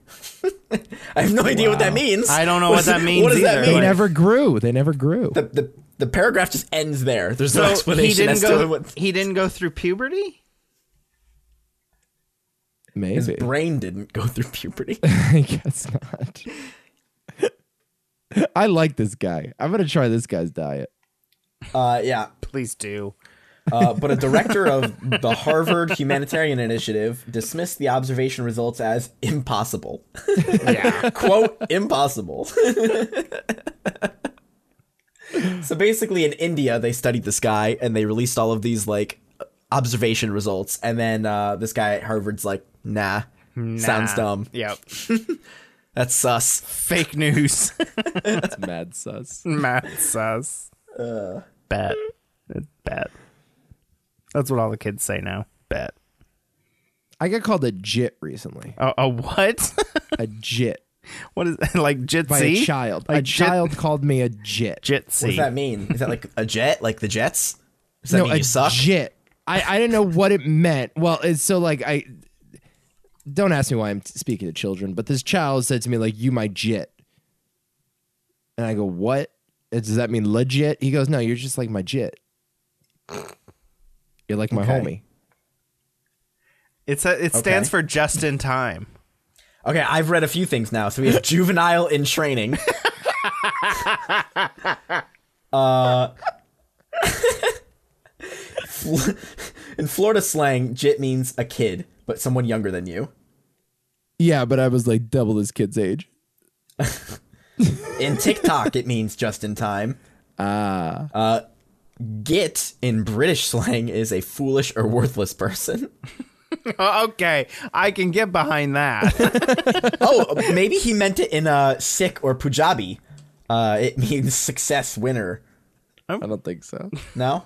Speaker 4: I have no idea what that means.
Speaker 2: I don't know what that means
Speaker 4: What does that
Speaker 2: either.
Speaker 4: mean?
Speaker 3: They never grew. They never grew.
Speaker 4: the, the, the paragraph just ends there. There's no
Speaker 2: so
Speaker 4: explanation
Speaker 2: he didn't
Speaker 4: as to
Speaker 2: go.
Speaker 4: what
Speaker 2: He didn't go through puberty.
Speaker 4: his
Speaker 3: Maybe.
Speaker 4: brain didn't go through puberty.
Speaker 3: I guess not. I like this guy. I'm gonna try this guy's diet.
Speaker 4: Uh, yeah.
Speaker 2: Please do.
Speaker 4: Uh, but a director of the Harvard Humanitarian Initiative dismissed the observation results as impossible.
Speaker 2: Yeah.
Speaker 4: Quote, impossible. so basically, in India, they studied this guy and they released all of these like observation results. And then uh, this guy at Harvard's like, nah, sounds
Speaker 2: Nah.
Speaker 4: dumb.
Speaker 2: Yep.
Speaker 4: That's sus.
Speaker 2: Fake news.
Speaker 3: That's mad sus.
Speaker 2: Math sus.
Speaker 4: Uh.
Speaker 2: Bet. Bet. That's what all the kids say now. Bet.
Speaker 3: I got called a jit recently.
Speaker 2: A, a what?
Speaker 3: A jit
Speaker 2: what is like jitsi?
Speaker 3: by a child.
Speaker 2: Like
Speaker 3: a child called me a jit.
Speaker 4: What
Speaker 2: Jitsi.
Speaker 4: does that mean? Is that like a jet? Like the Jets? Does that
Speaker 3: no,
Speaker 4: mean
Speaker 3: a
Speaker 4: you suck?
Speaker 3: jit. I I didn't know what it meant. Well, it's so like I. Don't ask me why I'm speaking to children, but this child said to me like, "You my jit," and I go, "What? Does that mean legit?" He goes, "No, you're just like my jit. You're like my
Speaker 4: Okay.
Speaker 3: homie."
Speaker 2: It's a, it stands for just in time.
Speaker 4: Okay, I've read a few things now. So we have juvenile in training. uh, in Florida slang, jit means a kid, but someone younger than you.
Speaker 3: Yeah, but I was like double this kid's age.
Speaker 4: In TikTok, it means just in time. Uh, git in British slang is a foolish or worthless person.
Speaker 2: Oh, okay, I can get behind that.
Speaker 4: oh, maybe he meant it in uh, Sikh or Punjabi. Uh, it means success, winner.
Speaker 3: I don't think so.
Speaker 4: No?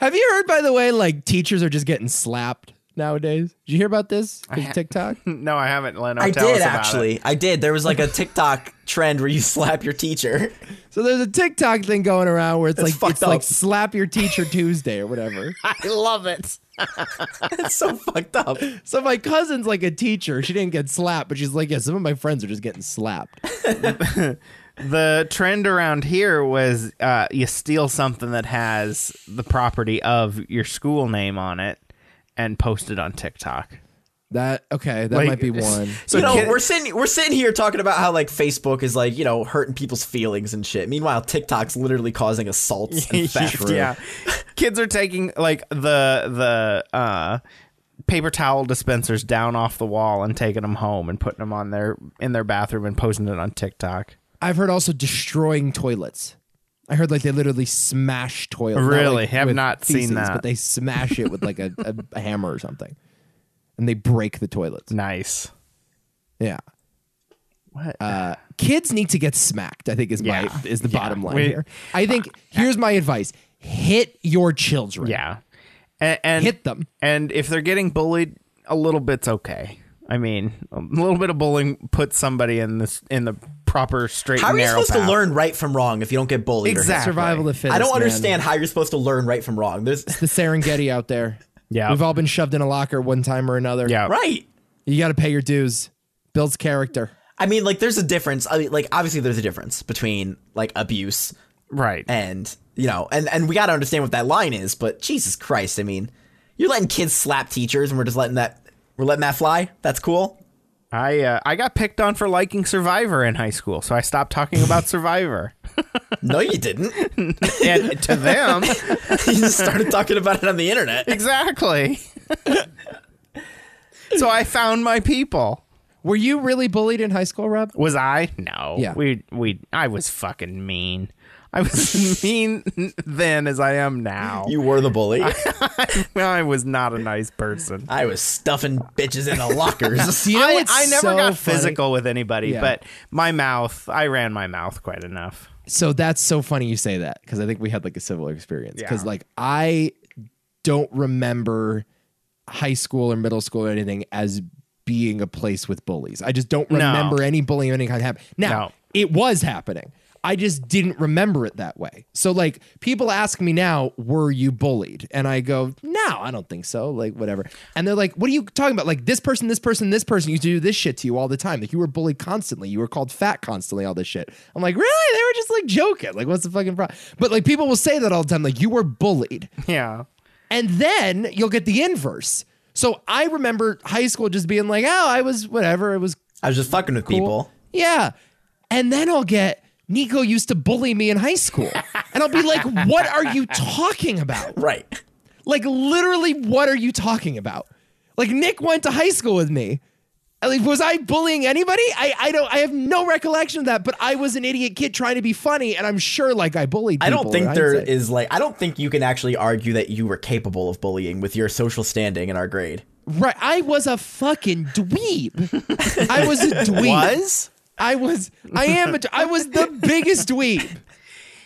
Speaker 3: Have you heard, by the way, like teachers are just getting slapped nowadays? Did you hear about this? 'Cause of TikTok?
Speaker 2: no, I haven't, Leno.
Speaker 4: I
Speaker 2: Tell
Speaker 4: did
Speaker 2: us about
Speaker 4: actually.
Speaker 2: It.
Speaker 4: I did. There was like a TikTok trend where you slap your teacher.
Speaker 3: So there's a TikTok thing going around where it's
Speaker 4: That's
Speaker 3: like it's
Speaker 4: fucked
Speaker 3: like
Speaker 4: up.
Speaker 3: slap your teacher Tuesday or whatever.
Speaker 2: I love it.
Speaker 4: That's so fucked up.
Speaker 3: So my cousin's like a teacher. She didn't get slapped, but she's like, yeah, some of my friends are just getting slapped.
Speaker 2: the trend around here was uh, you steal something that has the property of your school name on it and post it on TikTok.
Speaker 3: That okay, that
Speaker 2: Like,
Speaker 3: might be one.
Speaker 4: So you know,
Speaker 2: kid-
Speaker 4: we're sitting we're sitting here talking about how like Facebook is like you know hurting people's feelings and shit. Meanwhile, TikTok's literally causing assaults and theft.
Speaker 2: yeah, kids are taking like the the uh, paper towel dispensers down off the wall and taking them home and putting them on their in their bathroom and posting it on TikTok.
Speaker 3: I've heard also destroying toilets. I heard like they literally smash toilets. not,
Speaker 2: Really?
Speaker 3: like,
Speaker 2: Have
Speaker 3: with
Speaker 2: not seen
Speaker 3: feces,
Speaker 2: that.
Speaker 3: but they smash it with like a, a, a hammer or something, and they break the toilets.
Speaker 2: Nice.
Speaker 3: Yeah, Uh,
Speaker 2: What?
Speaker 3: kids need to get smacked. I think is
Speaker 2: Yeah.
Speaker 3: my is the
Speaker 2: Yeah.
Speaker 3: bottom line
Speaker 2: We- Uh,
Speaker 3: here. I think here's my advice: hit your children.
Speaker 2: yeah, and, and
Speaker 3: hit them.
Speaker 2: And if they're getting bullied, a little bit's okay. I mean, a little bit of bullying puts somebody in this in the proper straight
Speaker 4: How are
Speaker 2: and
Speaker 4: you
Speaker 2: narrow
Speaker 4: supposed
Speaker 2: path.
Speaker 4: to learn right from wrong if you don't get bullied? or hit?
Speaker 2: Exactly.
Speaker 3: Survival of the fittest.
Speaker 4: I don't
Speaker 3: man.
Speaker 4: understand how you're supposed to learn right from wrong. There's
Speaker 3: the Serengeti out there.
Speaker 2: Yeah.
Speaker 3: we've all been shoved in a locker one time or another.
Speaker 2: Yeah.
Speaker 4: right.
Speaker 3: you got to pay your dues. Builds character.
Speaker 4: I mean, like there's a difference. I mean, like obviously there's a difference between like abuse
Speaker 2: Right.
Speaker 4: and you know, and and we gotta understand what that line is. But Jesus Christ, I mean, you're letting kids slap teachers, and we're just letting that we're letting that fly. That's cool.
Speaker 2: I uh, I got picked on for liking Survivor in high school, so I stopped talking about Survivor.
Speaker 4: No, you didn't.
Speaker 2: And to them,
Speaker 4: you just started talking about it on the internet.
Speaker 2: exactly. so I found my people.
Speaker 3: Were you really bullied in high school, Rob?
Speaker 2: Was I? No.
Speaker 3: Yeah.
Speaker 2: We we I was fucking mean. I was mean then as I am now.
Speaker 4: You were the bully.
Speaker 2: I was not a nice person.
Speaker 4: I was stuffing bitches in the lockers.
Speaker 3: Do you know
Speaker 2: I,
Speaker 3: what's
Speaker 2: I never
Speaker 3: so
Speaker 2: got
Speaker 3: funny?
Speaker 2: physical with anybody,
Speaker 3: Yeah.
Speaker 2: but my mouth, I ran my mouth quite enough.
Speaker 3: So that's so funny you say that because I think we had like a similar experience. Because
Speaker 2: Yeah.
Speaker 3: like I don't remember high school or middle school or anything as being a place with bullies. I just don't remember any bullying of any kind happening. Now
Speaker 2: No.
Speaker 3: it was happening. I just didn't remember it that way. So like people ask me now, were you bullied? And I go, no, I don't think so. Like whatever. And they're like, what are you talking about? Like this person, this person, this person used to do this shit to you all the time. Like you were bullied constantly. You were called fat constantly. All this shit. I'm like, really? They were just like joking. Like what's the fucking problem? But like people will say that all the time. Like you were bullied.
Speaker 2: Yeah.
Speaker 3: And then you'll get the inverse. So I remember high school just being like, oh, I was whatever. It was
Speaker 4: I was just fucking with people.
Speaker 3: yeah. And then I'll get Nico used to bully me in high school. And I'll be like, what are you talking about?
Speaker 4: Right.
Speaker 3: Like, literally, what are you talking about? Like, Nick went to high school with me. Like, was I bullying anybody? I, I don't I have no recollection of that, but I was an idiot kid trying to be funny, and I'm sure like I bullied
Speaker 4: I
Speaker 3: people.
Speaker 4: don't think
Speaker 3: in
Speaker 4: there
Speaker 3: hindsight.
Speaker 4: is like I don't think you can actually argue that you were capable of bullying with your social standing in our grade.
Speaker 3: right. I was a fucking dweeb. I was a dweeb.
Speaker 2: Was?
Speaker 3: I was I am a d- I was the biggest dweeb.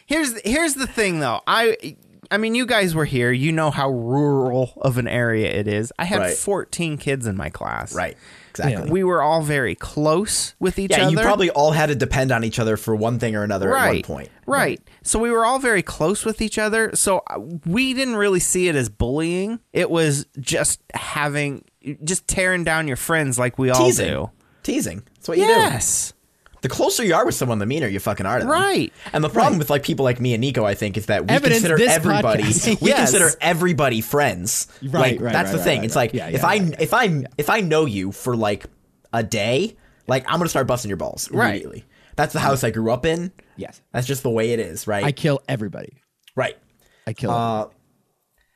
Speaker 2: Here's here's the thing though. I I mean you guys were here. You know how rural of an area it is. I had
Speaker 4: Right.
Speaker 2: 14 kids in my class.
Speaker 4: Right. Exactly.
Speaker 2: We were all very close with each
Speaker 4: Yeah,
Speaker 2: other.
Speaker 4: you probably all had to depend on each other for one thing or another at one point.
Speaker 2: Right. So we were all very close with each other. So uh, we didn't really see it as bullying. It was just having, just tearing down your friends like we all
Speaker 4: Teasing.
Speaker 2: do.
Speaker 4: Teasing. That's what you
Speaker 2: Yes.
Speaker 4: do. The closer you are with someone, the meaner you fucking are to them.
Speaker 2: Right.
Speaker 4: And the problem with like people like me and Nico, I think, is that we
Speaker 3: Evidence
Speaker 4: consider
Speaker 3: this
Speaker 4: everybody
Speaker 3: podcast.
Speaker 4: we
Speaker 3: Yes.
Speaker 4: consider everybody friends.
Speaker 3: Right,
Speaker 4: Like,
Speaker 3: right,
Speaker 4: That's
Speaker 3: right,
Speaker 4: the
Speaker 3: right,
Speaker 4: thing.
Speaker 3: right,
Speaker 4: it's
Speaker 3: right.
Speaker 4: like
Speaker 3: Yeah, yeah,
Speaker 4: if I if I if I know you for like a day, like I'm gonna start busting your balls
Speaker 2: Right.
Speaker 4: immediately. That's the house I grew up in.
Speaker 3: Yes.
Speaker 4: That's just the way it is, right?
Speaker 3: I kill everybody.
Speaker 4: right.
Speaker 3: I kill
Speaker 4: Uh,
Speaker 3: everybody.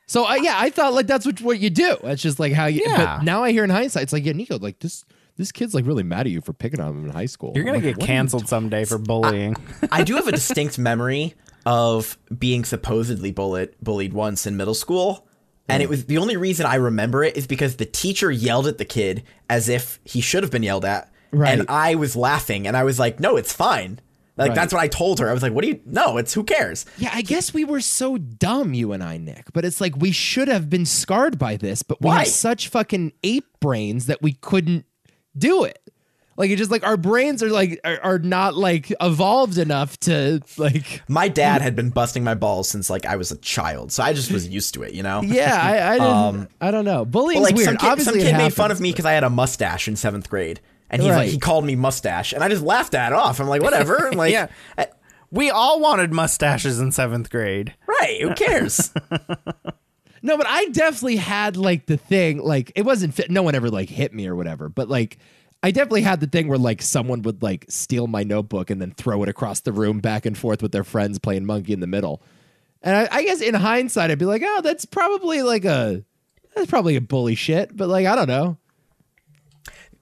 Speaker 3: So uh, yeah, I thought like that's what what you do. That's just like how you.
Speaker 2: Yeah.
Speaker 3: But now I hear in hindsight, it's like yeah, Nico, like this this kid's like really mad at you for picking on him in high school.
Speaker 2: You're going
Speaker 3: I'm
Speaker 2: to
Speaker 3: like,
Speaker 2: get
Speaker 3: what are you
Speaker 2: canceled someday for bullying.
Speaker 4: I do have a distinct memory of being supposedly bullied bullied once in middle school. And
Speaker 3: Mm.
Speaker 4: it was the only reason I remember it is because the teacher yelled at the kid as if he should have been yelled at.
Speaker 3: Right.
Speaker 4: And I was laughing and I was like, no, it's fine. Like,
Speaker 3: Right.
Speaker 4: that's what I told her. I was like, what do you, no, it's who cares?
Speaker 3: Yeah, I guess we were so dumb, you and I, Nick. But it's like we should have been scarred by this, but we
Speaker 4: Why?
Speaker 3: have such fucking ape brains that we couldn't do it. Like it just like our brains are like are, are not like evolved enough to like
Speaker 4: My dad had been busting my balls since like I was a child, so I just was used to it, you know.
Speaker 3: yeah I I didn't I don't know bullying's
Speaker 4: Um, Well, like
Speaker 3: weird
Speaker 4: some kid,
Speaker 3: obviously
Speaker 4: some
Speaker 3: it
Speaker 4: kid made fun
Speaker 3: happens,
Speaker 4: of me
Speaker 3: but-
Speaker 4: because I had a mustache in seventh grade, and he's
Speaker 3: Right.
Speaker 4: like he called me mustache, and I just laughed that off. I'm like, whatever. I'm like,
Speaker 2: Yeah.
Speaker 4: I-
Speaker 2: We all wanted mustaches in seventh grade.
Speaker 4: right? Who cares?
Speaker 3: No, but I definitely had like the thing, like it wasn't fit. No one ever like hit me or whatever, but like I definitely had the thing where like someone would like steal my notebook and then throw it across the room back and forth with their friends playing monkey in the middle. And I, I guess in hindsight, I'd be like, oh, that's probably like a that's probably a bully shit, but like I don't know.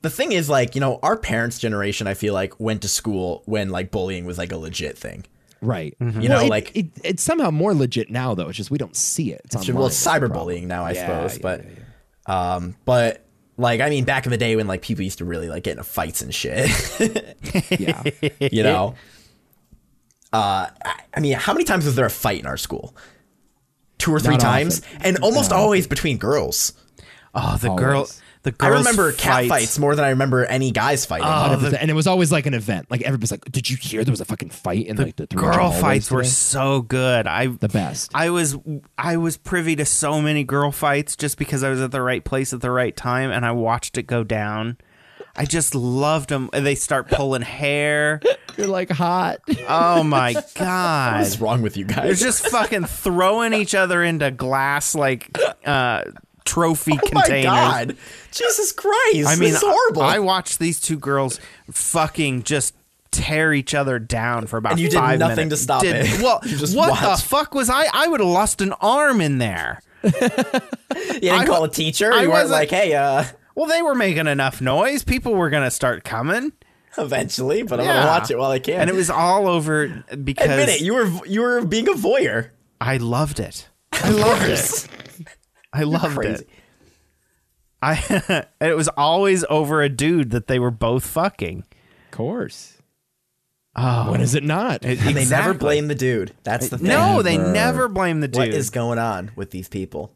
Speaker 4: the thing is, like, you know, our parents' generation, I feel like, went to school when like bullying was like a legit thing.
Speaker 3: Right.
Speaker 4: You know,
Speaker 3: it,
Speaker 4: like-
Speaker 3: it, it's somehow more legit now though. It's just we don't see it. It's
Speaker 4: well,
Speaker 3: online.
Speaker 4: it's cyberbullying now, I suppose, but, um, but like, I mean, back in the day when like people used to really like get into fights and shit,
Speaker 3: yeah.
Speaker 4: you know. Uh, I- I mean, how many times was there a fight in our school? Two or three
Speaker 3: Not
Speaker 4: times,
Speaker 3: often.
Speaker 4: and almost always between girls.
Speaker 2: Oh, the girl,
Speaker 3: Always.
Speaker 2: the
Speaker 4: I
Speaker 2: girls.
Speaker 4: remember cat
Speaker 2: fights.
Speaker 4: fights more than I remember any guys fighting.
Speaker 3: and it was always like an event. Like everybody's like, "Did you hear there was a fucking fight?" in like the three
Speaker 2: Girl fights were so good. I
Speaker 3: the best.
Speaker 2: I was I was privy to so many girl fights just because I was at the right place at the right time and I watched it go down. I just loved them. They start pulling hair.
Speaker 3: You're like hot.
Speaker 2: Oh my god!
Speaker 4: What's wrong with you
Speaker 2: They're
Speaker 4: guys?
Speaker 2: just fucking throwing each other into glass like uh, trophy
Speaker 4: oh my
Speaker 2: containers.
Speaker 4: god, Jesus Christ!
Speaker 2: I mean,
Speaker 4: this is horrible.
Speaker 2: I, I watched these two girls fucking just tear each other down for about
Speaker 4: And you did
Speaker 2: five
Speaker 4: nothing
Speaker 2: minutes.
Speaker 4: to stop
Speaker 2: Did-
Speaker 4: it.
Speaker 2: Well,
Speaker 4: You just
Speaker 2: what
Speaker 4: watched.
Speaker 2: the fuck was I? I would have lost an arm in there.
Speaker 4: you didn't
Speaker 2: I
Speaker 4: call
Speaker 2: wa-
Speaker 4: a teacher.
Speaker 2: I
Speaker 4: you
Speaker 2: wasn't-
Speaker 4: weren't like, hey, uh,
Speaker 2: Well, they were making enough noise. People were gonna start coming.
Speaker 4: eventually, but I'm
Speaker 2: Yeah.
Speaker 4: gonna watch it while I can.
Speaker 2: And it was all over because
Speaker 4: admit it. You were you were being a voyeur.
Speaker 2: I loved it. I loved it. I loved
Speaker 4: Crazy.
Speaker 2: it. I it was always over a dude that they were both fucking.
Speaker 3: Of course. Oh. When is it not?
Speaker 4: And they never
Speaker 2: Exactly.
Speaker 4: blame the dude. That's the thing.
Speaker 2: No, they never blame the dude.
Speaker 4: What is going on with these people?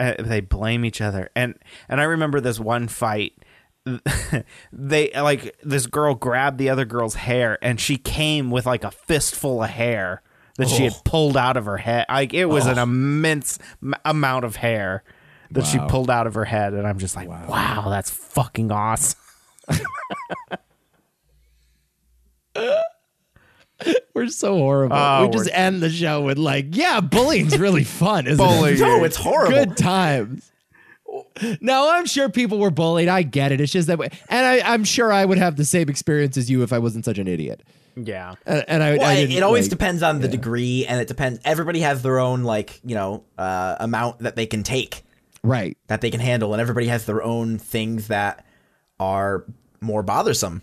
Speaker 2: uh, they blame each other and and i remember this one fight they like this girl grabbed the other girl's hair and she came with like a fistful of hair that she had pulled out of her head like it was an immense m- amount of hair that she pulled out of her head and i'm just like wow, that's fucking awesome
Speaker 3: we're so horrible.
Speaker 2: Oh,
Speaker 3: we just end the show with like, yeah, bullying's really fun, isn't it?
Speaker 4: No, it's horrible.
Speaker 3: Good times. No, I'm sure people were bullied. I get it. It's just that way, and I, I'm sure I would have the same experience as you if I wasn't such an idiot.
Speaker 2: yeah
Speaker 3: And, and I,
Speaker 4: Well,
Speaker 3: I
Speaker 4: it,
Speaker 3: didn't,
Speaker 4: it always
Speaker 3: like-
Speaker 4: depends on the degree, and it depends. Everybody has their own like you know uh, amount that they can take,
Speaker 3: Right.
Speaker 4: that they can handle, and everybody has their own things that are more bothersome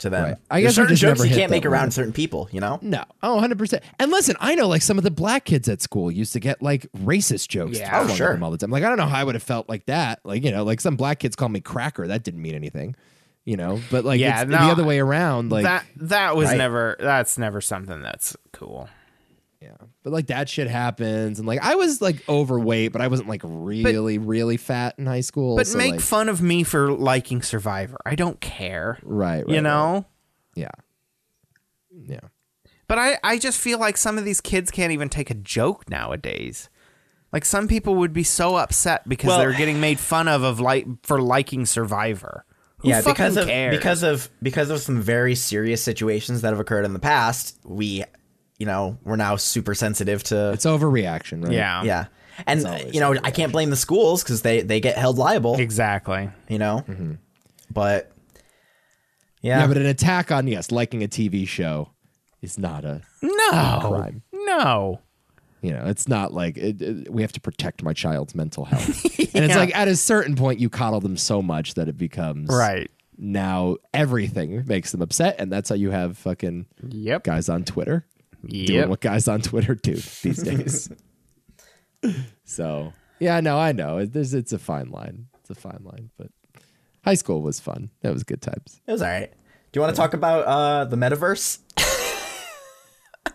Speaker 4: to them.
Speaker 3: Right. I guess we
Speaker 4: There's certain
Speaker 3: just
Speaker 4: jokes
Speaker 3: never
Speaker 4: you
Speaker 3: hit
Speaker 4: can't
Speaker 3: that
Speaker 4: make around
Speaker 3: line.
Speaker 4: certain people. You know,
Speaker 3: No. Oh, 100%. And listen, I know like some of the black kids at school used to get like racist jokes
Speaker 2: Yeah.
Speaker 3: thrown
Speaker 4: Oh,
Speaker 3: at
Speaker 4: sure.
Speaker 3: them all the time. Like, I don't know how I would have felt like that. Like, you know, like some black kids call me cracker. That didn't mean anything, you know, but like
Speaker 2: Yeah,
Speaker 3: it's
Speaker 2: no,
Speaker 3: the other way around. Like,
Speaker 2: that that was
Speaker 4: Right.
Speaker 2: never that's never something that's cool
Speaker 3: yeah. But like that shit happens. And like I was like overweight, but I wasn't like really, really fat in high school.
Speaker 2: but
Speaker 3: so,
Speaker 2: make
Speaker 3: like,
Speaker 2: fun of me for liking survivor i don't care
Speaker 3: Right, right.
Speaker 2: you
Speaker 3: right.
Speaker 2: know
Speaker 3: Yeah. Yeah.
Speaker 2: But I, I just feel like some of these kids can't even take a joke nowadays. Like some people would be so upset because
Speaker 4: Well-
Speaker 2: they're getting made fun of of like for liking Survivor. Who
Speaker 4: yeah,
Speaker 2: fucking
Speaker 4: because of
Speaker 2: cares?
Speaker 4: because of because of some very serious situations that have occurred in the past. We, you know, we're now super sensitive to
Speaker 3: It's overreaction, right?
Speaker 2: yeah,
Speaker 4: yeah, and you know, I can't blame the schools because they they get held liable.
Speaker 2: exactly.
Speaker 4: you know. But
Speaker 3: Mm-hmm.
Speaker 4: yeah,
Speaker 3: Yeah. But an attack on, yes, liking a TV show is not a
Speaker 2: No,
Speaker 3: Crime.
Speaker 2: no,
Speaker 3: you know it's not like it, it- we have to protect my child's mental health and it's like at a certain point you coddle them so much that it becomes
Speaker 2: right.
Speaker 3: now everything makes them upset and that's how you have fucking
Speaker 2: Yep.
Speaker 3: guys on twitter doing
Speaker 2: Yep.
Speaker 3: what guys on twitter do these days so yeah no i know it, there's, it's a fine line it's a fine line but high school was fun that was good times
Speaker 4: it was all right. Do you want to talk about uh, the metaverse?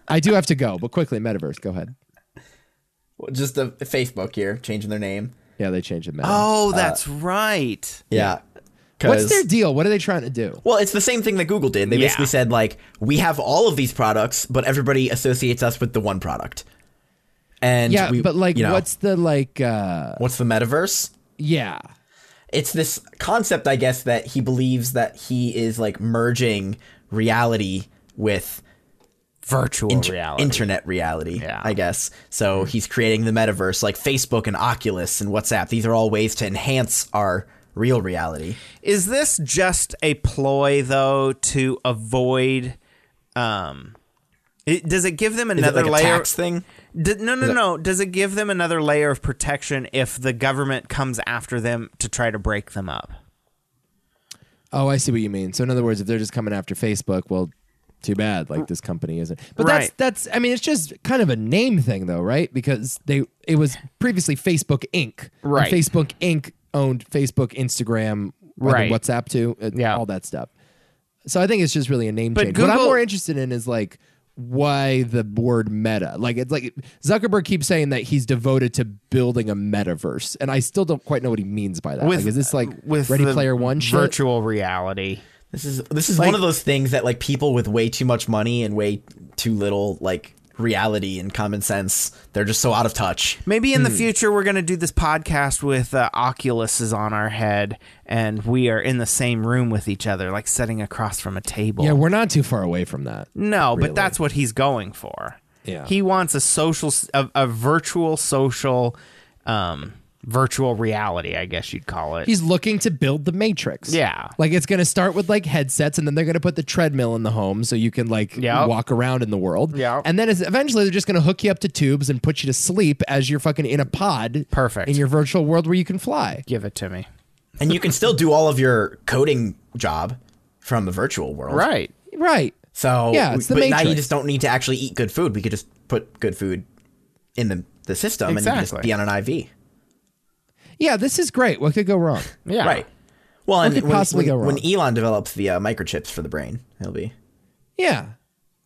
Speaker 3: i do have to go but quickly metaverse go ahead
Speaker 4: Well, Just the the Facebook here, changing their name.
Speaker 3: yeah they changed the meta
Speaker 2: Oh, that's right.
Speaker 4: uh, Yeah,
Speaker 3: What's
Speaker 4: 'Cause-
Speaker 3: their deal? What are they trying to do?
Speaker 4: Well, it's the same thing that Google did. They
Speaker 2: Yeah.
Speaker 4: basically said like, we have all of these products, but everybody associates us with the one product. And
Speaker 3: Yeah,
Speaker 4: we-
Speaker 3: but like,
Speaker 4: you know,
Speaker 3: what's the like? uh
Speaker 4: what's the metaverse?
Speaker 3: Yeah,
Speaker 4: It's this concept, I guess, that he believes that he is like merging reality with
Speaker 2: Virtual
Speaker 4: int-
Speaker 2: reality.
Speaker 4: internet reality,
Speaker 2: Yeah.
Speaker 4: I guess. So he's creating the metaverse, like Facebook and Oculus and WhatsApp. These are all ways to enhance our real reality.
Speaker 2: Is this just a ploy though to avoid? Um, it, does it give them
Speaker 4: Is it
Speaker 2: another
Speaker 4: like a
Speaker 2: layer?
Speaker 4: tax thing?
Speaker 2: Did, no, no, no. Does it give them another layer of protection if the government comes after them to try to break them up?
Speaker 3: Oh, I see what you mean. So in other words, if they're just coming after Facebook, well, too bad. Like this company isn't. But
Speaker 2: Right.
Speaker 3: that's that's I mean, it's just kind of a name thing though, right? Because they it was previously Facebook Inc. And
Speaker 2: Right.
Speaker 3: Facebook Inc. owned Facebook, Instagram, I think
Speaker 2: Right.
Speaker 3: WhatsApp too, uh,
Speaker 2: Yeah.
Speaker 3: all that stuff. So I think it's just really a name
Speaker 2: But
Speaker 3: change. what I'm
Speaker 2: Google-
Speaker 3: more interested in is like why the word meta? Like it's like Zuckerberg keeps saying that he's devoted to building a metaverse, and I still don't quite know what he means by that. like, is this like
Speaker 2: with
Speaker 3: Ready
Speaker 2: the
Speaker 3: Player One shit?
Speaker 2: virtual reality?
Speaker 4: This is this is one of those things that like people with way too much money and way too little like reality and common sense, they're just so out of touch.
Speaker 2: Maybe in
Speaker 3: Hmm.
Speaker 2: the future we're going to do this podcast with uh, Oculuses on our head, and we are in the same room with each other, like sitting across from a table.
Speaker 3: Yeah, we're not too far away from that.
Speaker 2: No, but that's what he's going for.
Speaker 3: Yeah.
Speaker 2: He wants a social, a, a virtual social, um, virtual reality, I guess you'd call it.
Speaker 3: He's looking to build the Matrix.
Speaker 2: Yeah.
Speaker 3: Like it's going to start with like headsets and then they're going to put the treadmill in the home so you can like
Speaker 2: Yep.
Speaker 3: walk around in the world.
Speaker 2: Yep.
Speaker 3: And then it's, eventually they're just going to hook you up to tubes and put you to sleep as you're fucking in a pod.
Speaker 2: Perfect.
Speaker 3: In your virtual world where you can fly.
Speaker 2: Give it to me.
Speaker 4: And you can still do all of your coding job from the virtual world.
Speaker 2: Right.
Speaker 3: Right.
Speaker 4: So
Speaker 3: Yeah, it's the
Speaker 4: but now you
Speaker 3: Matrix.
Speaker 4: just don't need to actually eat good food. We could just put good food in the the system and you could just
Speaker 2: Exactly.
Speaker 4: be on an IV.
Speaker 3: Yeah, this is great. What could go wrong?
Speaker 2: Yeah.
Speaker 4: Right. Well, and
Speaker 3: could
Speaker 4: when,
Speaker 3: possibly
Speaker 4: when,
Speaker 3: go
Speaker 4: when
Speaker 3: wrong?
Speaker 4: Elon develops the uh, microchips for the brain, it'll be
Speaker 3: yeah.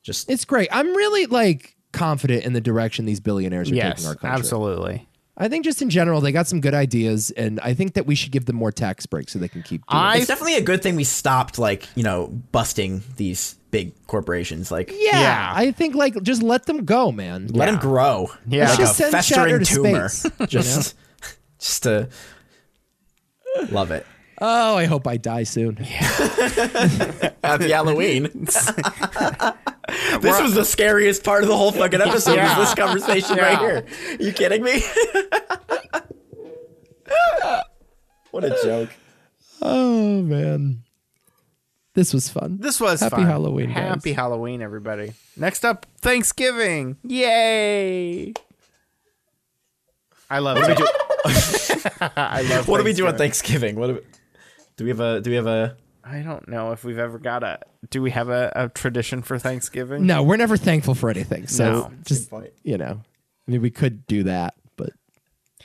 Speaker 4: just
Speaker 3: It's great. I'm really like confident in the direction these billionaires are
Speaker 2: Yes.
Speaker 3: taking our country.
Speaker 2: Absolutely.
Speaker 3: I think just in general they got some good ideas and I think that we should give them more tax breaks so they can keep doing
Speaker 2: I
Speaker 4: it's definitely a good thing we stopped like you know busting these big corporations like
Speaker 3: Yeah,
Speaker 2: Yeah.
Speaker 3: I think like just let them go, man.
Speaker 4: let them grow
Speaker 2: Yeah.
Speaker 4: like
Speaker 2: Let's
Speaker 3: just
Speaker 4: a
Speaker 3: send Shatner
Speaker 4: festering
Speaker 3: to
Speaker 4: tumor
Speaker 3: space,
Speaker 4: just just to love it
Speaker 3: Oh, I hope I die soon.
Speaker 4: happy Halloween this was the scariest part of the whole fucking episode
Speaker 2: Yeah.
Speaker 4: was this conversation right
Speaker 2: Yeah.
Speaker 4: here you kidding me what a joke
Speaker 3: Oh man, this was fun.
Speaker 2: This was
Speaker 3: Happy
Speaker 2: fun.
Speaker 3: Halloween, guys.
Speaker 2: Happy Halloween, everybody. Next up, Thanksgiving. Yay. I love it. I love
Speaker 4: what do we do on
Speaker 2: Thanksgiving.
Speaker 4: Thanksgiving what do we, do we have a do we have a
Speaker 2: I don't know if we've ever got a. Do we have a, a tradition for Thanksgiving?
Speaker 3: No, we're never thankful for anything. So
Speaker 2: No.
Speaker 3: just you know, I mean, we could do that, but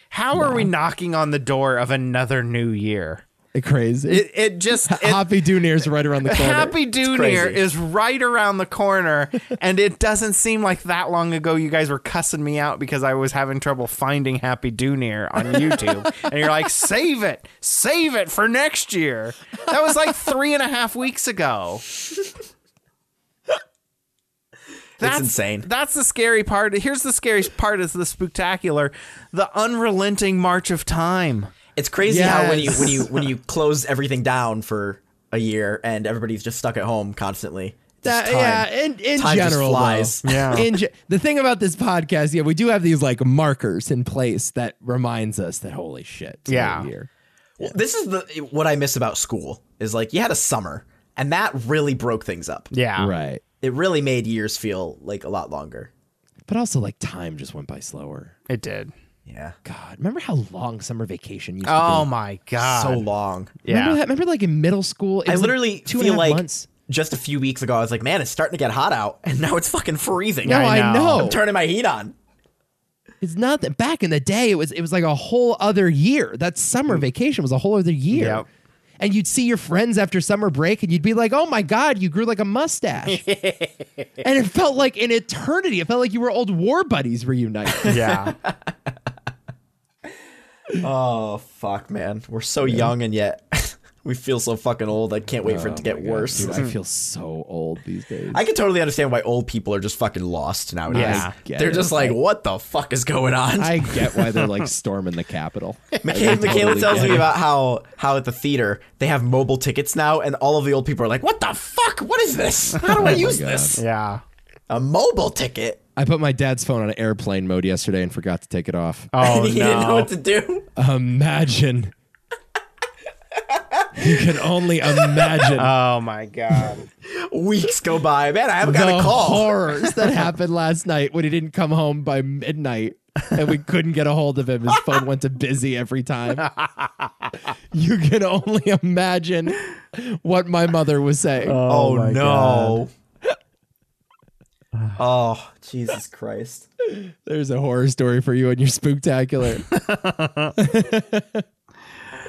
Speaker 2: How are we knocking on the door of another new year?
Speaker 3: it's crazy.
Speaker 2: It, it just. it-
Speaker 3: Happy Doo Near's right around the corner.
Speaker 2: Happy Doo
Speaker 4: crazy.
Speaker 2: Near is right around the corner, and it doesn't seem like that long ago you guys were cussing me out because I was having trouble finding Happy Doo Near on YouTube. and you're like, save it, save it for next year. That was like three and a half weeks ago. That's
Speaker 4: insane.
Speaker 2: That's the scary part. Here's the scariest part is the spectacular, the unrelenting march of time.
Speaker 4: It's crazy how when you when you
Speaker 3: Yes.
Speaker 4: when you close everything down for a year and everybody's just stuck at home constantly. Just
Speaker 3: That-
Speaker 4: time.
Speaker 3: yeah, in, in
Speaker 4: Time just
Speaker 3: general, though.
Speaker 4: flies.
Speaker 2: Yeah.
Speaker 3: In ge- the thing about this podcast, yeah, we do have these like markers in place that reminds us that holy shit, it's
Speaker 2: Yeah.
Speaker 3: another year.
Speaker 4: Well, This is the what I miss about school is like you had a summer and that really broke things up.
Speaker 2: Yeah.
Speaker 3: right.
Speaker 4: It really made years feel like a lot longer.
Speaker 3: But also, like time just went by slower.
Speaker 2: It did.
Speaker 4: Yeah.
Speaker 3: God, remember how long summer vacation used to be?
Speaker 2: Oh my god.
Speaker 4: So long.
Speaker 2: yeah.
Speaker 3: Remember, that- remember like in middle school? It
Speaker 4: I
Speaker 3: was, like,
Speaker 4: literally
Speaker 3: two and a
Speaker 4: feel
Speaker 3: half
Speaker 4: like
Speaker 3: months.
Speaker 4: just a few weeks ago I was like, man, it's starting to get hot out and now it's fucking freezing.
Speaker 3: No, I,
Speaker 2: I know.
Speaker 3: know.
Speaker 4: I'm turning my heat on.
Speaker 3: It's not that back in the day it was it was like a whole other year. That summer
Speaker 4: Mm.
Speaker 3: vacation was a whole other year.
Speaker 2: Yep.
Speaker 3: And you'd see your friends after summer break and you'd be like, "Oh my god, you grew like a mustache." and it felt like an eternity. It felt like you were old war buddies reunited.
Speaker 2: yeah.
Speaker 4: Oh fuck, man. We're so young and yet We feel so fucking old. I can't wait for it to get worse.
Speaker 3: Oh Dude, I feel so old these days.
Speaker 4: I can totally understand why old people are just fucking lost nowadays.
Speaker 2: Yeah.
Speaker 3: get
Speaker 4: They're
Speaker 3: it.
Speaker 4: just like, what the fuck is going on?
Speaker 3: I get why they're like storming the Capitol.
Speaker 4: Michaela, Michaela tells
Speaker 3: get
Speaker 4: me
Speaker 3: it.
Speaker 4: about how how at the theater they have mobile tickets now, and all of the old people are like, "What the fuck? What is this? How do I use
Speaker 3: Oh God.
Speaker 4: this?
Speaker 2: Yeah.
Speaker 4: A mobile ticket?"
Speaker 3: I put my dad's phone on airplane mode yesterday and forgot to take it off.
Speaker 2: Oh
Speaker 4: he didn't know
Speaker 2: no.
Speaker 4: what to do.
Speaker 3: Imagine. you can only imagine
Speaker 2: Oh my god.
Speaker 4: Weeks go by, man. I haven't got
Speaker 3: the
Speaker 4: a call.
Speaker 3: horrors that happened last night when he didn't come home by midnight and we couldn't get a hold of him. His phone went to busy every time. you can only imagine what my mother was saying.
Speaker 2: Uh,
Speaker 4: oh no. oh Jesus Christ!
Speaker 3: There's a horror story for you and your spooktacular.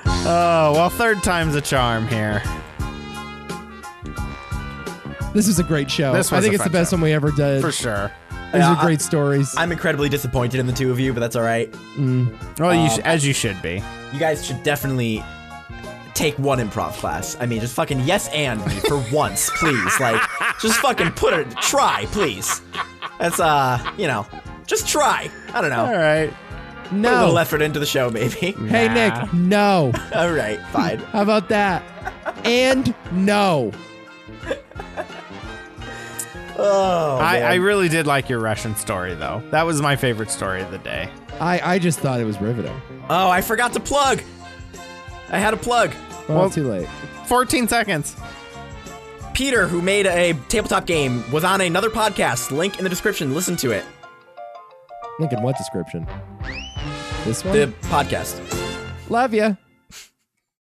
Speaker 2: Oh well, third time's a charm here.
Speaker 3: This was a great show.
Speaker 2: This
Speaker 3: I
Speaker 2: was
Speaker 3: think
Speaker 2: a
Speaker 3: it's the
Speaker 2: fun
Speaker 3: best
Speaker 2: show.
Speaker 3: one we ever did.
Speaker 2: For sure.
Speaker 3: These
Speaker 4: Yeah,
Speaker 3: are great stories.
Speaker 4: I'm incredibly disappointed in the two of you, but that's all right.
Speaker 2: Well,
Speaker 4: Um,
Speaker 2: you sh- as you should be.
Speaker 4: You guys should definitely take one improv class. I mean, just fucking yes and me for once, please. Like, just fucking put it, try, please. That's, uh, you know, just try. I don't know.
Speaker 2: All right.
Speaker 4: Put a little
Speaker 3: no.
Speaker 4: effort into the show, maybe.
Speaker 3: Hey,
Speaker 2: Nah.
Speaker 3: Nick. No.
Speaker 4: All right, fine.
Speaker 3: How about that? And no.
Speaker 4: Oh,
Speaker 2: I, I
Speaker 4: man.
Speaker 2: really did like your Russian story though. That was my favorite story of the day.
Speaker 3: I, I just thought it was riveting.
Speaker 4: oh, I forgot to plug. I had a plug.
Speaker 3: Well,
Speaker 2: Well-
Speaker 3: too late.
Speaker 2: 14 seconds.
Speaker 4: Peter, who made a tabletop game, was on another podcast. Link in the description. Listen to it.
Speaker 3: Link in what description? This one?
Speaker 4: The podcast.
Speaker 3: Love ya.